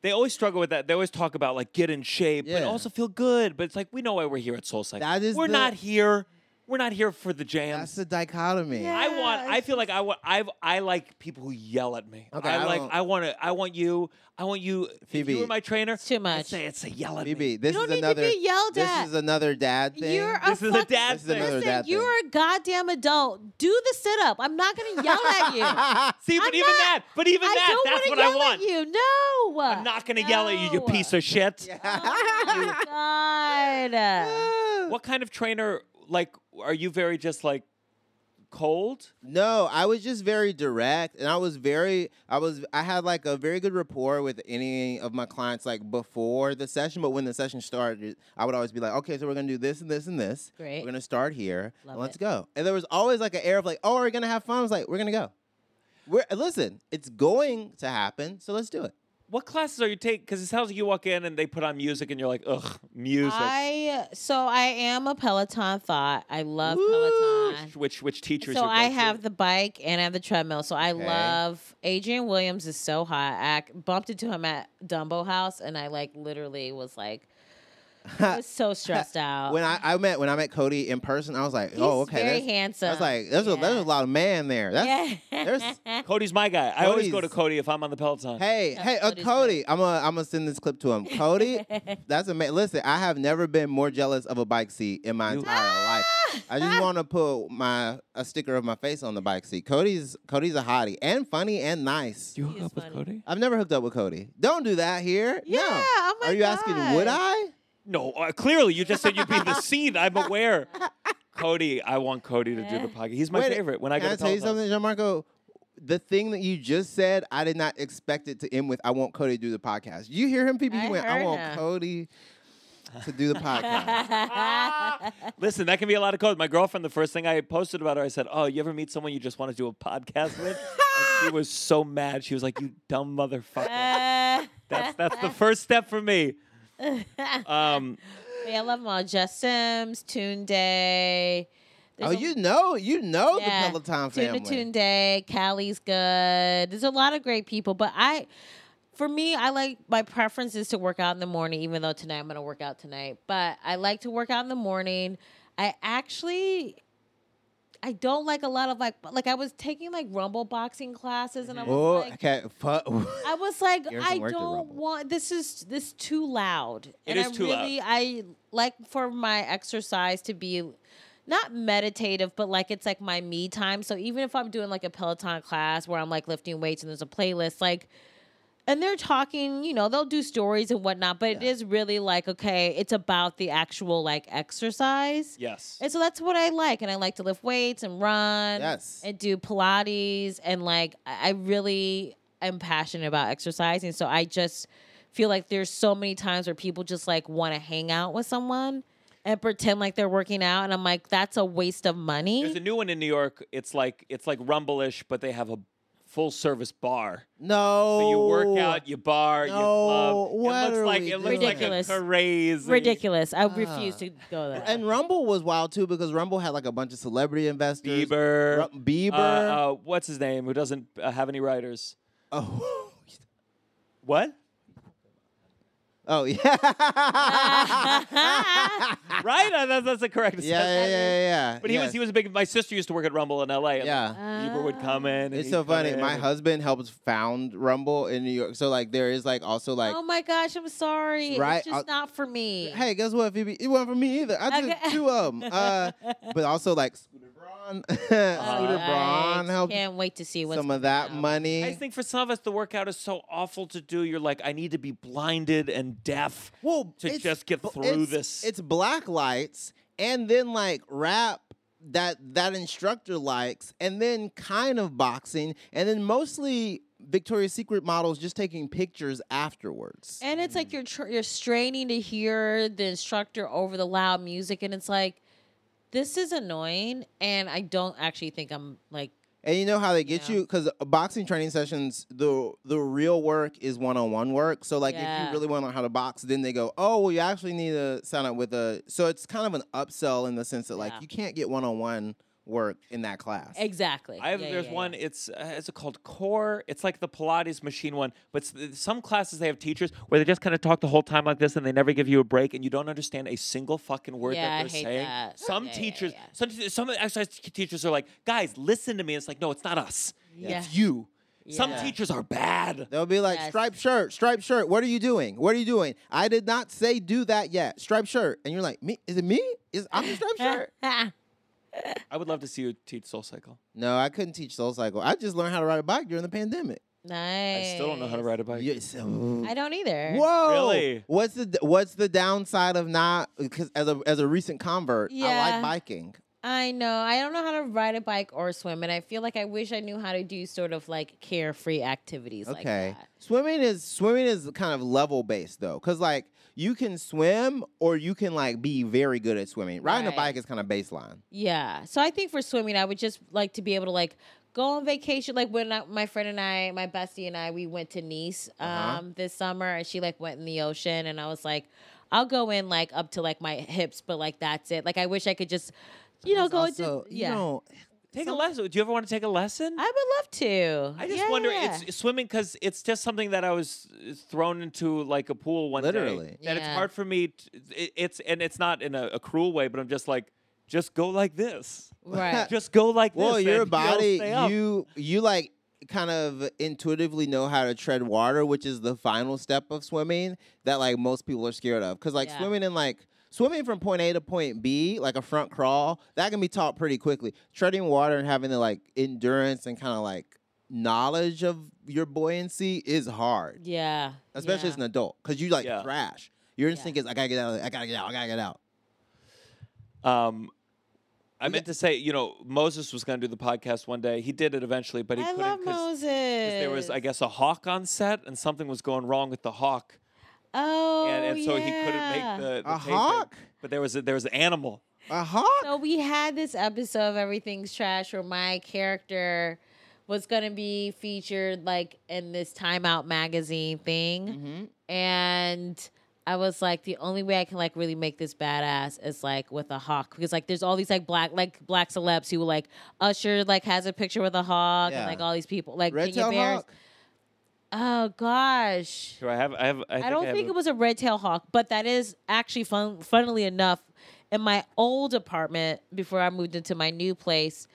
Speaker 1: They always struggle with that. They always talk about like get in shape,
Speaker 2: Yeah.
Speaker 1: but also feel good. But it's like we know why we're here at Soul Cycle.
Speaker 2: That is
Speaker 1: we're
Speaker 2: the-
Speaker 1: not here. We're not here for the
Speaker 2: That's
Speaker 1: jams.
Speaker 2: the dichotomy.
Speaker 3: Yeah.
Speaker 1: I want. I
Speaker 3: it's
Speaker 1: feel like I want. I I like people who yell at me.
Speaker 2: Okay,
Speaker 1: I,
Speaker 2: I
Speaker 1: like.
Speaker 2: don't-
Speaker 1: I want to. I want you. I want you. if
Speaker 2: Phoebe.
Speaker 1: you were my trainer.
Speaker 3: It's too
Speaker 1: I'd
Speaker 3: much.
Speaker 1: say it's a yell at me.
Speaker 2: Phoebe, this
Speaker 3: you don't
Speaker 2: is
Speaker 3: need
Speaker 2: another.
Speaker 3: to be yelled
Speaker 2: this
Speaker 3: at.
Speaker 2: is another dad thing.
Speaker 3: You're uh, a
Speaker 1: This is a
Speaker 3: fuck-
Speaker 1: dad
Speaker 2: This is
Speaker 1: thing.
Speaker 2: another-
Speaker 3: Listen,
Speaker 2: dad
Speaker 3: you're a goddamn adult. Do the sit up. I'm not gonna yell at you. I
Speaker 1: See, but
Speaker 3: I'm
Speaker 1: even
Speaker 3: not-
Speaker 1: that. But even that.
Speaker 3: don't
Speaker 1: That's
Speaker 3: wanna
Speaker 1: what
Speaker 3: yell
Speaker 1: I want.
Speaker 3: at you. No.
Speaker 1: I'm not gonna yell at you. You piece of shit.
Speaker 3: Oh my God.
Speaker 1: What kind of trainer? Like, are you very just like cold?
Speaker 2: No, I was just very direct and I was very I was I had like a very good rapport with any of my clients like before the session, but when the session started, I would always be like, "Okay, so we're going to do this and this and this.
Speaker 3: Great.
Speaker 2: We're going to start here.
Speaker 3: Love
Speaker 2: and let's
Speaker 3: it.
Speaker 2: go." And there was always like an air of like, "Oh, we're going to have fun." I was like, "We're going to go." We're listen, it's going to happen, so let's do it.
Speaker 1: What classes are you taking? Because it sounds like you walk in and they put on music and you're like, ugh, music.
Speaker 3: I so I am a Peloton thought. I love
Speaker 1: Woo!
Speaker 3: Peloton.
Speaker 1: Which which teachers?
Speaker 3: So
Speaker 1: you go
Speaker 3: I
Speaker 1: to?
Speaker 3: have the bike and I have the treadmill. So I
Speaker 2: Okay.
Speaker 3: love Adrian Williams is so hot. I c- bumped into him at Dumbo House and I like literally was like I was so stressed out.
Speaker 2: When I, I met when I met Cody in person, I was like,
Speaker 3: Uh, uh-huh. He's
Speaker 2: "Oh, okay."
Speaker 3: very
Speaker 2: that's-
Speaker 3: handsome.
Speaker 2: I was like, "There's a there's a lot of man there." That's there's-
Speaker 1: Cody's my guy. I always go to
Speaker 2: Cody's-
Speaker 1: Cody if I'm on the Peloton.
Speaker 2: Hey,
Speaker 3: Yeah,
Speaker 2: hey, uh,
Speaker 3: Cody's
Speaker 2: Cody, I'm gonna I'm gonna send this clip to him. Cody, that's amazing. Listen, I have never been more jealous of a bike seat in my
Speaker 1: You-
Speaker 2: entire life.
Speaker 3: Ah!
Speaker 2: I just want to put my a sticker of my face on the bike seat. Cody's Cody's a hottie and funny and nice.
Speaker 1: Do you
Speaker 3: He
Speaker 1: hook
Speaker 3: is
Speaker 1: up with
Speaker 3: funny.
Speaker 1: Cody?
Speaker 2: I've never hooked up with Cody. Don't do that here.
Speaker 3: Yeah,
Speaker 2: no.
Speaker 3: oh my
Speaker 2: Are you asking would
Speaker 3: God.
Speaker 2: I?
Speaker 1: No, uh, clearly you just said you'd be in the scene. I'm aware. Cody, I want Cody to
Speaker 3: Eh.
Speaker 1: do the podcast. He's my
Speaker 2: Wait,
Speaker 1: favorite. When I
Speaker 2: Can
Speaker 1: go
Speaker 2: I
Speaker 1: to
Speaker 2: tell you
Speaker 1: Peloton,
Speaker 2: something, Gianmarco? The thing that you just said, I did not expect it to end with "I want Cody to do the podcast." You hear him, people?
Speaker 3: I
Speaker 2: He went, "I
Speaker 3: heard
Speaker 2: want
Speaker 3: him."
Speaker 2: Cody to do the podcast."
Speaker 1: listen, that can be a lot of code. My girlfriend, the first thing I posted about her, I said, "Oh, you ever meet someone you just want to do a podcast with?" and she was so mad. She was like, "You dumb motherfucker." That's that's the first step for me. Um,
Speaker 3: yeah, I love them all. Jess Sims, Toon Day.
Speaker 2: oh, you know, you know
Speaker 3: Yeah.
Speaker 2: the Peloton family.
Speaker 3: Tuna Tune Day, Callie's good. There's a lot of great people, but I, for me, I like my preference is to work out in the morning. Even though tonight I'm gonna work out tonight, but I like to work out in the morning. I actually, I don't like a lot of like like I was taking like rumble boxing classes, and I was
Speaker 2: Oh,
Speaker 3: like.
Speaker 2: okay. Fu-
Speaker 3: I was like,
Speaker 2: Yours
Speaker 3: I
Speaker 2: don't work at
Speaker 3: don't
Speaker 2: Rumble.
Speaker 3: want this is this too loud.
Speaker 1: It
Speaker 3: and
Speaker 1: is
Speaker 3: I
Speaker 1: too loud.
Speaker 3: really I like for my exercise to be not meditative, but like it's like my me time. So even if I'm doing like a Peloton class where I'm like lifting weights and there's a playlist, like and they're talking, you know, they'll do stories and whatnot, but it is really like, okay, it's about the actual like exercise.
Speaker 1: yes.
Speaker 3: And so that's what I like. And I like to lift weights and run.
Speaker 2: Yes.
Speaker 3: And do Pilates. And like, I I really am passionate about exercising. So I just feel like there's so many times where people just like want to hang out with someone and pretend like they're working out. And I'm like, that's a waste of money.
Speaker 1: There's a new one in New York. It's like it's like Rumble-ish, but they have a full service bar.
Speaker 2: no.
Speaker 1: So you work out, you bar, you club.
Speaker 2: Oh. No, what
Speaker 1: it looks
Speaker 2: are
Speaker 1: like
Speaker 2: we
Speaker 1: it looks
Speaker 3: Ridiculous.
Speaker 1: like a crazy.
Speaker 3: Ridiculous. I
Speaker 2: Ah.
Speaker 3: refuse to go there.
Speaker 2: And Rumble was wild too because Rumble had like a bunch of celebrity investors.
Speaker 1: Bieber.
Speaker 2: Ru- Bieber.
Speaker 1: Uh, uh, what's his name? Who doesn't uh, have any writers?
Speaker 2: oh.
Speaker 1: What?
Speaker 2: oh yeah. yeah,
Speaker 1: right? Uh, that's, that's the correct.
Speaker 2: yeah,
Speaker 1: assessment.
Speaker 2: yeah, yeah, yeah.
Speaker 1: But he was he was a big. My sister used to work at Rumble in L.A. and
Speaker 2: Yeah.
Speaker 1: Bieber would come in. and
Speaker 2: It's
Speaker 1: he'd
Speaker 2: so
Speaker 1: come
Speaker 2: funny.
Speaker 1: in
Speaker 2: My
Speaker 1: and-
Speaker 2: husband helped found Rumble in New York. So like there is like also like
Speaker 3: oh my gosh, I'm sorry.
Speaker 2: Right,
Speaker 3: It's just
Speaker 2: I'll-
Speaker 3: not for me.
Speaker 2: Hey, guess what, Phoebe? It wasn't for me either. I took
Speaker 3: Okay.
Speaker 2: two of them. Uh, but also like Scooter Braun.
Speaker 3: Oh,
Speaker 2: Scooter Braun
Speaker 3: I
Speaker 2: helped
Speaker 3: can't wait to see what's
Speaker 2: some of
Speaker 3: coming
Speaker 2: that
Speaker 3: out.
Speaker 2: money.
Speaker 1: I just think for some of us, the workout is so awful to do. You're like, I need to be blinded and deaf.
Speaker 2: well,
Speaker 1: to
Speaker 2: it's-
Speaker 1: just get
Speaker 2: but
Speaker 1: through
Speaker 2: it's-
Speaker 1: this.
Speaker 2: It's black lights and then like rap that that instructor likes and then kind of boxing and then mostly Victoria's Secret models just taking pictures afterwards.
Speaker 3: And it's
Speaker 1: Mm.
Speaker 3: like you're tr- you're straining to hear the instructor over the loud music, and it's like this is annoying. And I don't actually think I'm like
Speaker 2: And you know how they get
Speaker 3: Yeah.
Speaker 2: you because boxing training sessions, the the real work is one on one work. So like if
Speaker 3: Yeah.
Speaker 2: you really want to know how to box, then they go, oh well, you actually need to sign up with a. So it's kind of an upsell in the sense that like
Speaker 3: Yeah.
Speaker 2: you can't get one on one work in that class.
Speaker 3: Exactly.
Speaker 1: I have,
Speaker 3: Yeah,
Speaker 1: there's
Speaker 3: yeah,
Speaker 1: one.
Speaker 3: yeah.
Speaker 1: It's uh, it's called core. It's like the Pilates machine one. But s- th- some classes they have teachers where they just kind of talk the whole time like this, and they never give you a break, and you don't understand a single fucking word
Speaker 3: Yeah, I
Speaker 1: that they're
Speaker 3: hate
Speaker 1: saying.
Speaker 3: that.
Speaker 1: Some
Speaker 3: Yeah, yeah,
Speaker 1: teachers,
Speaker 3: yeah.
Speaker 1: some te- some exercise t- teachers are like, guys, listen to me. It's like, no, it's not us.
Speaker 3: Yeah.
Speaker 1: It's you. Some
Speaker 3: Yeah.
Speaker 1: teachers are bad.
Speaker 2: They'll be like,
Speaker 3: Yes.
Speaker 2: striped shirt, striped shirt. What are you doing? What are you doing? I did not say do that yet. Striped shirt. And you're like, me? Is it me? Is I'm the striped shirt?
Speaker 1: I would love to see you teach Soul Cycle.
Speaker 2: No, I couldn't teach Soul Cycle. I just learned how to ride a bike during the pandemic.
Speaker 3: nice.
Speaker 1: I still don't know how to ride a bike.
Speaker 2: Yes.
Speaker 3: I don't either.
Speaker 2: Whoa!
Speaker 1: Really?
Speaker 2: What's the what's the downside of not? Because as a as a recent convert, I
Speaker 3: Yeah.
Speaker 2: like biking.
Speaker 3: I know. I don't know how to ride a bike or swim, and I feel like I wish I knew how to do sort of like carefree activities like
Speaker 2: Okay.
Speaker 3: that.
Speaker 2: swimming is swimming is kind of level based though, because like you can swim or you can like be very good at swimming. Riding a
Speaker 3: Right.
Speaker 2: bike is kind of baseline.
Speaker 3: Yeah. So I think for swimming, I would just like to be able to like go on vacation. Like when I, my friend and I, my bestie and I, we went to Nice um,
Speaker 2: Uh-huh.
Speaker 3: this summer, and she like went in the ocean, and I was like, I'll go in like up to like my hips, but like that's it. Like I wish I could just, you know, go
Speaker 2: Also,
Speaker 3: into
Speaker 2: you
Speaker 3: yeah.
Speaker 2: know,
Speaker 1: Take a lesson. Do you ever want to take a lesson?
Speaker 3: I would love to.
Speaker 1: I just wonder.
Speaker 3: Yeah.
Speaker 1: It's swimming because it's just something that I was uh, thrown into like a pool one
Speaker 2: Literally.
Speaker 1: day. That it's
Speaker 3: Yeah.
Speaker 1: hard for me. To, it, it's and it's not in a, a cruel way, but I'm just like, just go like this.
Speaker 3: right.
Speaker 1: Just go like
Speaker 2: Uh, Well,
Speaker 1: this.
Speaker 2: your
Speaker 1: man. You'll
Speaker 2: body,
Speaker 1: stay up.
Speaker 2: you you like kind of intuitively know how to tread water, which is the final step of swimming that like most people are scared of. Cause like
Speaker 3: Yeah.
Speaker 2: swimming in like swimming from point A to point B, like a front crawl, that can be taught pretty quickly. Treading water and having the like endurance and kind of like knowledge of your buoyancy is hard,
Speaker 3: yeah.
Speaker 2: especially
Speaker 3: yeah.
Speaker 2: as an adult, cause you like
Speaker 1: Yeah.
Speaker 2: crash. Your instinct is I gotta get out. Of there. I gotta get out. I gotta get out.
Speaker 1: Um, I
Speaker 2: We
Speaker 1: meant to say, you know, Moses was going to do the podcast one day. He did it eventually, but he
Speaker 3: I
Speaker 1: couldn't
Speaker 3: love
Speaker 1: 'cause-
Speaker 3: Moses.
Speaker 1: 'cause there was, I guess, a hawk on set, and something was going wrong with the hawk,
Speaker 3: Oh,
Speaker 1: and, and so
Speaker 3: yeah.
Speaker 1: he couldn't
Speaker 3: Oh,
Speaker 1: make the, the
Speaker 2: A
Speaker 1: taping.
Speaker 2: hawk?
Speaker 1: But there was a, there was an animal.
Speaker 2: A hawk.
Speaker 3: So we had this episode of Everything's Trash where my character was gonna be featured like in this Time Out magazine thing,
Speaker 2: Mm-hmm.
Speaker 3: and I was like, the only way I can like really make this badass is like with a hawk because like there's all these like black like black celebs who like Usher like has a picture with a hawk
Speaker 2: Yeah.
Speaker 3: and like all these people like
Speaker 2: Red
Speaker 3: Kenya
Speaker 2: tail
Speaker 3: Bears.
Speaker 2: hawk.
Speaker 3: Oh gosh.
Speaker 1: Do I have? I have. I, think
Speaker 3: I don't
Speaker 1: have
Speaker 3: think
Speaker 1: a-
Speaker 3: it was a red tail hawk, but that is actually fun. Funnily enough, in my old apartment before I moved into my new place,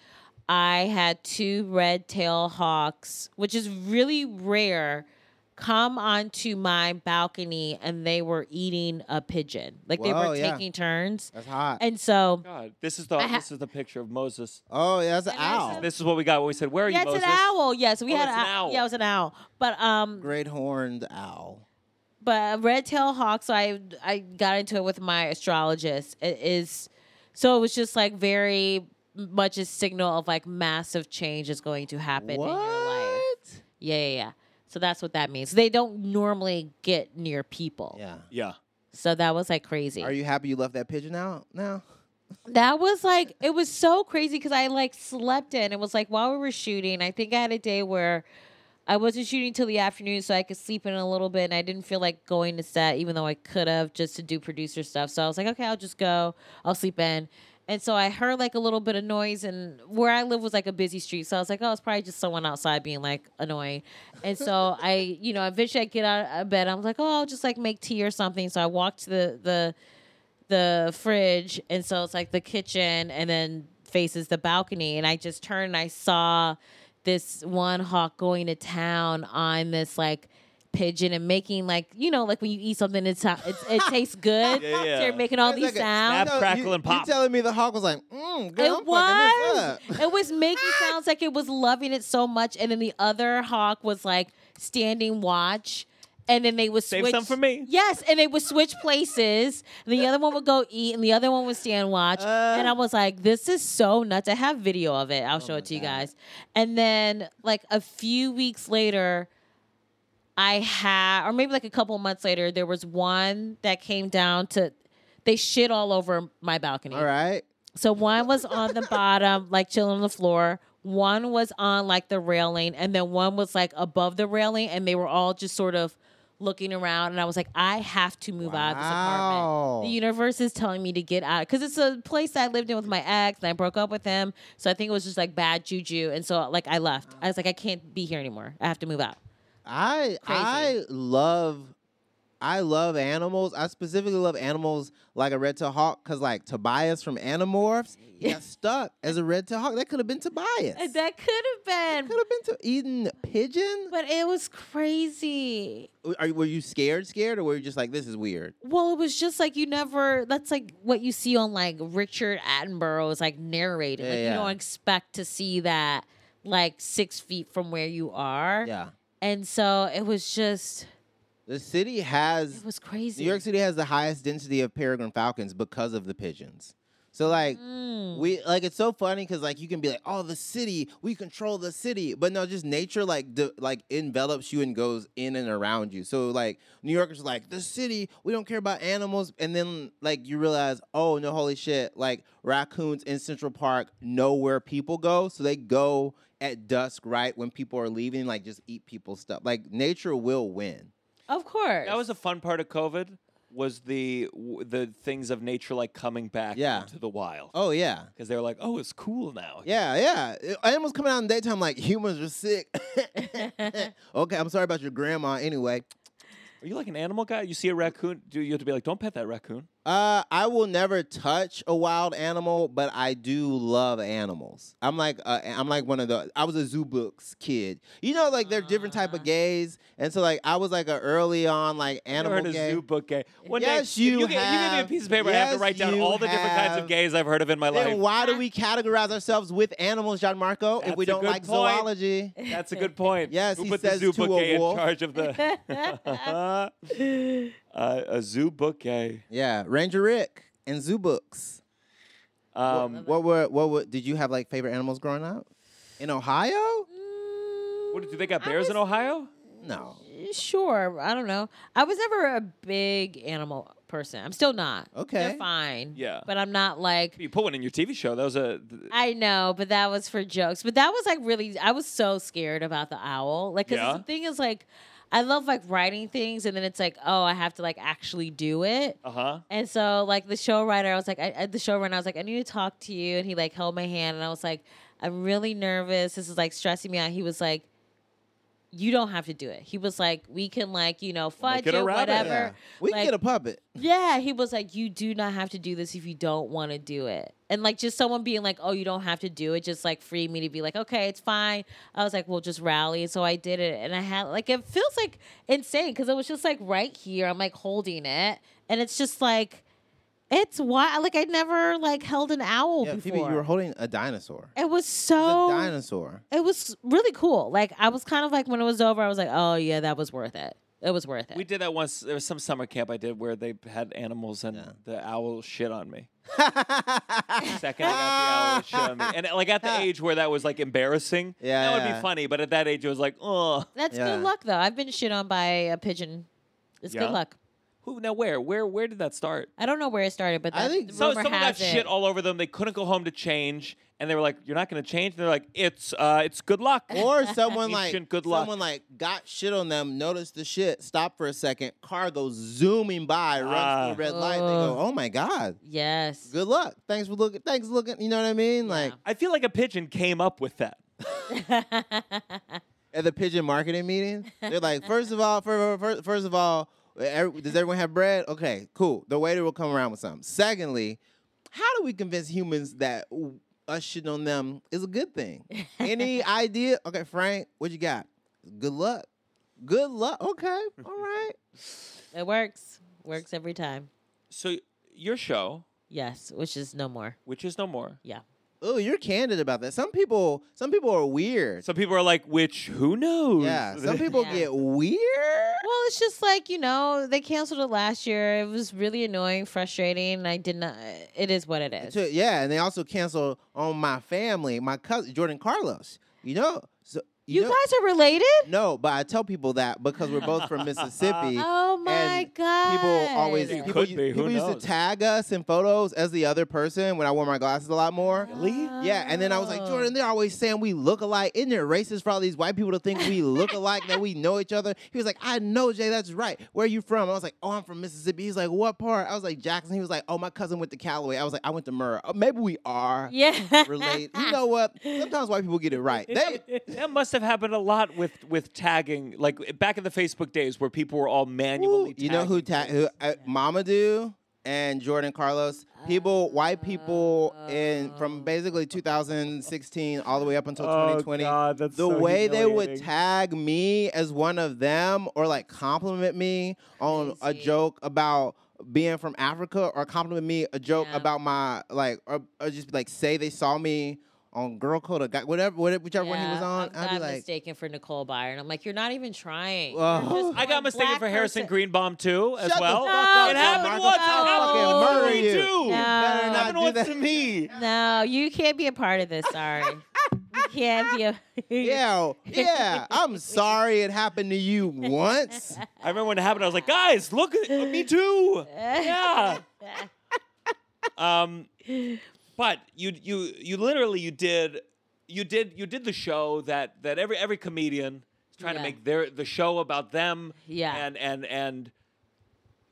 Speaker 3: I had two red tail hawks, which is really rare, come onto my balcony and they were eating a pigeon. Like they
Speaker 2: Whoa,
Speaker 3: were
Speaker 2: yeah.
Speaker 3: taking turns,
Speaker 2: That's hot.
Speaker 3: and so
Speaker 1: God, this is the
Speaker 3: I ha-
Speaker 1: this is the picture of Moses.
Speaker 2: oh, yeah, that's an
Speaker 3: And I
Speaker 2: owl.
Speaker 3: said-
Speaker 1: This is what we got when we said, "Where are
Speaker 3: yeah,
Speaker 1: you,
Speaker 3: it's
Speaker 1: Moses?"
Speaker 3: an owl. Yes, we
Speaker 1: Oh,
Speaker 3: had
Speaker 1: it's an owl.
Speaker 3: Yeah, it was an owl, but um,
Speaker 2: Great horned owl.
Speaker 3: but a red tail hawk. So I I got into it with my astrologist. It is so it was just like very much a signal of like massive change is going to happen in your life.
Speaker 2: What?
Speaker 3: Yeah, yeah, yeah. So that's what that means. They don't normally get near people.
Speaker 2: Yeah.
Speaker 1: Yeah.
Speaker 3: So that was like crazy.
Speaker 2: Are you happy you left that pigeon out now?
Speaker 3: That was like it was so crazy because I like slept in. It was like while we were shooting, I think I had a day where I wasn't shooting till the afternoon, so I could sleep in a little bit, and I didn't feel like going to set, even though I could have just to do producer stuff. So I was like, okay, I'll just go. I'll sleep in. And so I heard like a little bit of noise, and where I live was like a busy street, so I was like, oh, it's probably just someone outside being like annoying. And so I, you know, eventually I get out of bed. I was like, oh, I'll just like make tea or something. So I walked to the the the fridge and so it's like the kitchen and then faces the balcony and i just turned and i saw this one hawk going to town on this like pigeon and making like you know like when you eat something it's it's it tastes good
Speaker 1: Yeah, yeah.
Speaker 3: so you're making all
Speaker 2: It's
Speaker 3: these
Speaker 2: like a
Speaker 3: sounds
Speaker 1: Snap, crackle,
Speaker 2: you,
Speaker 1: and pop.
Speaker 2: You telling me the hawk was like, mm, girl,
Speaker 3: it
Speaker 2: I'm
Speaker 3: was.
Speaker 2: fucking this up.
Speaker 3: It was making sounds like it was loving it so much, and then the other hawk was like standing watch, and then they would
Speaker 1: Save
Speaker 3: switch.
Speaker 1: some for me.
Speaker 3: Yes, and they would switch places. And the other one would go eat, and the other one would stand watch.
Speaker 2: Uh.
Speaker 3: and I was like, "This is so nuts." I have video of it.
Speaker 2: Oh
Speaker 3: I'll show it to you guys. And then, like a few weeks later. I had, or maybe like a couple months later, there was one that came down to, they shit all over my balcony.
Speaker 2: All right.
Speaker 3: So one was on the bottom, like chilling on the floor. One was on like the railing, and then one was like above the railing, and they were all just sort of looking around, and I was like, I have to move out of this
Speaker 2: Wow.
Speaker 3: apartment. The universe is telling me to get out because it's a place I lived in with my ex, and I broke up with him. So I think it was just like bad juju, and so like I left. I was like, I can't be here anymore. I have to move out.
Speaker 2: I I love I love animals. I specifically love animals like a red tail hawk because like Tobias from Animorphs, he got stuck as a red tail hawk. That could have been Tobias.
Speaker 3: And That could have
Speaker 2: could
Speaker 3: been,
Speaker 2: have been to eating pigeon.
Speaker 3: but it was crazy.
Speaker 2: Are you- were you scared, scared, or were you just like this is weird?
Speaker 3: Well, it was just like you never. That's like what you see on like Richard Attenborough's like narrated.
Speaker 2: Yeah,
Speaker 3: like
Speaker 2: yeah.
Speaker 3: you don't expect to see that like six feet from where you are.
Speaker 2: Yeah,
Speaker 3: And so it was just
Speaker 2: the city has
Speaker 3: it was crazy.
Speaker 2: New York City has the highest density of peregrine falcons because of the pigeons. So like
Speaker 3: Mm.
Speaker 2: we like it's so funny because like you can be like oh the city we control the city but no just nature like de- like envelops you and goes in and around you so like New Yorkers are like the city we don't care about animals and then like you realize oh no holy shit like raccoons in Central Park know where people go so they go at dusk right when people are leaving like just eat people's stuff like nature will win
Speaker 3: Of course.
Speaker 1: That was a fun part of COVID was the w- the things of nature like coming back
Speaker 2: Yeah.
Speaker 1: into the wild.
Speaker 2: oh yeah
Speaker 1: Because they were like, oh, it's cool now.
Speaker 2: Yeah, yeah. Uh, Animals coming out in the daytime like humans are sick. okay, I'm sorry about your grandma anyway.
Speaker 1: Are you like an animal guy? You see a raccoon, do you have to be like, don't pet that raccoon?
Speaker 2: Uh, I will never touch a wild animal, but I do love animals. I'm like uh, I'm like one of the I was a zoo books kid. You know, like they're different type of gays, and so like I was like a early on like
Speaker 1: Uh-huh. You
Speaker 2: animal
Speaker 1: heard a
Speaker 2: gay.
Speaker 1: zoo book gay. One
Speaker 2: Yes,
Speaker 1: day, if
Speaker 2: you
Speaker 1: you, get- you give me a
Speaker 2: have.
Speaker 1: piece of paper. I have
Speaker 2: Yes,
Speaker 1: to write down
Speaker 2: you
Speaker 1: all the different kinds
Speaker 2: have.
Speaker 1: of gays I've heard of in my
Speaker 2: Then
Speaker 1: life.
Speaker 2: why do we categorize ourselves with animals, John Marco, if
Speaker 1: That's
Speaker 2: we
Speaker 1: a
Speaker 2: don't
Speaker 1: good
Speaker 2: like
Speaker 1: point.
Speaker 2: zoology?
Speaker 1: That's a good point.
Speaker 2: Yes,
Speaker 1: Who
Speaker 2: he
Speaker 1: put
Speaker 2: says
Speaker 1: the zoo
Speaker 2: to
Speaker 1: book
Speaker 2: a
Speaker 1: gay in
Speaker 2: wolf.
Speaker 1: charge of the uh, a zoo book gay?
Speaker 2: Yeah, Ranger Rick and zoo books.
Speaker 3: uh,
Speaker 1: Um,
Speaker 2: What were what were, did you have like favorite animals growing up? In Ohio?
Speaker 3: Mm,
Speaker 1: what do they got bears in Ohio?
Speaker 2: No.
Speaker 3: Sure, I don't know. I was never a big animal person. I'm still not.
Speaker 2: Okay.
Speaker 3: They're fine.
Speaker 1: Yeah.
Speaker 3: But I'm not like
Speaker 1: You put one in your TV show. That was a th-
Speaker 3: I know, but that was for jokes. But that was like really, I was so scared about the owl. Like, cause
Speaker 1: Yeah.
Speaker 3: the thing is, like, I love like writing things, and then it's like, oh, I have to like actually do it.
Speaker 1: uh huh.
Speaker 3: And so, like, the show writer, I was like, I, at the showrunner, I was like, I need to talk to you. And he like held my hand, and I was like, I'm really nervous. This is like stressing me out. He was like, you don't have to do it. He was like, we can like, you know, fudge
Speaker 1: it
Speaker 3: it,
Speaker 1: a rabbit.
Speaker 3: whatever.
Speaker 2: Yeah. We can
Speaker 3: Like-
Speaker 2: get a puppet.
Speaker 3: Yeah, he was like, you do not have to do this if you don't want to do it. And like just someone being like, oh, you don't have to do it, just like free me to be like, okay, it's fine. I was like, well, just rally. So I did it. And I had like, it feels like insane because it was just like right here. I'm like holding it. And it's just like, it's why, like, I never like held an owl
Speaker 2: Yeah,
Speaker 3: oh, before.
Speaker 2: Phoebe, you were holding a dinosaur.
Speaker 3: it was
Speaker 2: It's
Speaker 3: so
Speaker 2: a dinosaur.
Speaker 3: it was really cool. Like I was kind of like when it was over, I was like, oh yeah, that was worth it. It was worth it.
Speaker 1: We did that once. There was some summer camp I did where they had animals and the owl shit on me. Second, I got the owl shit on me, and like at the age where that was like embarrassing.
Speaker 2: Yeah,
Speaker 1: that would
Speaker 2: yeah.
Speaker 1: be funny. But at that age, it was like, oh,
Speaker 3: That's
Speaker 2: Yeah.
Speaker 3: good luck though. I've been shit on by a pigeon. It's
Speaker 1: Yeah?
Speaker 3: good luck.
Speaker 1: who? Now where? Where? Where did that start?
Speaker 3: I don't know where it started, but
Speaker 2: I
Speaker 3: that
Speaker 2: think-
Speaker 3: the
Speaker 1: So
Speaker 3: rumor
Speaker 1: someone got
Speaker 3: has it.
Speaker 1: shit all over them. They couldn't go home to change, and they were like, "You're not going to change." And they're like, "It's uh, it's good luck."
Speaker 2: Or someone like
Speaker 1: Ancient good luck.
Speaker 2: someone like got shit on them, noticed the shit, stop for a second, car goes zooming by, runs
Speaker 1: Ah.
Speaker 2: through the red light, they go, Oh my God.
Speaker 3: yes.
Speaker 2: Good luck. Thanks for looking thanks for looking you know what I mean? Like
Speaker 1: I feel like a pigeon came up with that.
Speaker 2: at the pigeon marketing meeting. They're like, first of all, first, first of all, every- does everyone have bread? Okay, cool. The waiter will come around with something. Secondly, how do we convince humans that w- us shitting on them is a good thing? Any idea? Okay, Frank, what you got? Good luck. Good luck. Okay, all right.
Speaker 3: It works. Works every time.
Speaker 1: So your show,
Speaker 3: Yes, which is no more.
Speaker 1: which is no more.
Speaker 3: Yeah.
Speaker 2: Oh, you're candid about that. Some people, some people are weird.
Speaker 1: Some people are like, "Which? Who knows?"
Speaker 2: yeah, some people
Speaker 3: Yeah.
Speaker 2: get weird.
Speaker 3: Well, it's just like, you know, they canceled it last year. It was really annoying, frustrating, and I did not it is what it is.
Speaker 2: To- yeah, and they also canceled on my family, my cousin Jordan Carlos. You know, so
Speaker 3: You
Speaker 2: know-
Speaker 3: guys are related?
Speaker 2: No, but I tell people that because we're both from Mississippi.
Speaker 3: Oh my god.
Speaker 2: People always
Speaker 1: You
Speaker 2: people,
Speaker 1: could
Speaker 2: u-
Speaker 1: be, who
Speaker 2: people used to
Speaker 1: knows?
Speaker 2: tag us in photos as the other person when I wore my glasses a lot more.
Speaker 1: Really?
Speaker 2: Yeah, and then I was like,
Speaker 3: Oh.
Speaker 2: Jordan, they're always saying we look alike. Isn't it racist for all these white people to think we look alike, that we know each other? He was like, I know, Jay, that's right. Where are you from? I was like, oh, I'm from Mississippi. He's like, what part? I was like, Jackson. He was like, oh, my cousin went to Callaway. I was like, I went to Murrah. Oh, maybe we are
Speaker 3: Yeah.
Speaker 2: related. You know what? Sometimes white people get it right. They,
Speaker 1: That must have happened a lot with with tagging, like back in the Facebook days where people were all manually.
Speaker 2: you know who, ta-
Speaker 1: tagging
Speaker 2: who uh, Mama do? And Jordan Carlos, people, white people in
Speaker 3: Oh.
Speaker 2: from basically 2016 all the way up until
Speaker 1: things. Oh,
Speaker 2: 2020,
Speaker 1: God, that's
Speaker 2: the
Speaker 1: so
Speaker 2: way they would
Speaker 1: humiliating.
Speaker 2: tag me as one of them or like compliment me on a
Speaker 3: Crazy.
Speaker 2: joke about being from Africa or compliment me a joke
Speaker 3: Yeah.
Speaker 2: about my like or, or just like say they saw me on Girl Code or Guy- whatever, whatever whichever one he was
Speaker 3: Yeah,
Speaker 2: on,
Speaker 3: I'm,
Speaker 2: I'd be
Speaker 3: I'm
Speaker 2: like,
Speaker 3: mistaken for Nicole Byer, and I'm like, you're not even trying.
Speaker 2: Ugh.
Speaker 1: I got
Speaker 3: one
Speaker 1: mistaken
Speaker 3: black
Speaker 1: for Harrison
Speaker 3: person-
Speaker 1: Greenbaum too, as
Speaker 2: Shut the
Speaker 1: well.
Speaker 2: fuck up,
Speaker 1: it
Speaker 2: John
Speaker 1: happened
Speaker 2: Marcus.
Speaker 1: once.
Speaker 2: I'll
Speaker 1: It happened to
Speaker 3: fucking murder
Speaker 1: Hillary,
Speaker 2: you.
Speaker 1: too.
Speaker 3: No.
Speaker 1: It
Speaker 2: better not
Speaker 1: happened
Speaker 2: do
Speaker 1: once
Speaker 2: that.
Speaker 1: to me.
Speaker 3: No, you can't be a part of this. Sorry, you can't be a.
Speaker 2: Yeah, yeah. I'm sorry it happened to you once.
Speaker 1: I remember when it happened. I was like, guys, look at me too. Yeah. Um, but you you you literally you did you did you did the show that that every every comedian is trying
Speaker 3: Yeah.
Speaker 1: to make their the show about them.
Speaker 3: Yeah.
Speaker 1: And and and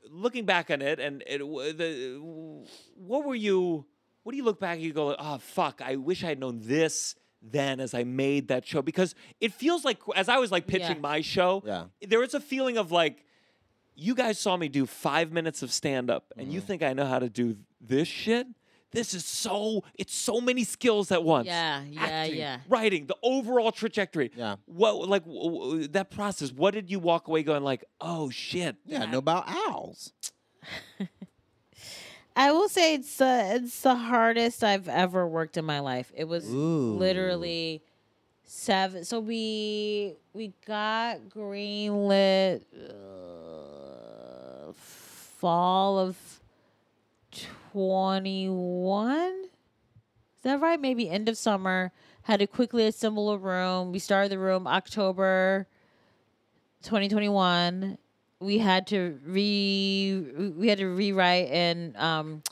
Speaker 1: looking back on it and it w- the what were you what do you look back and you go oh fuck I wish I had known this then as I made that show because it feels like as I was like pitching
Speaker 3: Yeah.
Speaker 1: my show
Speaker 2: Yeah.
Speaker 1: there is a feeling of like you guys saw me do five minutes of stand up and you think I know how to do this shit? This is so, it's so many skills at once.
Speaker 3: Yeah, yeah,
Speaker 1: Acting,
Speaker 3: yeah.
Speaker 1: Writing, the overall trajectory.
Speaker 2: Yeah.
Speaker 1: What, like, w- w- that process, what did you walk away going, like, oh shit?
Speaker 2: Yeah,
Speaker 1: that-
Speaker 2: no about owls.
Speaker 3: I will say it's the it's the hardest I've ever worked in my life. It was
Speaker 2: Ooh.
Speaker 3: literally seven. So we we got greenlit uh, fall of twenty one. Is that right? Maybe end of summer. Had to quickly assemble a room. We started the room October 2021. We had to re we had to rewrite and um,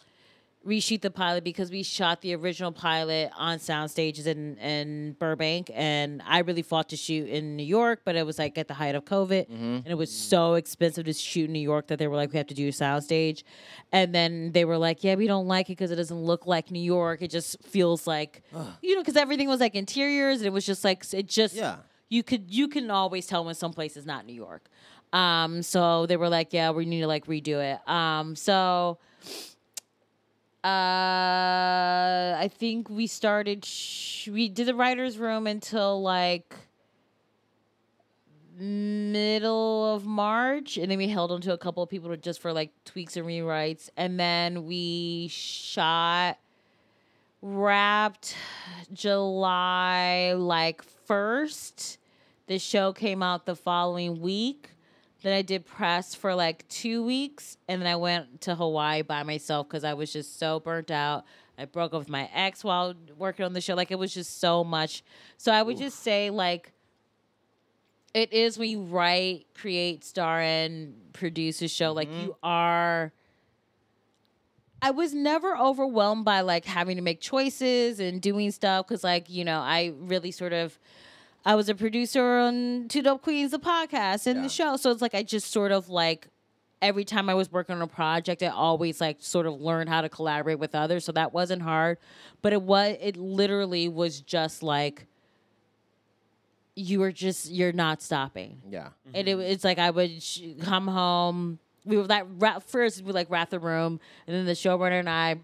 Speaker 3: reshoot the pilot because we shot the original pilot on sound stages in in Burbank, and I really fought to shoot in New York, but it was like at the height of COVID, and it was so expensive to shoot in New York that they were like, we have to do a sound stage, and then they were like, yeah, we don't like it because it doesn't look like New York. It just feels like you know because everything was like interiors, and it was just like it just
Speaker 2: Yeah.
Speaker 3: you could you can always tell when some place is not New York. Um, so they were like, yeah, we need to like redo it. Um, so uh, I think we started sh- we did the writers room until like middle of March and then we held on to a couple of people to- just for like tweaks and rewrites and then we shot wrapped July like 1st. The show came out the following week. Then I did press for like two weeks. And then I went to Hawaii by myself because I was just so burnt out. I broke up with my ex while working on the show. Like it was just so much. So I would just say, like, it is when you write, create, star, and produce a show, like you are. I was never overwhelmed by like having to make choices and doing stuff because, like, you know, I really sort of. I was a producer on Two Dope Queens, the podcast and
Speaker 2: Yeah.
Speaker 3: the show. So it's like I just sort of like every time I was working on a project, I always like sort of learned how to collaborate with others. So that wasn't hard. But it was it literally was just like you were just you're not stopping
Speaker 2: Yeah.
Speaker 3: and it, it's like I would sh- come home. We would like wrap first. We like wrap the room, and then the showrunner and I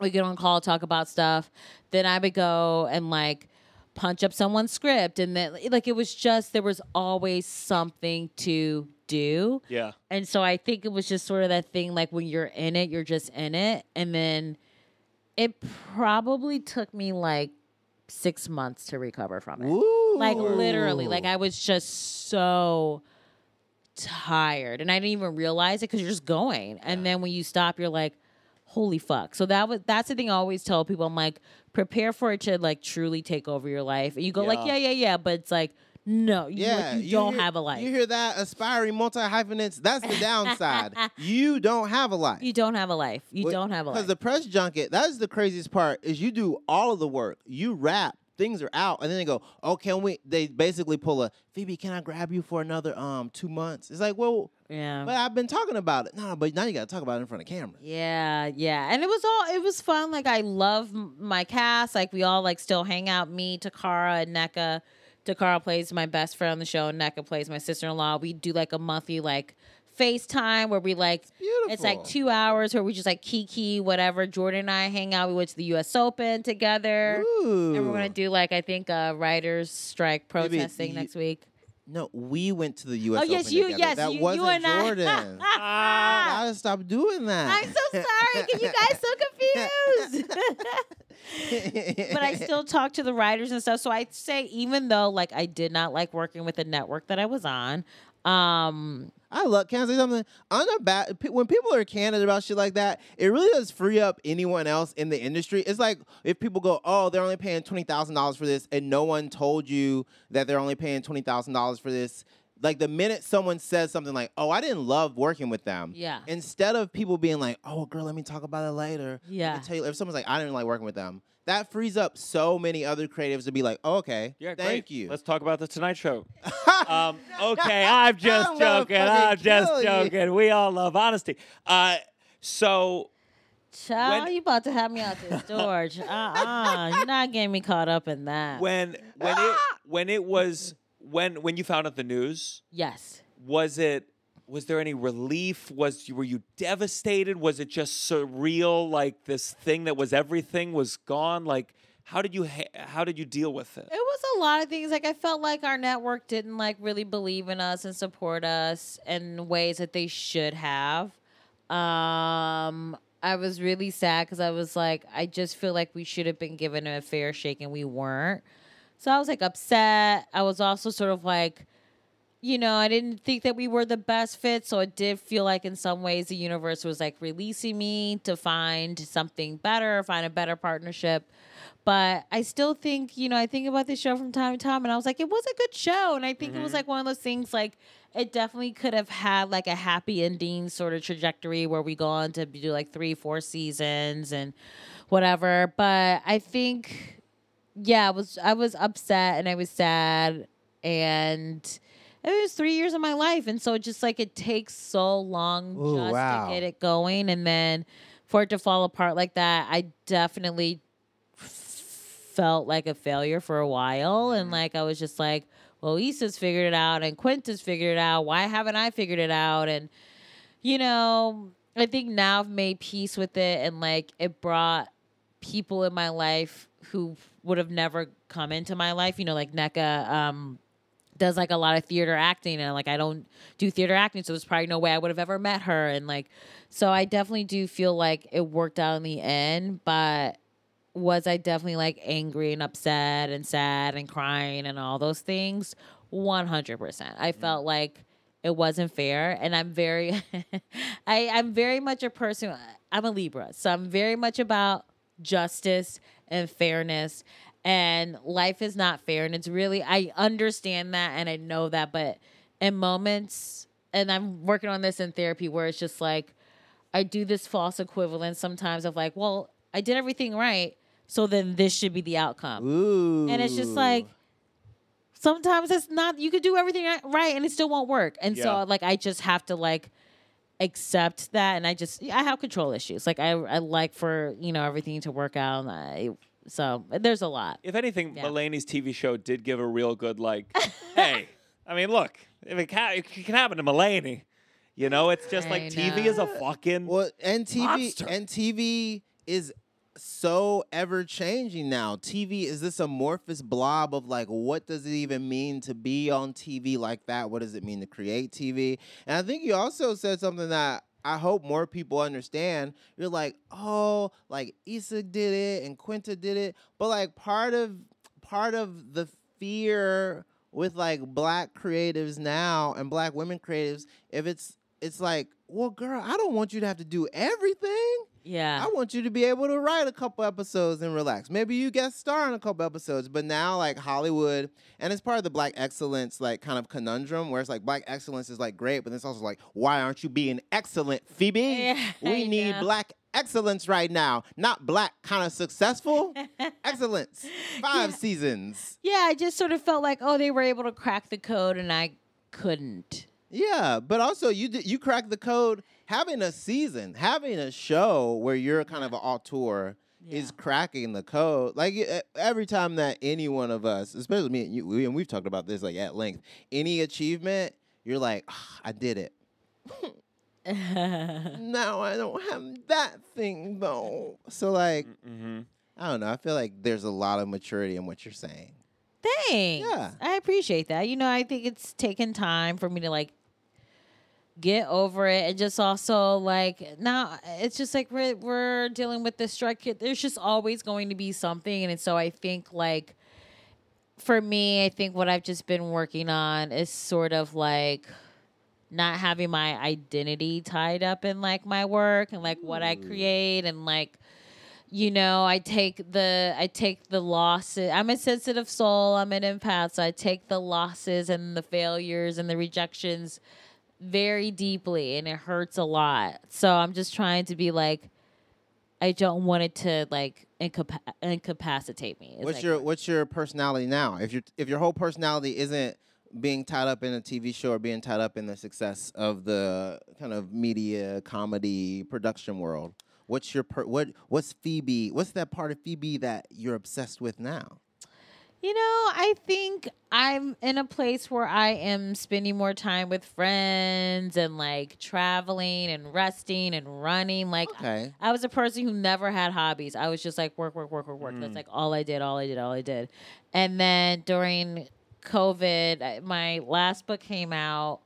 Speaker 3: we get on call, talk about stuff. Then I would go and like punch up someone's script, and then like it was just there was always something to do.
Speaker 1: Yeah.
Speaker 3: And so I think it was just sort of that thing like when you're in it, you're just in it. And then it probably took me like six months to recover from it. Like literally, like I was just so tired and I didn't even realize it because you're just going. And then when you stop, you're like, holy fuck. So that was that's the thing I always tell people. I'm like, prepare for it to like truly take over your life. And you go like, yeah,
Speaker 1: Yeah.
Speaker 3: yeah, yeah, but it's like, no, you, like, you, don't
Speaker 2: hear-
Speaker 3: have a life.
Speaker 2: You hear that, aspiring multi hyphenates? That's the downside. you don't have a life.
Speaker 3: You don't have a life. You don't have a
Speaker 2: Because
Speaker 3: life.
Speaker 2: the press junket, that's the craziest part, is you do all of the work. You rap, things are out, and then they go, Oh, can we they basically pull a Phoebe, can I grab you for another um two months? It's like, well,
Speaker 3: yeah.
Speaker 2: but I've been talking about it. No, but now you gotta talk about it in front of camera.
Speaker 3: Yeah, yeah. And it was all it was fun. Like I love m- my cast. Like we all like still hang out. Me, Takara, and NECA. Takara plays my best friend on the show. NECA plays my sister-in-law. We do like a monthly like FaceTime where we like
Speaker 2: beautiful.
Speaker 3: it's like two hours where we just like kiki whatever. Jordan and I hang out. We went to the U.S. Open together,
Speaker 2: Ooh.
Speaker 3: and we're gonna do like I think a writers strike
Speaker 2: Maybe
Speaker 3: protesting
Speaker 2: you-
Speaker 3: next week.
Speaker 2: No, we went to the US.
Speaker 3: oh yes,
Speaker 2: Open
Speaker 3: you
Speaker 2: together.
Speaker 3: yes
Speaker 2: That
Speaker 3: you,
Speaker 2: wasn't
Speaker 3: you and
Speaker 2: Jordan.
Speaker 3: I.
Speaker 2: I gotta stop doing that.
Speaker 3: I'm so sorry. 'cause You guys so confused. but I still talk to the writers and stuff. So I say, even though like I did not like working with the network that I was on, um,
Speaker 2: I love. Can I say something? I'm not bad. pe- When people are candid about shit like that, it really does free up anyone else in the industry. It's like if people go, "Oh, they're only paying twenty thousand dollars for this," and no one told you that they're only paying twenty thousand dollars for this. Like the minute someone says something like, "Oh, I didn't love working with them,"
Speaker 3: Yeah.
Speaker 2: Instead of people being like, "Oh, girl, let me talk about it later," Let me
Speaker 3: Yeah.
Speaker 2: Tell you, if someone's like, "I didn't like working with them," that frees up so many other creatives to be like, oh, "Okay,
Speaker 1: Yeah,
Speaker 2: thank
Speaker 1: great.
Speaker 2: you."
Speaker 1: Let's talk about the Tonight Show. um, okay, I'm just
Speaker 2: I'm gonna
Speaker 1: joking.
Speaker 2: fucking
Speaker 1: I'm just
Speaker 2: kill you.
Speaker 1: joking. We all love honesty. Uh, so
Speaker 3: child,
Speaker 1: When-
Speaker 3: you about to have me out this door? Ch- Uh-uh, you're not getting me caught up in that.
Speaker 1: when when it when it was when when you found out the news,
Speaker 3: yes.
Speaker 1: was it was there any relief? Was you were you devastated? Was it just surreal? Like this thing that was everything was gone. Like how did you ha- how did you deal with it?
Speaker 3: It was a lot of things. Like I felt like our network didn't like really believe in us and support us in ways that they should have. Um, I was really sad because I was like, I just feel like we should have been given a fair shake and we weren't. So I was like upset. I was also sort of like, you know, I didn't think that we were the best fit. So it did feel like in some ways the universe was like releasing me to find something better, find a better partnership. But I still think, you know, I think about this show from time to time and I was like, it was a good show. And I think it was like one of those things like it definitely could have had like a happy ending sort of trajectory where we go on to do like three, four seasons and whatever. But I think yeah, I was I was upset and I was sad and it was three years of my life. And so it just like it takes so long
Speaker 2: Ooh,
Speaker 3: just
Speaker 2: wow.
Speaker 3: to get it going and then for it to fall apart like that, I definitely f- felt like a failure for a while
Speaker 2: Mm-hmm.
Speaker 3: and like I was just like, well, Issa's figured it out and Quinta's figured it out. Why haven't I figured it out? And you know, I think now I've made peace with it and like it brought people in my life who would have never come into my life. You know, like NECA um, does like a lot of theater acting and like I don't do theater acting, so there's probably no way I would have ever met her. And like, so I definitely do feel like it worked out in the end, but was I definitely like angry and upset and sad and crying and all those things? 100%. I felt like it wasn't fair and I'm very I I'm very much a person I'm a Libra. So I'm very much about justice and fairness and life is not fair and it's really I understand that and I know that but in moments and I'm working on this in therapy where it's just like I do this false equivalence sometimes of like, well, I did everything right, so then this should be the outcome.
Speaker 2: Ooh.
Speaker 3: And it's just like sometimes it's not you could do everything ri- right and it still won't work. And
Speaker 1: Yeah.
Speaker 3: so like I just have to like accept that and I just I have control issues. Like I I like for, you know, everything to work out and I so there's a lot.
Speaker 1: If anything,
Speaker 3: Yeah.
Speaker 1: Mulaney's TV show did give a real good like, hey, I mean, look, if it, ca- it can happen to Mulaney, you know, it's just like
Speaker 3: I
Speaker 1: TV
Speaker 3: know.
Speaker 1: is a fucking
Speaker 2: Well, and TV
Speaker 1: Monster.
Speaker 2: and TV is so ever changing now. TV is this amorphous blob of like, what does it even mean to be on TV like that? What does it mean to create TV? And I think you also said something that I hope more people understand. You're like, oh, like Issa did it and Quinta did it, but like part of part of the fear with like black creatives now and black women creatives, if it's it's like, well, girl, I don't want you to have to do everything.
Speaker 3: Yeah.
Speaker 2: I want you to be able to write a couple episodes and relax. Maybe you guest star in a couple episodes, but now like Hollywood, and it's part of the black excellence like kind of conundrum where it's like black excellence is like great, but it's also like why aren't you being excellent, Phoebe?
Speaker 3: Yeah,
Speaker 2: we
Speaker 3: I
Speaker 2: need
Speaker 3: know.
Speaker 2: black excellence right now, not black kind of successful excellence. Five seasons.
Speaker 3: yeah, I just sort of felt like, oh, they were able to crack the code and I couldn't.
Speaker 2: Yeah, but also you did, you cracked the code having a season, having a show where you're kind of an auteur is
Speaker 3: Yeah.
Speaker 2: cracking the code. Like e- every time that any one of us, especially me and you, we, and we've talked about this like at length, any achievement, you're like, "Ah, I did it. Now I don't have that thing though. So like,
Speaker 1: Mm-hmm.
Speaker 2: I don't know. I feel like there's a lot of maturity in what you're saying.
Speaker 3: Thanks.
Speaker 2: Yeah.
Speaker 3: I appreciate that. You know, I think it's taken time for me to like get over it and just also like now it's just like we're we're dealing with this strike. There's just always going to be something. And so I think like for me, I think what I've just been working on is sort of like not having my identity tied up in like my work and like what I create and like you know I take the I take the losses I'm a sensitive soul I'm an empath so I take the losses and the failures and the rejections very deeply and it hurts a lot so I'm just trying to be like I don't want it to like incapa- incapacitate me It's
Speaker 2: what's
Speaker 3: like-
Speaker 2: your what's your personality now? If your if your whole personality isn't being tied up in a TV show or being tied up in the success of the kind of media comedy production world, what's your per, what what's Phoebe? What's that part of Phoebe that you're obsessed with now?
Speaker 3: You know, I think I'm in a place where I am spending more time with friends and like traveling and resting and running. Like,
Speaker 2: Okay.
Speaker 3: I was a person who never had hobbies. I was just like work, work, work, work, work. That's
Speaker 1: Mm.
Speaker 3: like all I did, all I did, all I did. And then during COVID, I- my last book came out,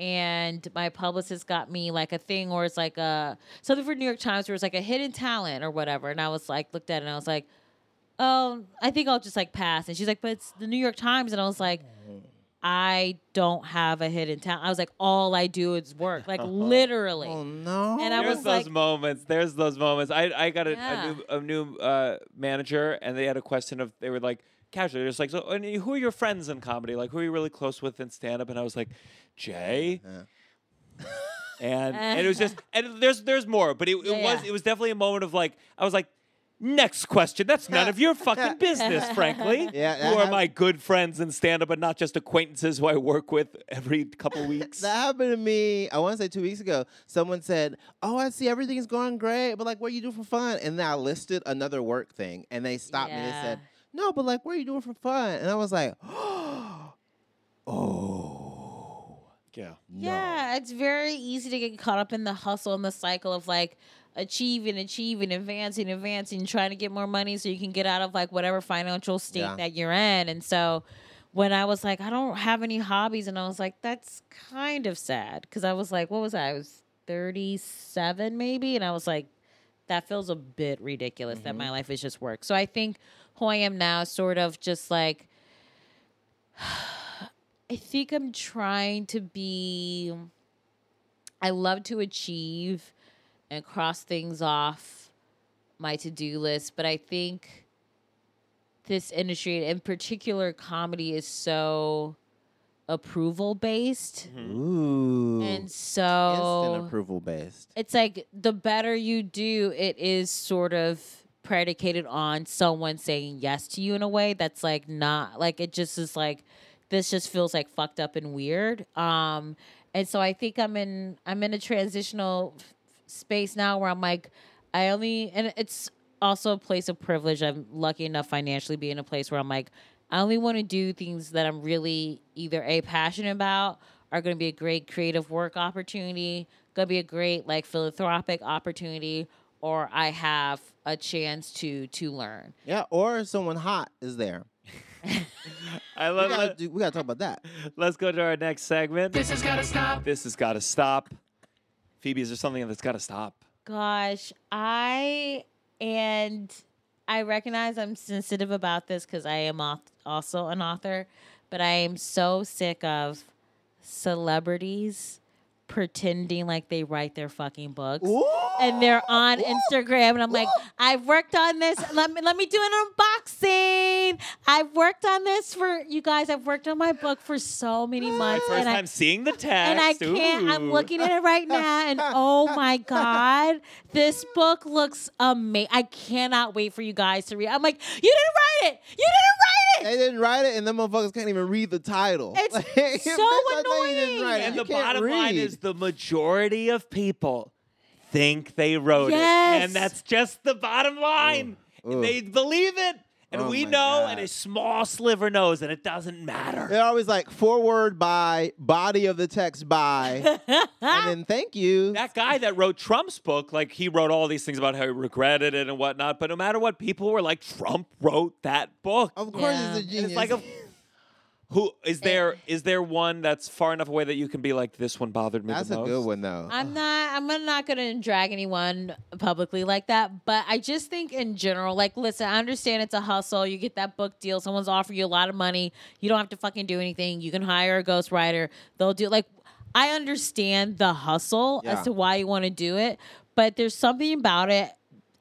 Speaker 3: and my publicist got me like a thing, or it's like a something for New York Times, where it's like a hidden talent or whatever. And I was like, looked at it, and I was like, oh, I think I'll just like pass. And she's like, but it's the New York Times, and I was like. I don't have a hidden talent. I was like, all I do is work, like literally.
Speaker 2: Oh no.
Speaker 3: And I
Speaker 1: There's
Speaker 3: was
Speaker 1: those
Speaker 3: like-
Speaker 1: moments. There's those moments. I, I got a,
Speaker 3: Yeah.
Speaker 1: a new a new uh, manager, and they had a question of they were like casually just like so. And who are your friends in comedy? Like who are you really close with in stand up? And I was like, Jay.
Speaker 2: Uh-huh.
Speaker 1: And, and it was just and there's there's more, but it, it
Speaker 3: Yeah,
Speaker 1: was
Speaker 3: yeah.
Speaker 1: it was definitely a moment of like I was like. Next question. That's none of your fucking business, frankly.
Speaker 2: Yeah, that
Speaker 1: who are
Speaker 2: hap-
Speaker 1: my good friends in stand up and not just acquaintances who I work with every couple weeks?
Speaker 2: That happened to me, I want to say two weeks ago. Someone said, Oh, I see everything's going great, but like, what you do for fun? And then I listed another work thing, and they stopped me and
Speaker 3: Yeah.
Speaker 2: said, No, but like, what are you doing for fun? And I was like, Oh,
Speaker 1: yeah.
Speaker 2: no.
Speaker 3: Yeah, it's very easy to get caught up in the hustle and the cycle of like achieving, achieving, advancing, advancing, trying to get more money so you can get out of like whatever financial state
Speaker 2: Yeah.
Speaker 3: that you're in. And so when I was like, I don't have any hobbies, and I was like, that's kind of sad because I was like, what was I? I was 37 maybe, and I was like, that feels a bit ridiculous that
Speaker 2: Mm-hmm.
Speaker 3: my life is just work. So I think who I am now is sort of just like I think I'm trying to be. I love to achieve and cross things off my to do list, but I think this industry, in particular comedy, is so approval based.
Speaker 2: Mm-hmm. Ooh.
Speaker 3: And
Speaker 2: Instant
Speaker 3: so
Speaker 2: approval based.
Speaker 3: it's like the better you do, it is sort of predicated on someone saying yes to you in a way that's like not like it just is like this just feels like fucked up and weird. Um and so I think I'm in I'm in a transitional f- space now where I'm like I only and it's also a place of privilege. I'm lucky enough financially be in a place where I'm like I only want to do things that I'm really either a passionate about are going to be a great creative work opportunity, going to be a great like philanthropic opportunity or I have a chance to to learn.
Speaker 2: Yeah, or someone hot is there.
Speaker 1: I
Speaker 2: We
Speaker 1: love
Speaker 2: gotta,
Speaker 1: it.
Speaker 2: do, we gotta talk about that.
Speaker 1: Let's go to our next segment.
Speaker 4: This has gotta stop.
Speaker 1: This has got to stop. Phoebe, is there something that's got to stop?
Speaker 3: Gosh, I and I recognize I'm sensitive about this because I am auth- also an author, but I am so sick of celebrities pretending like they write their fucking books.
Speaker 2: Ooh,
Speaker 3: And they're on
Speaker 2: ooh.
Speaker 3: Instagram, and I'm like,
Speaker 2: Ooh.
Speaker 3: I've worked on this. Let me let me do an unboxing. I've worked on this for you guys. I've worked on my book for so many months,
Speaker 1: First
Speaker 3: and I
Speaker 1: time seeing the text.
Speaker 3: and I can't. I'm
Speaker 1: Ooh.
Speaker 3: looking at it right now, and oh my god, this book looks amazing. I cannot wait for you guys to read. I'm like, you didn't write it. You didn't write
Speaker 2: They
Speaker 3: it.
Speaker 2: didn't write it, and them motherfuckers can't even read the title.
Speaker 3: It's
Speaker 2: Like,
Speaker 3: so
Speaker 2: bitch, I know you didn't write it.
Speaker 1: And
Speaker 2: You
Speaker 1: the
Speaker 2: can't
Speaker 1: bottom line
Speaker 2: read.
Speaker 1: is the majority of people think they wrote it.
Speaker 3: Yes.
Speaker 1: And that's just the bottom line.
Speaker 2: Ooh.
Speaker 1: They believe it. And
Speaker 2: Oh
Speaker 1: we
Speaker 2: my
Speaker 1: know,
Speaker 2: God.
Speaker 1: and a small sliver knows, and it doesn't matter.
Speaker 2: They're always like forward by, body of the text by, and then thank you.
Speaker 1: That guy that wrote Trump's book, like he wrote all these things about how he regretted it and whatnot, but no matter what, people were like, Trump wrote that book.
Speaker 2: of course,
Speaker 3: Yeah.
Speaker 2: it's a
Speaker 3: And
Speaker 1: And
Speaker 2: genius.
Speaker 1: it's like a who is there is there one that's far enough away that you can be like this one bothered me
Speaker 2: That's
Speaker 1: the
Speaker 2: a
Speaker 1: most?
Speaker 2: good one though.
Speaker 3: I'm not. I'm not gonna drag anyone publicly like that. But I just think in general, like, listen, I understand it's a hustle. You get that book deal. Someone's offering you a lot of money. You don't have to fucking do anything. You can hire a ghostwriter. They'll do like. I understand the hustle
Speaker 2: Yeah.
Speaker 3: as to why you want to do it, but there's something about it,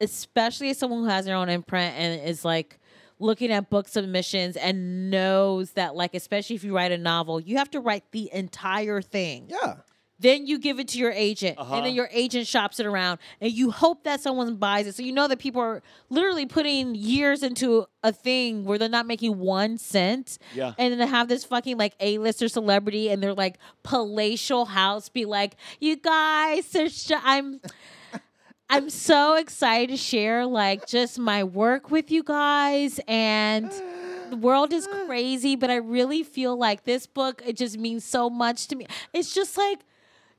Speaker 3: especially as someone who has their own imprint and is like looking at book submissions and knows that like especially if you write a novel you have to write the entire thing
Speaker 2: yeah.
Speaker 3: then you give it to your agent,
Speaker 1: Uh-huh.
Speaker 3: and then your agent shops it around, and you hope that someone buys it. So you know that people are literally putting years into a thing where they're not making one cent.
Speaker 1: Yeah.
Speaker 3: And then to have this fucking like A-lister celebrity and their like palatial house be like, you guys, are sh- I'm. I'm so excited to share like just my work with you guys and the world is crazy, but I really feel like this book it just means so much to me. It's just like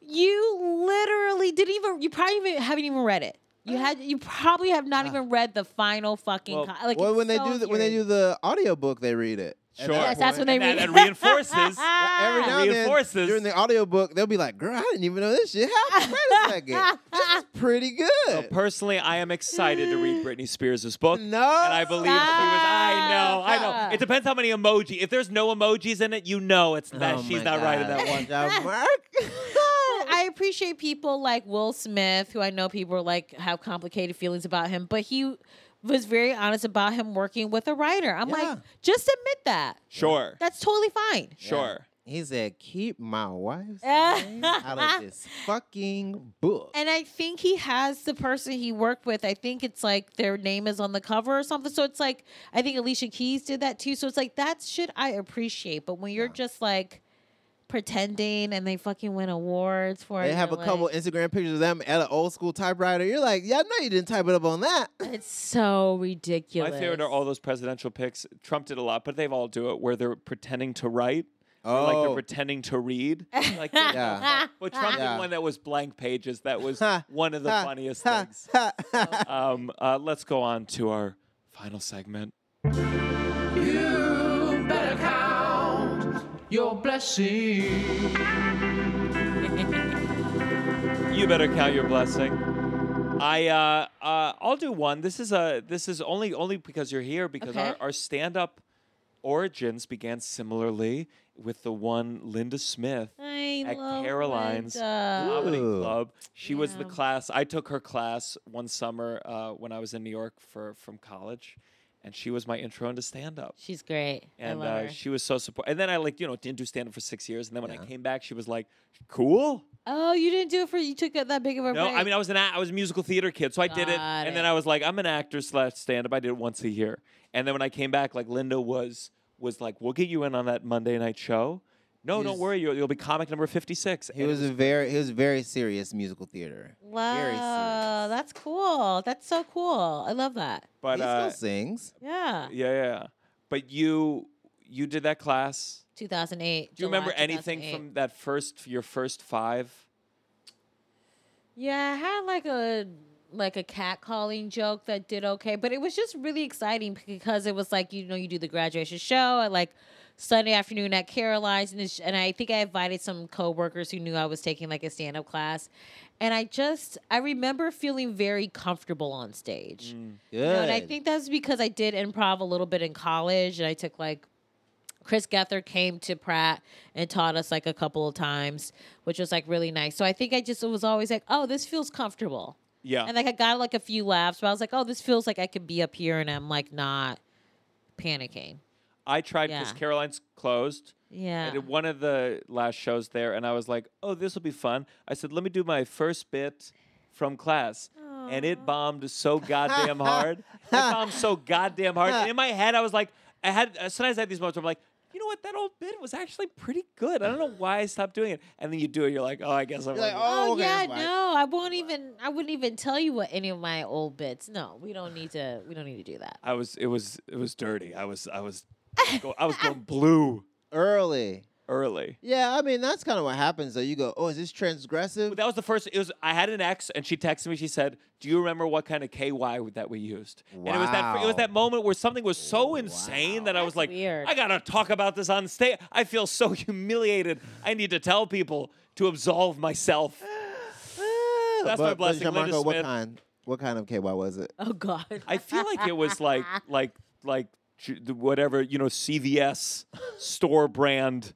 Speaker 3: you literally didn't even you probably even, haven't even read it. You had you probably have not even read the final fucking
Speaker 1: Well-
Speaker 3: co- like
Speaker 2: Ah. Well,
Speaker 3: it's
Speaker 2: when they
Speaker 3: so
Speaker 2: do the, when they do
Speaker 3: infuriating.
Speaker 2: the audiobook, they read it. At
Speaker 1: Sure.
Speaker 2: that
Speaker 3: Yes, that's
Speaker 2: point.
Speaker 3: when they
Speaker 1: And
Speaker 3: read
Speaker 1: that- that reinforces-
Speaker 2: Every now and then,
Speaker 1: Reinforces.
Speaker 2: during the audiobook, they'll be like, "Girl, I didn't even know this shit happened." Wait a second, this is pretty
Speaker 1: Well,
Speaker 2: good.
Speaker 1: personally, I am excited to read Britney Spears' book.
Speaker 2: No,
Speaker 1: And I believe that she was. I know, I
Speaker 3: Stop.
Speaker 1: know. It depends how many emoji. If there's no emojis in it, you know it's
Speaker 2: Oh
Speaker 1: that she's not right in that one.
Speaker 2: that one.
Speaker 3: But I appreciate people like Will Smith, who I know people like have complicated feelings about him, but he was very honest about him working with a writer. I'm
Speaker 2: Yeah.
Speaker 3: like, just admit that.
Speaker 1: Sure,
Speaker 3: That's totally fine.
Speaker 1: sure.
Speaker 2: He said, "Keep my wife's
Speaker 3: Yeah.
Speaker 2: name out of this fucking book."
Speaker 3: And I think he has the person he worked with. I think it's like their name is on the cover or something. So it's like I think Alicia Keys did that too. So it's like that's shit I appreciate. But when you're just like pretending and they fucking win awards for it,
Speaker 2: They have a
Speaker 3: you're
Speaker 2: couple
Speaker 3: like,
Speaker 2: Instagram pictures of them at an old school typewriter. You're like, "Yeah, I know you didn't type it up on that."
Speaker 3: It's so ridiculous.
Speaker 1: My favorite are all those presidential picks. Trump did a lot, but they've all do it where they're pretending to write. or Like
Speaker 2: Oh.
Speaker 1: they're pretending to read. Like,
Speaker 2: Yeah.
Speaker 1: But Trump
Speaker 2: Yeah.
Speaker 1: did one that was blank pages. That was
Speaker 2: Ha,
Speaker 1: one of the
Speaker 2: ha,
Speaker 1: funniest
Speaker 2: ha,
Speaker 1: things.
Speaker 2: ha, ha.
Speaker 1: Um, uh, let's go on to our final segment.
Speaker 4: You better count your blessings.
Speaker 1: You better count your blessing. I uh, uh, I'll do one. This is a this is only only because you're here because our,
Speaker 3: Okay.
Speaker 1: our stand up origins began similarly with the one Linda Smith
Speaker 3: I
Speaker 1: at
Speaker 3: love
Speaker 1: Caroline's
Speaker 3: Linda.
Speaker 1: Comedy
Speaker 2: Ooh.
Speaker 1: Club. She was the
Speaker 3: Yeah.
Speaker 1: class I took her class one summer uh, when I was in New York for from college, and she was my intro into stand up.
Speaker 3: She's great.
Speaker 1: And
Speaker 3: I love
Speaker 1: uh,
Speaker 3: her.
Speaker 1: she was so supportive. And then I like you know didn't do stand up for six years, and then when I came back, she was like, "Cool."
Speaker 3: oh, you didn't do it for you took that that big of a
Speaker 1: No,
Speaker 3: break.
Speaker 1: I mean I was an act- I was a musical theater kid, so I did it,
Speaker 3: Got
Speaker 1: and
Speaker 3: it.
Speaker 1: then I was like, I'm an actor slash stand up. I did it once a year, and then when I came back, like Linda was was like, we'll get you in on that Monday night show. No,
Speaker 2: He
Speaker 1: don't
Speaker 2: was-
Speaker 1: worry, you'll, you'll be comic number fifty six.
Speaker 2: He was a very he was very serious musical theater. Very
Speaker 3: Wow,
Speaker 2: serious.
Speaker 3: that's cool. That's so cool. I love that.
Speaker 1: but
Speaker 2: he
Speaker 1: uh,
Speaker 2: still sings.
Speaker 3: Yeah.
Speaker 1: yeah, yeah. But you you did that class. Do
Speaker 3: 2008.
Speaker 1: you
Speaker 3: July
Speaker 1: remember anything
Speaker 3: 2008.
Speaker 1: from that first your first five?
Speaker 3: Yeah, I had like a like a cat calling joke that did okay, but it was just really exciting because it was like you know you do the graduation show at like Sunday afternoon at Caroline's, and, it's, and I think I invited some coworkers who knew I was taking like a stand up class, and I just I remember feeling very comfortable on stage.
Speaker 2: Good.
Speaker 3: You know, and I think that's because I did improv a little bit in college, and I took like Chris Gethard came to Pratt and taught us like a couple of times, which was like really nice. So I think I just was always like, oh, this feels comfortable.
Speaker 1: Yeah.
Speaker 3: And like I got like a few laughs, but I was like, oh, this feels like I could be up here and I'm like not panicking.
Speaker 1: I tried because
Speaker 3: Yeah.
Speaker 1: Caroline's closed. I
Speaker 3: Yeah.
Speaker 1: did one of the last shows there, and I was like, "Oh, this will be fun." I said, "Let me do my first bit from class," and it bombed so goddamn hard. it bombed so goddamn hard. And in my head, I was like, I had uh, sometimes I had these moments where I'm like, "You know what? That old bit was actually pretty good." I don't know why I stopped doing it. And then you do it, you're like, "Oh, I guess I'm."
Speaker 2: You're like,
Speaker 1: wrong."
Speaker 2: oh,
Speaker 3: Oh,
Speaker 2: okay,
Speaker 3: yeah,
Speaker 2: that's why."
Speaker 3: no, I won't even. I wouldn't even tell you what any of my old bits. No, we don't need to. We don't need to do that.
Speaker 1: I was. It was. It was dirty. I was. I was. go, I was going blue
Speaker 2: Early.
Speaker 1: early.
Speaker 2: Yeah, I mean that's kind of what happens though. You go, oh, is this transgressive?
Speaker 1: That was the first. It was. I had an ex, and she texted me. She said, "Do you remember what kind of KY w- that we used?" And it was that. It was
Speaker 2: Wow.
Speaker 1: that moment where something was so insane that I was
Speaker 3: That's
Speaker 1: like,
Speaker 3: weird.
Speaker 1: "I gotta talk about this on stage. I feel so humiliated. I need to tell people to absolve myself." That's my
Speaker 2: but,
Speaker 1: blessing,
Speaker 2: But
Speaker 1: Linda
Speaker 2: Gianmarco, what
Speaker 1: Smith.
Speaker 2: kind? What kind of KY was it?
Speaker 3: Oh God.
Speaker 1: I feel like it was like like like ch- the whatever you know CVS store brand.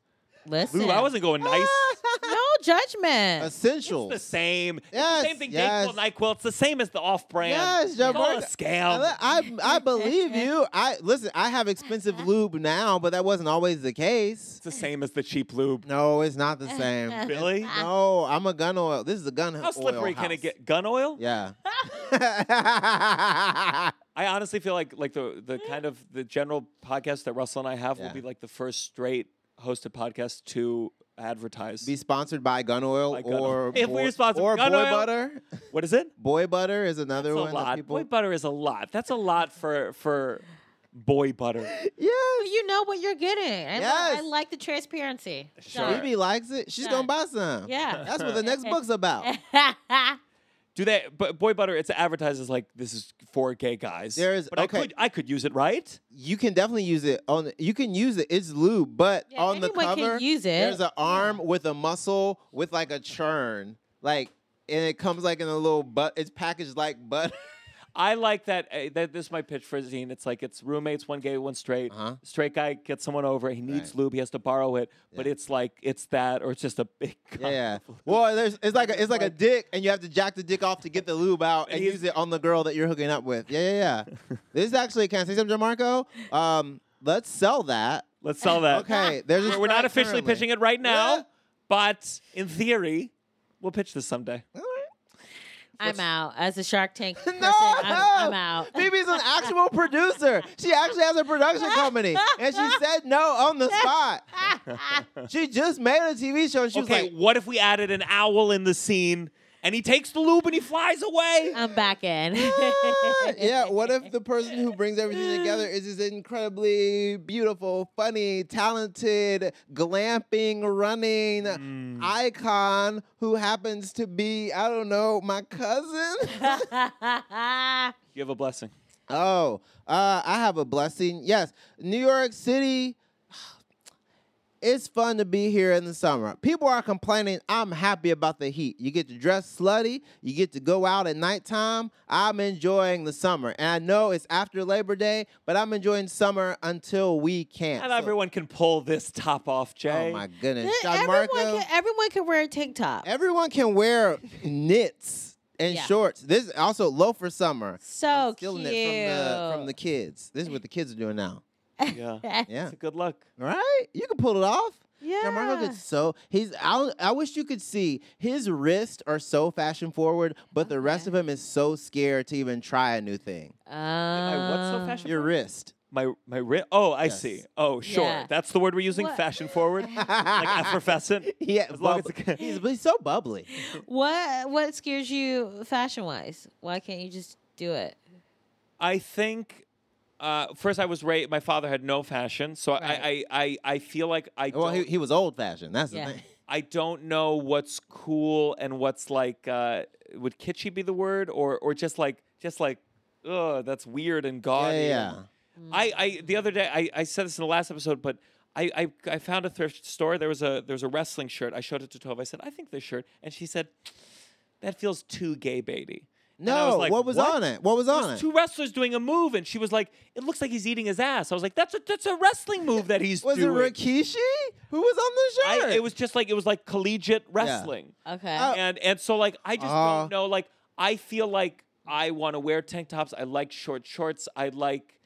Speaker 3: Listen,
Speaker 1: Ooh, I wasn't going nice.
Speaker 2: Ah!
Speaker 3: no judgment.
Speaker 1: It's
Speaker 2: Essentials.
Speaker 1: the same. It's
Speaker 2: Yes,
Speaker 1: the same thing.
Speaker 2: yes.
Speaker 1: Dayquil, Nyquil. It's the same as the off-brand.
Speaker 2: Yes,
Speaker 1: it's all a
Speaker 2: Gianmarco.
Speaker 1: scam.
Speaker 2: I, I I believe you. I listen. I have expensive lube now, but that wasn't always the case.
Speaker 1: It's the same as the cheap lube.
Speaker 2: No, it's not the same.
Speaker 1: Really?
Speaker 2: No, I'm a gun oil. This is a gun
Speaker 1: How slippery can it get? Gun oil?
Speaker 2: Yeah.
Speaker 1: I honestly feel like like the the kind of the general podcast that Russell and I have
Speaker 2: Mm. Yeah.
Speaker 1: will be like the first straight hosted podcast to advertise.
Speaker 2: Be sponsored by gun oil
Speaker 1: By gun oil.
Speaker 2: or
Speaker 1: If
Speaker 2: boy-
Speaker 1: we're sponsored
Speaker 2: or
Speaker 1: by gun
Speaker 2: boy
Speaker 1: oil.
Speaker 2: butter.
Speaker 1: what is it?
Speaker 2: Boy butter is another
Speaker 1: It's a
Speaker 2: one. that
Speaker 1: lot.
Speaker 2: people-
Speaker 1: Boy butter is a lot. That's a lot for for boy butter.
Speaker 2: yes.
Speaker 3: You know what you're getting. I, li- I
Speaker 2: Yes.
Speaker 3: like the transparency.
Speaker 1: Sure.
Speaker 2: Phoebe likes it. She's
Speaker 3: Sure.
Speaker 2: gonna buy some.
Speaker 3: Yeah.
Speaker 2: That's what the next book's about.
Speaker 1: Do they? But boy butter, it's advertised as like this is for gay guys.
Speaker 2: There is-
Speaker 1: but
Speaker 2: okay.
Speaker 1: I could I could use it, right?
Speaker 2: You can definitely use it on. You can use it. It's lube, but
Speaker 3: Yeah,
Speaker 2: on the
Speaker 3: anyone can
Speaker 2: cover,
Speaker 3: use
Speaker 2: there's
Speaker 3: it.
Speaker 2: an arm with a muscle with like a churn, like, and it comes like in a little but. It's packaged like butter.
Speaker 1: I like that. Uh, that this is my pitch for Zine. It's like it's roommates, one gay, one straight.
Speaker 2: Uh-huh.
Speaker 1: Straight guy gets someone over. He needs
Speaker 2: Right.
Speaker 1: lube. He has to borrow it. But
Speaker 2: Yeah.
Speaker 1: it's like it's that, or it's just a big.
Speaker 2: Yeah, yeah.
Speaker 1: cup of lube.
Speaker 2: Well, there's it's like a, it's like a dick, and you have to jack the dick off to get the lube out and
Speaker 1: And he's-
Speaker 2: use it on the girl that you're hooking up with. Yeah, yeah, yeah. this is actually can I say something, Marco? Um, let's sell that.
Speaker 1: Let's sell that.
Speaker 2: Okay, there's a
Speaker 1: Uh, We're, we're not
Speaker 2: strike
Speaker 1: officially
Speaker 2: currently.
Speaker 1: pitching it right now,
Speaker 2: Yeah.
Speaker 1: but in theory, we'll pitch this someday.
Speaker 3: I'm out as a Shark Tank person.
Speaker 2: No,
Speaker 3: I'm, I'm out.
Speaker 2: Phoebe's an actual producer. She actually has a production company, and she said no on the spot. she just made a TV show, and she
Speaker 1: okay,
Speaker 2: was like,
Speaker 1: what if we added an owl in the scene, and he takes the lube and he flies away?
Speaker 3: I'm back in.
Speaker 2: "What?" "Yeah, what if the person who brings everything together is this incredibly beautiful, funny, talented, glamping, running icon who happens to be, I don't know, my cousin?"
Speaker 1: you have a blessing.
Speaker 2: Oh, uh, I have a blessing. Yes, New York City. It's fun to be here in the summer. People are complaining. I'm happy about the heat. You get to dress slutty. You get to go out at nighttime. I'm enjoying the summer. And I know it's after Labor Day, but I'm enjoying summer until we can't.
Speaker 1: Not
Speaker 2: So-
Speaker 1: everyone can pull this top off, Jay.
Speaker 2: Oh my goodness. John
Speaker 3: everyone,
Speaker 2: Marco.
Speaker 3: can, everyone can wear a tank top.
Speaker 2: Everyone can wear knits and
Speaker 3: Yeah.
Speaker 2: shorts. This is also low for summer.
Speaker 3: so cute.
Speaker 2: Stealing it from the from the kids. This is what the kids are doing now.
Speaker 1: Yeah.
Speaker 2: Yeah.
Speaker 1: It's a good look.
Speaker 2: Right? You can pull it off.
Speaker 3: yeah.
Speaker 2: Gianmarco gets so he's I, I wish you could see his wrists are so fashion forward, but the rest of him is so scared to even try a new thing.
Speaker 1: I- what's so
Speaker 3: Um,
Speaker 1: fashion
Speaker 2: Your
Speaker 1: forward?
Speaker 2: wrist.
Speaker 1: My my ri- Oh, I
Speaker 2: Yes.
Speaker 1: see. Oh, sure.
Speaker 3: Yeah.
Speaker 1: That's the word we're using.
Speaker 3: What-
Speaker 1: Fashion forward, like
Speaker 2: yeah,
Speaker 1: effervescent. As long as
Speaker 2: bub-
Speaker 1: it can-
Speaker 2: he's, he's so bubbly.
Speaker 3: Um, What what scares you fashion wise? Why can't you just do it?
Speaker 1: I think. Uh, first, I was raised. My father had no fashion, so
Speaker 3: Right.
Speaker 1: I, I, I I feel like I
Speaker 2: Well, he,
Speaker 1: don't,
Speaker 2: he was old fashioned. That's the
Speaker 3: Yeah.
Speaker 2: thing.
Speaker 1: I don't know what's cool and what's like. Uh, would kitschy be the word, or or just like just like, ugh, that's weird and
Speaker 2: Yeah,
Speaker 1: gaudy.
Speaker 2: yeah.
Speaker 1: and- I, I the other day I, I said this in the last episode, but I, I I found a thrift store. There was a there was a wrestling shirt. I showed it to Tove. I said, I think this shirt, and she said, that feels too gay baity. I
Speaker 2: No,
Speaker 1: was like,
Speaker 2: what was
Speaker 1: "What?"
Speaker 2: on it? What was on
Speaker 1: There's
Speaker 2: it?
Speaker 1: two wrestlers doing a move, and she was like, "It looks like he's eating his ass." I was like, "That's a that's a wrestling move that he's
Speaker 2: was it
Speaker 1: doing."
Speaker 2: Rikishi? Who was on the
Speaker 1: I,
Speaker 2: shirt?
Speaker 1: it was just like it was like collegiate wrestling,
Speaker 3: Okay.
Speaker 2: Oh.
Speaker 1: and and so like I just
Speaker 2: Uh.
Speaker 1: don't know. Like I feel like I want to wear tank tops. I like short shorts. I like,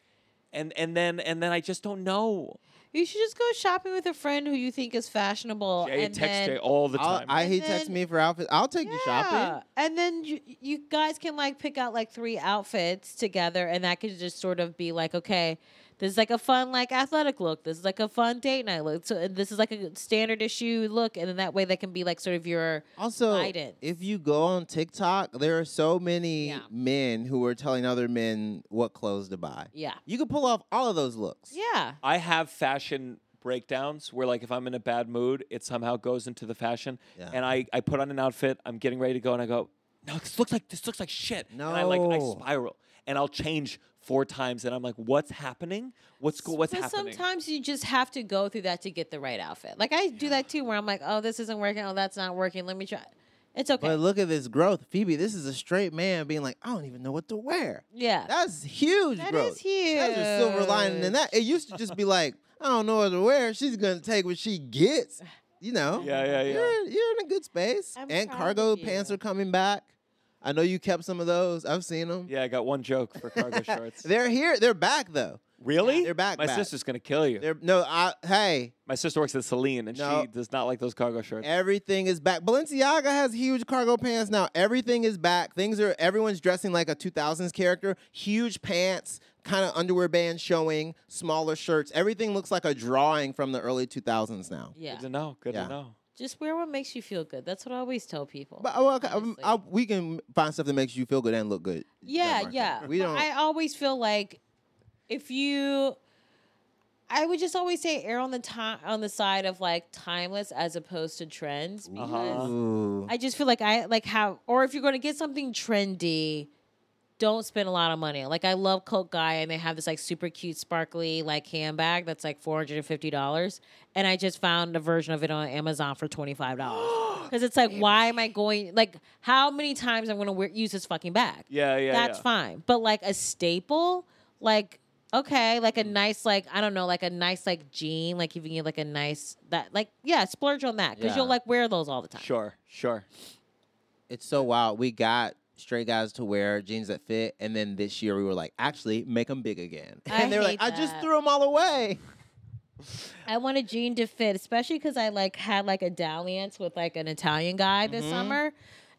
Speaker 1: and and then and then I just don't know.
Speaker 3: You should just go shopping with a friend who you think is fashionable.
Speaker 1: Jay
Speaker 3: and
Speaker 1: texts
Speaker 3: then,
Speaker 1: Jay all the
Speaker 2: I'll-
Speaker 1: time.
Speaker 2: I he
Speaker 3: And
Speaker 2: texted
Speaker 3: then-
Speaker 2: me for outfits. I'll take you shopping.
Speaker 3: And then you, you guys can like pick out like three outfits together, and that could just sort of be like, okay, this is like a fun like athletic look. This is like a fun date night look. So and this is like a standard issue look, and then that way that can be like sort of your
Speaker 2: Also,
Speaker 3: Guidance.
Speaker 2: if you go on TikTok, there are so many
Speaker 3: Yeah.
Speaker 2: men who are telling other men what clothes to buy.
Speaker 3: yeah
Speaker 2: You can pull off all of those looks.
Speaker 3: yeah.
Speaker 1: I have fashion breakdowns where like if I'm in a bad mood, it somehow goes into the fashion.
Speaker 2: Yeah.
Speaker 1: And I, I put on an outfit, I'm getting ready to go, and I go, no, this looks like this looks like shit. And I like I
Speaker 2: No.
Speaker 1: spiral and I'll change four times and I'm like, what's happening? What's go what's
Speaker 3: but
Speaker 1: happening?
Speaker 3: sometimes you just have to go through that to get the right outfit. Like I do that too, where I'm like, oh, this isn't working. Oh, that's not working. Let me try. It's okay.
Speaker 2: But look at this growth, Phoebe. This is a straight man being like, I don't even know what to wear.
Speaker 3: yeah.
Speaker 2: That's huge
Speaker 3: That
Speaker 2: growth.
Speaker 3: is
Speaker 2: That's a silver lining in that. It used to just be like, I don't know what to wear. She's gonna take what she gets. You know.
Speaker 1: Yeah, yeah, yeah.
Speaker 2: You're, you're in a good space.
Speaker 3: I'm
Speaker 2: and
Speaker 3: proud
Speaker 2: cargo
Speaker 3: of
Speaker 2: pants
Speaker 3: you.
Speaker 2: are coming back. I know you kept some of those. I've seen them.
Speaker 1: yeah, I got one joke for cargo shorts.
Speaker 2: They're here. They're back though.
Speaker 1: really?
Speaker 2: They're back,
Speaker 1: My
Speaker 2: back.
Speaker 1: sister's gonna kill you.
Speaker 2: They're no. I, hey,
Speaker 1: My sister works at Celine and
Speaker 2: No.
Speaker 1: she does not like those cargo shorts.
Speaker 2: everything is back. Balenciaga has huge cargo pants now. Everything is back. Things are. Everyone's dressing like a 2000s character. Huge pants, kind of underwear band showing, smaller shirts. Everything looks like a drawing from the early 2000s now.
Speaker 3: Yeah.
Speaker 1: Good to know. Good
Speaker 2: Yeah.
Speaker 1: to know.
Speaker 3: Just wear what makes you feel good. That's what I always tell people.
Speaker 2: But uh, well, okay, um,
Speaker 3: Honestly.
Speaker 2: I, we can find stuff that makes you feel good and look good.
Speaker 3: yeah,
Speaker 2: Denmark.
Speaker 3: yeah.
Speaker 2: We
Speaker 3: But
Speaker 2: don't.
Speaker 3: I always feel like if you, I would just always say err on the time on the side of like timeless as opposed to trends because
Speaker 2: Uh-huh.
Speaker 1: Uh-huh.
Speaker 2: Ooh.
Speaker 3: I just feel like I like how or if you're going to get something trendy. Don't spend a lot of money. Like I love Coke Guy, and they have this like super cute, sparkly like handbag that's like four hundred and fifty dollars. And I just found a version of it on Amazon for twenty five dollars. Because it's like, why am I going? Like, how many times I'm going to wear, use this fucking bag?
Speaker 1: Yeah, yeah.
Speaker 3: that's
Speaker 1: yeah.
Speaker 3: fine. But like a staple, like okay, like a
Speaker 1: Mm.
Speaker 3: nice like I don't know, like a nice like jean, like if you can get like a nice that like yeah, splurge on that because
Speaker 2: Yeah.
Speaker 3: you'll like wear those all the time.
Speaker 1: Sure, sure.
Speaker 2: It's so wild. We got straight guys to wear jeans that fit, and then this year we were like, actually, make them big again.
Speaker 3: I
Speaker 2: And they were like,
Speaker 3: hate
Speaker 2: I just
Speaker 3: that.
Speaker 2: threw them all away.
Speaker 3: I want a jean to fit, especially because I like had like a dalliance with like an Italian guy this summer,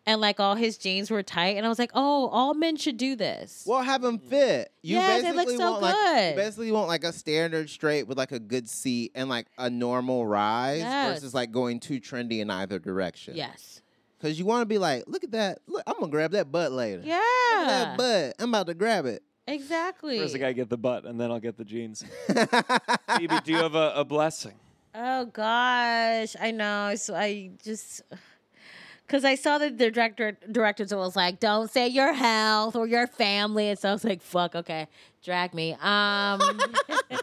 Speaker 3: and like all his jeans were tight, and I was like, oh, all men should do this.
Speaker 2: Well, have them fit. You
Speaker 3: Yeah, they look so
Speaker 2: want like you
Speaker 3: good.
Speaker 2: basically want like a standard straight with like a good seat and like a normal rise
Speaker 3: Yes.
Speaker 2: versus like going too trendy in either direction.
Speaker 3: yes,
Speaker 2: Because you want to be like, look at that. Look, I'm gonna grab that butt later.
Speaker 3: yeah,
Speaker 2: Look at that butt. I'm about to grab it.
Speaker 3: exactly.
Speaker 1: First I gotta get the butt and then I'll get the jeans. Phoebe, do you have a, a blessing?
Speaker 3: Oh gosh, I know. So I just because I saw that the director directors was like, "Don't say your health or your family," and so I was like, "Fuck, okay, drag me." Um, um,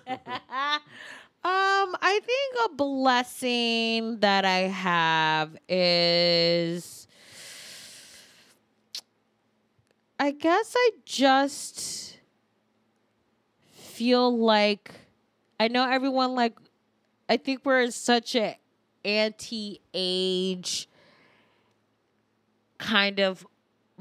Speaker 3: I think a blessing that I have is, I guess I just feel like I know everyone like I think we're in such a anti-age kind of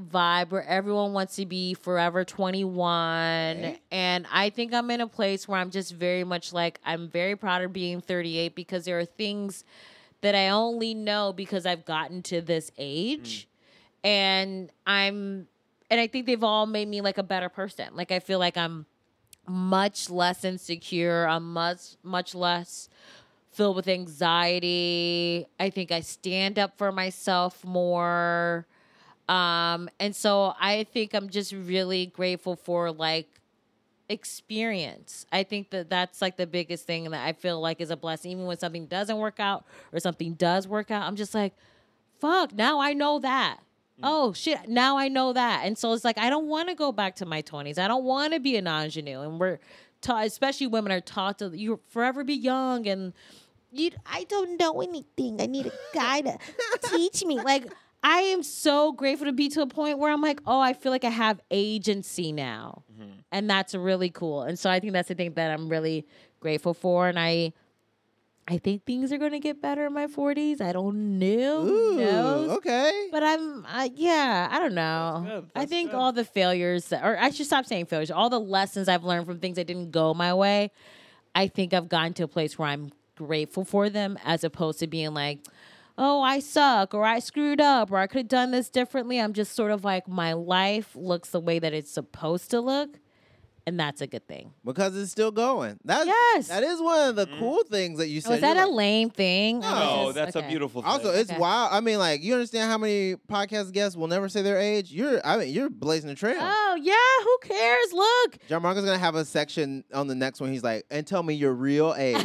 Speaker 3: vibe where everyone wants to be forever 21 and I think I'm in a place where I'm just very much like I'm very proud of being 38 because there are things that I only know because I've gotten to this age and I'm and I think they've all made me like a better person like I feel like I'm much less insecure I'm much much less filled with anxiety. I think I stand up for myself more. Um, and so I think I'm just really grateful for like experience. I think that that's like the biggest thing that I feel like is a blessing. Even when something doesn't work out or something does work out, I'm just like, fuck, now I know that. Oh shit, now I know that. And so it's like, I don't want to go back to my 20s. I don't want to be an ingenue. And we're taught, especially women are taught to, you forever be young and you, I don't know anything. I need a guy to teach me. Like, I am so grateful to be to a point where I'm like, oh, I feel like I have agency now. And that's really cool. And so I think that's the thing that I'm really grateful for. And I I think things are gonna get better in my forties. I don't know. Who
Speaker 2: Ooh,
Speaker 3: knows?
Speaker 2: okay.
Speaker 3: But I'm, I, yeah, I don't know.
Speaker 1: good,
Speaker 3: I
Speaker 1: that's
Speaker 3: think
Speaker 1: good.
Speaker 3: all the failures, that- or I should stop saying failures, all the lessons I've learned from things that didn't go my way, I think I've gotten to a place where I'm grateful for them as opposed to being like, oh, I suck, or I screwed up, or I could have done this differently. I'm just sort of like, my life looks the way that it's supposed to look. And that's a good thing.
Speaker 2: Because it's still going. That's,
Speaker 3: Yes.
Speaker 2: That is one of the cool things that you said.
Speaker 3: Was that
Speaker 2: You're
Speaker 3: a
Speaker 2: like-
Speaker 3: lame thing? I was
Speaker 1: No,
Speaker 3: just-
Speaker 1: Oh, that's a
Speaker 3: okay.
Speaker 1: beautiful thing.
Speaker 2: Also, it's
Speaker 3: Okay.
Speaker 2: wild. I mean, like, you understand how many podcast guests will never say their age? You're, I mean, you're blazing a trail.
Speaker 3: Oh, yeah, who cares? Look.
Speaker 2: John Marco's gonna have a section on the next one. He's like, and tell me your real age.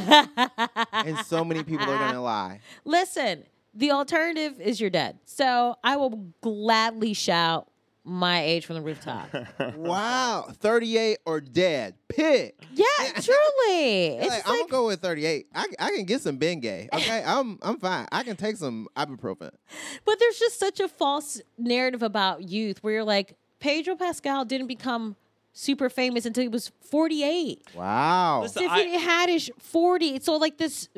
Speaker 2: and so many people are gonna lie.
Speaker 3: Listen, the alternative is you're dead. So I will gladly shout my age from the rooftop.
Speaker 2: Wow, 38 or dead. Pick.
Speaker 3: yeah, truly. It's
Speaker 2: Like,
Speaker 3: just
Speaker 2: I'm gonna
Speaker 3: like,
Speaker 2: go with 38. I, I can get some Bengay. Okay, I'm I'm fine. I can take some ibuprofen.
Speaker 3: but there's just such a false narrative about youth where you're like, Pedro Pascal didn't become super famous until he was 48.
Speaker 2: Wow.
Speaker 1: Listen, I-
Speaker 3: Tiffany Haddish, 40. So, like, this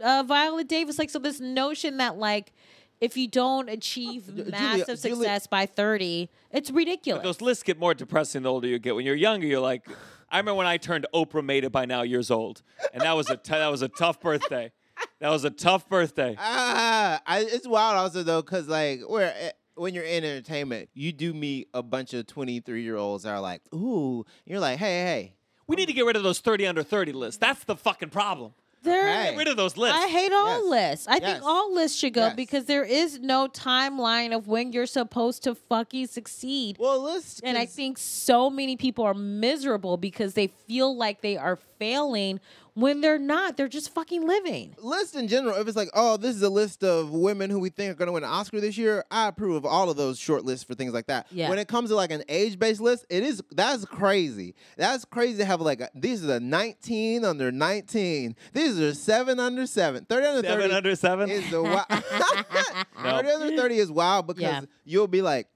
Speaker 3: uh, Viola Davis, like, so this notion that, like, if you don't achieve
Speaker 2: Uh, Julia-
Speaker 3: massive
Speaker 2: Julia-
Speaker 3: success by 30, it's ridiculous.
Speaker 1: Those lists get more depressing the older you get. When you're younger, you're like, I remember when I turned Oprah made it by now years old, and that was a t- that was a tough birthday. That was a tough birthday.
Speaker 2: Ah, I, it's wild also though, cause like where eh, when you're in entertainment, you do meet a bunch of 23 year olds that are like, ooh, you're like, hey, hey,
Speaker 1: We need to get rid of those 30 under 30 lists. That's the fucking problem.
Speaker 3: They're-
Speaker 2: Okay.
Speaker 1: Get rid of those lists.
Speaker 3: I hate all
Speaker 2: Yes.
Speaker 3: lists. I
Speaker 2: Yes.
Speaker 3: think all lists should go
Speaker 2: Yes.
Speaker 3: because there is no timeline of when you're supposed to fucking succeed.
Speaker 2: well, let's.
Speaker 3: and I
Speaker 2: cons-
Speaker 3: think so many people are miserable because they feel like they are failing when they're not. They're just fucking living.
Speaker 2: list in general, if it's like, oh, this is a list of women who we think are going to win an Oscar this year, I approve of all of those short lists for things like that.
Speaker 3: Yeah.
Speaker 2: When it comes to like an age-based list, it is that's crazy. That's crazy to have like a, these are the 19 under 19. These are 7 under 7. 30 under 30
Speaker 1: Seven under seven.
Speaker 2: is the wild. 30 under 30 is wild because
Speaker 3: Yeah.
Speaker 2: you'll be like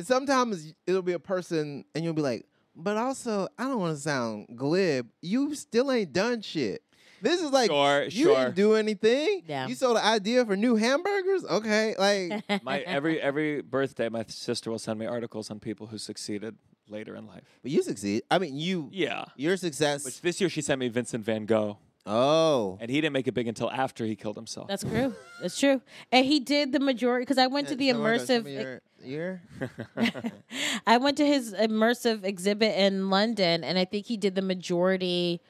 Speaker 2: sometimes it'll be a person and you'll be like, but also, I don't want to sound glib. You still ain't done shit. This is like
Speaker 1: Sure,
Speaker 2: you
Speaker 1: sure.
Speaker 2: didn't do anything.
Speaker 3: Yeah.
Speaker 2: You sold an idea for new hamburgers. Okay, like
Speaker 1: my every every birthday, my sister will send me articles on people who succeeded later in life.
Speaker 2: but you succeed. I mean, you
Speaker 1: Yeah.
Speaker 2: your success.
Speaker 1: Which this year she sent me Vincent Van Gogh,
Speaker 2: oh,
Speaker 1: and he didn't make it big until after he killed himself.
Speaker 3: That's true. That's true. And he did the majority because I went to the
Speaker 2: Someone goes, "Show me
Speaker 3: immersive.
Speaker 2: your ear."
Speaker 3: I went to his immersive exhibit in London, and I think he did the majority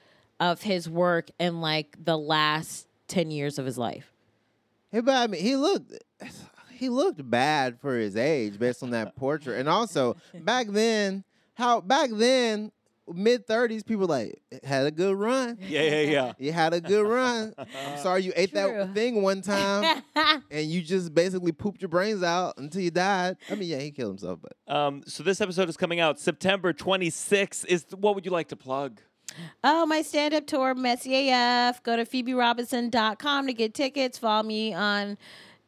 Speaker 3: of his work in like the last ten years of his life.
Speaker 2: Hey, but I mean, he looked he looked bad for his age based on that portrait, and also back then, how back then mid thirties people like had a good run.
Speaker 1: yeah, yeah, yeah.
Speaker 2: You had a good run. I'm sorry you ate that
Speaker 3: True.
Speaker 2: thing one time and you just basically pooped your brains out until you died. I mean, yeah, he killed himself, but
Speaker 1: Um, so this episode is coming out September 26th. Is what would you like to plug?
Speaker 3: Oh, my stand up tour, Messy AF. Go to PhoebeRobinson.com to get tickets. Follow me on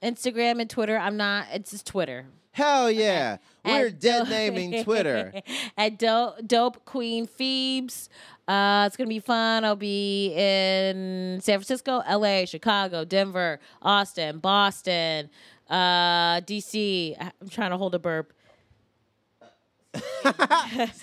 Speaker 3: Instagram and Twitter. I'm not, it's just Twitter.
Speaker 2: hell yeah. We're
Speaker 3: At
Speaker 2: dead
Speaker 3: Dope-
Speaker 2: naming Twitter.
Speaker 3: At dope, dope Queen Phoebes. Uh, it's going to be fun. I'll be in San Francisco, LA, Chicago, Denver, Austin, Boston, uh, DC. I- I'm trying to hold a burp.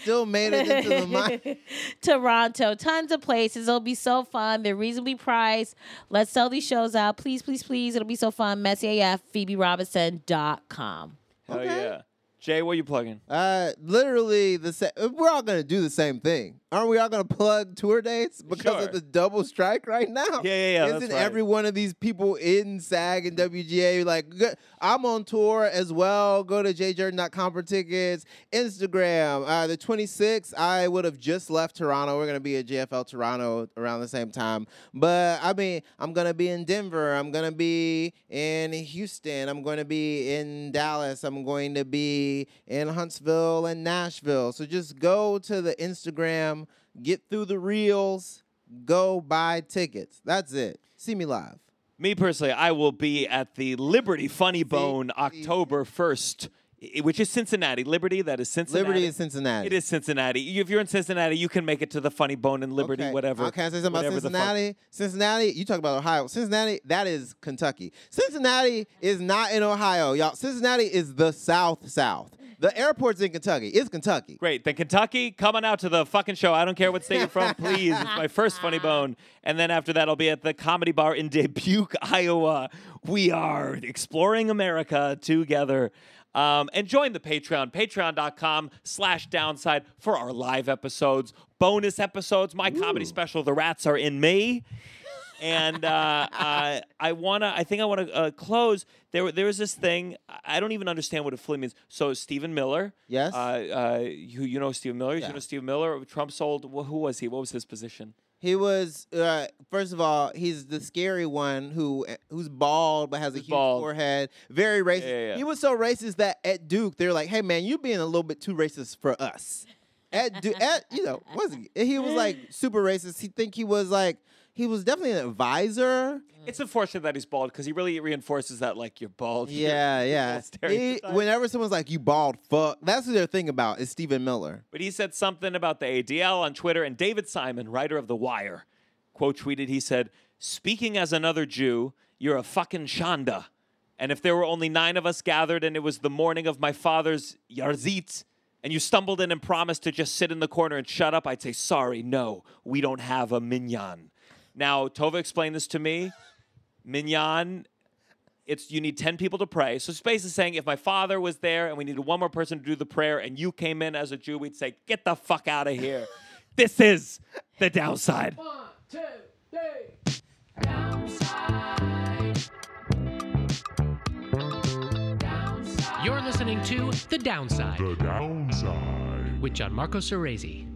Speaker 2: Still made it into the mind.
Speaker 3: Toronto, tons of places. It'll be so fun. They're reasonably priced. Let's sell these shows out. Please, please, please. It'll be so fun. Messy AF, PhoebeRobinson.com.
Speaker 1: Hell
Speaker 2: Okay.
Speaker 1: yeah. Jay, what are you plugging?
Speaker 2: Uh, literally the same. We're all gonna do the same thing, aren't we? All gonna plug tour dates because
Speaker 1: Sure.
Speaker 2: of the double strike right now.
Speaker 1: Yeah, yeah, yeah,
Speaker 2: Isn't
Speaker 1: that's right.
Speaker 2: every one of these people in SAG and WGA like? go- I'm on tour as well. Go to jjordan.com for tickets. Instagram. Uh, the 26th, I would have just left Toronto. We're gonna be at JFL Toronto around the same time. But I mean, I'm gonna be in Denver. I'm gonna be in Houston. I'm gonna be in Dallas. I'm going to be in Huntsville and Nashville. So just go to the Instagram, get through the reels, go buy tickets. That's it. See me live.
Speaker 1: Me personally, I will be at the Liberty Funny Bone October 1st, i- which is Cincinnati. Liberty, that is Cincinnati.
Speaker 2: Liberty is Cincinnati.
Speaker 1: It is Cincinnati. If you're in Cincinnati, you can make it to the Funny Bone in Liberty,
Speaker 2: Okay.
Speaker 1: whatever.
Speaker 2: Uh, Can I say something about
Speaker 1: whatever the fun-
Speaker 2: Cincinnati? Cincinnati, you talk about Ohio. Cincinnati, that is Kentucky. Cincinnati is not in Ohio, y'all. Cincinnati is the South South. The airport's in Kentucky. It's Kentucky.
Speaker 1: Great. Then Kentucky, come on out to the fucking show. I don't care what state you're from, please. It's my first funny bone. And then after that, I'll be at the comedy bar in Dubuque, Iowa. We are exploring America together. Um, and join the Patreon, patreon.com slash downside for our live episodes, bonus episodes, my comedy special, The Rats Are In Me and uh, uh, I wanna. I think I wanna uh, close. There, wa- there was this thing. I- I don't even understand what a flea means. So Stephen Miller.
Speaker 2: Yes.
Speaker 1: Uh, uh, you you know Stephen Miller.
Speaker 2: Yeah.
Speaker 1: You know Stephen Miller. Trump's old. wh- Who was he? What was his position?
Speaker 2: He was uh, first of all, he's the scary one who eh, who's bald but has a
Speaker 1: Who's
Speaker 2: huge
Speaker 1: bald.
Speaker 2: forehead. Very racist.
Speaker 1: yeah, yeah.
Speaker 2: He was so racist that at Duke they're like, "Hey man, you being a little bit too racist for us." At Duke, at, you know, wasn't he? He was like super racist. He think he was like he was definitely an advisor.
Speaker 1: It's unfortunate that he's bald because he really reinforces that like you're bald. you're-
Speaker 2: Yeah, yeah. He-
Speaker 1: stereotype.
Speaker 2: whenever someone's like, "You bald fuck," that's what they're thinking about. Is Stephen Miller?
Speaker 1: But he said something about the ADL on Twitter, and David Simon, writer of The Wire, quote tweeted, he said, Speaking as another Jew, you're a fucking Shonda. And if there were only nine of us gathered and it was the morning of my father's Yarzit, and you stumbled in and promised to just sit in the corner and shut up, I'd say, Sorry, no, we don't have a minyan. Now, Tova explained this to me. Minyan it's you need 10 people to pray. So space is saying if my father was there and we needed one more person to do the prayer and you came in as a Jew, we'd say, get the fuck out of here. this is the downside.
Speaker 4: One, two, three. Downside. Downside.
Speaker 6: You're listening to The Downside
Speaker 5: The downside.
Speaker 6: with Gianmarco Cerezi.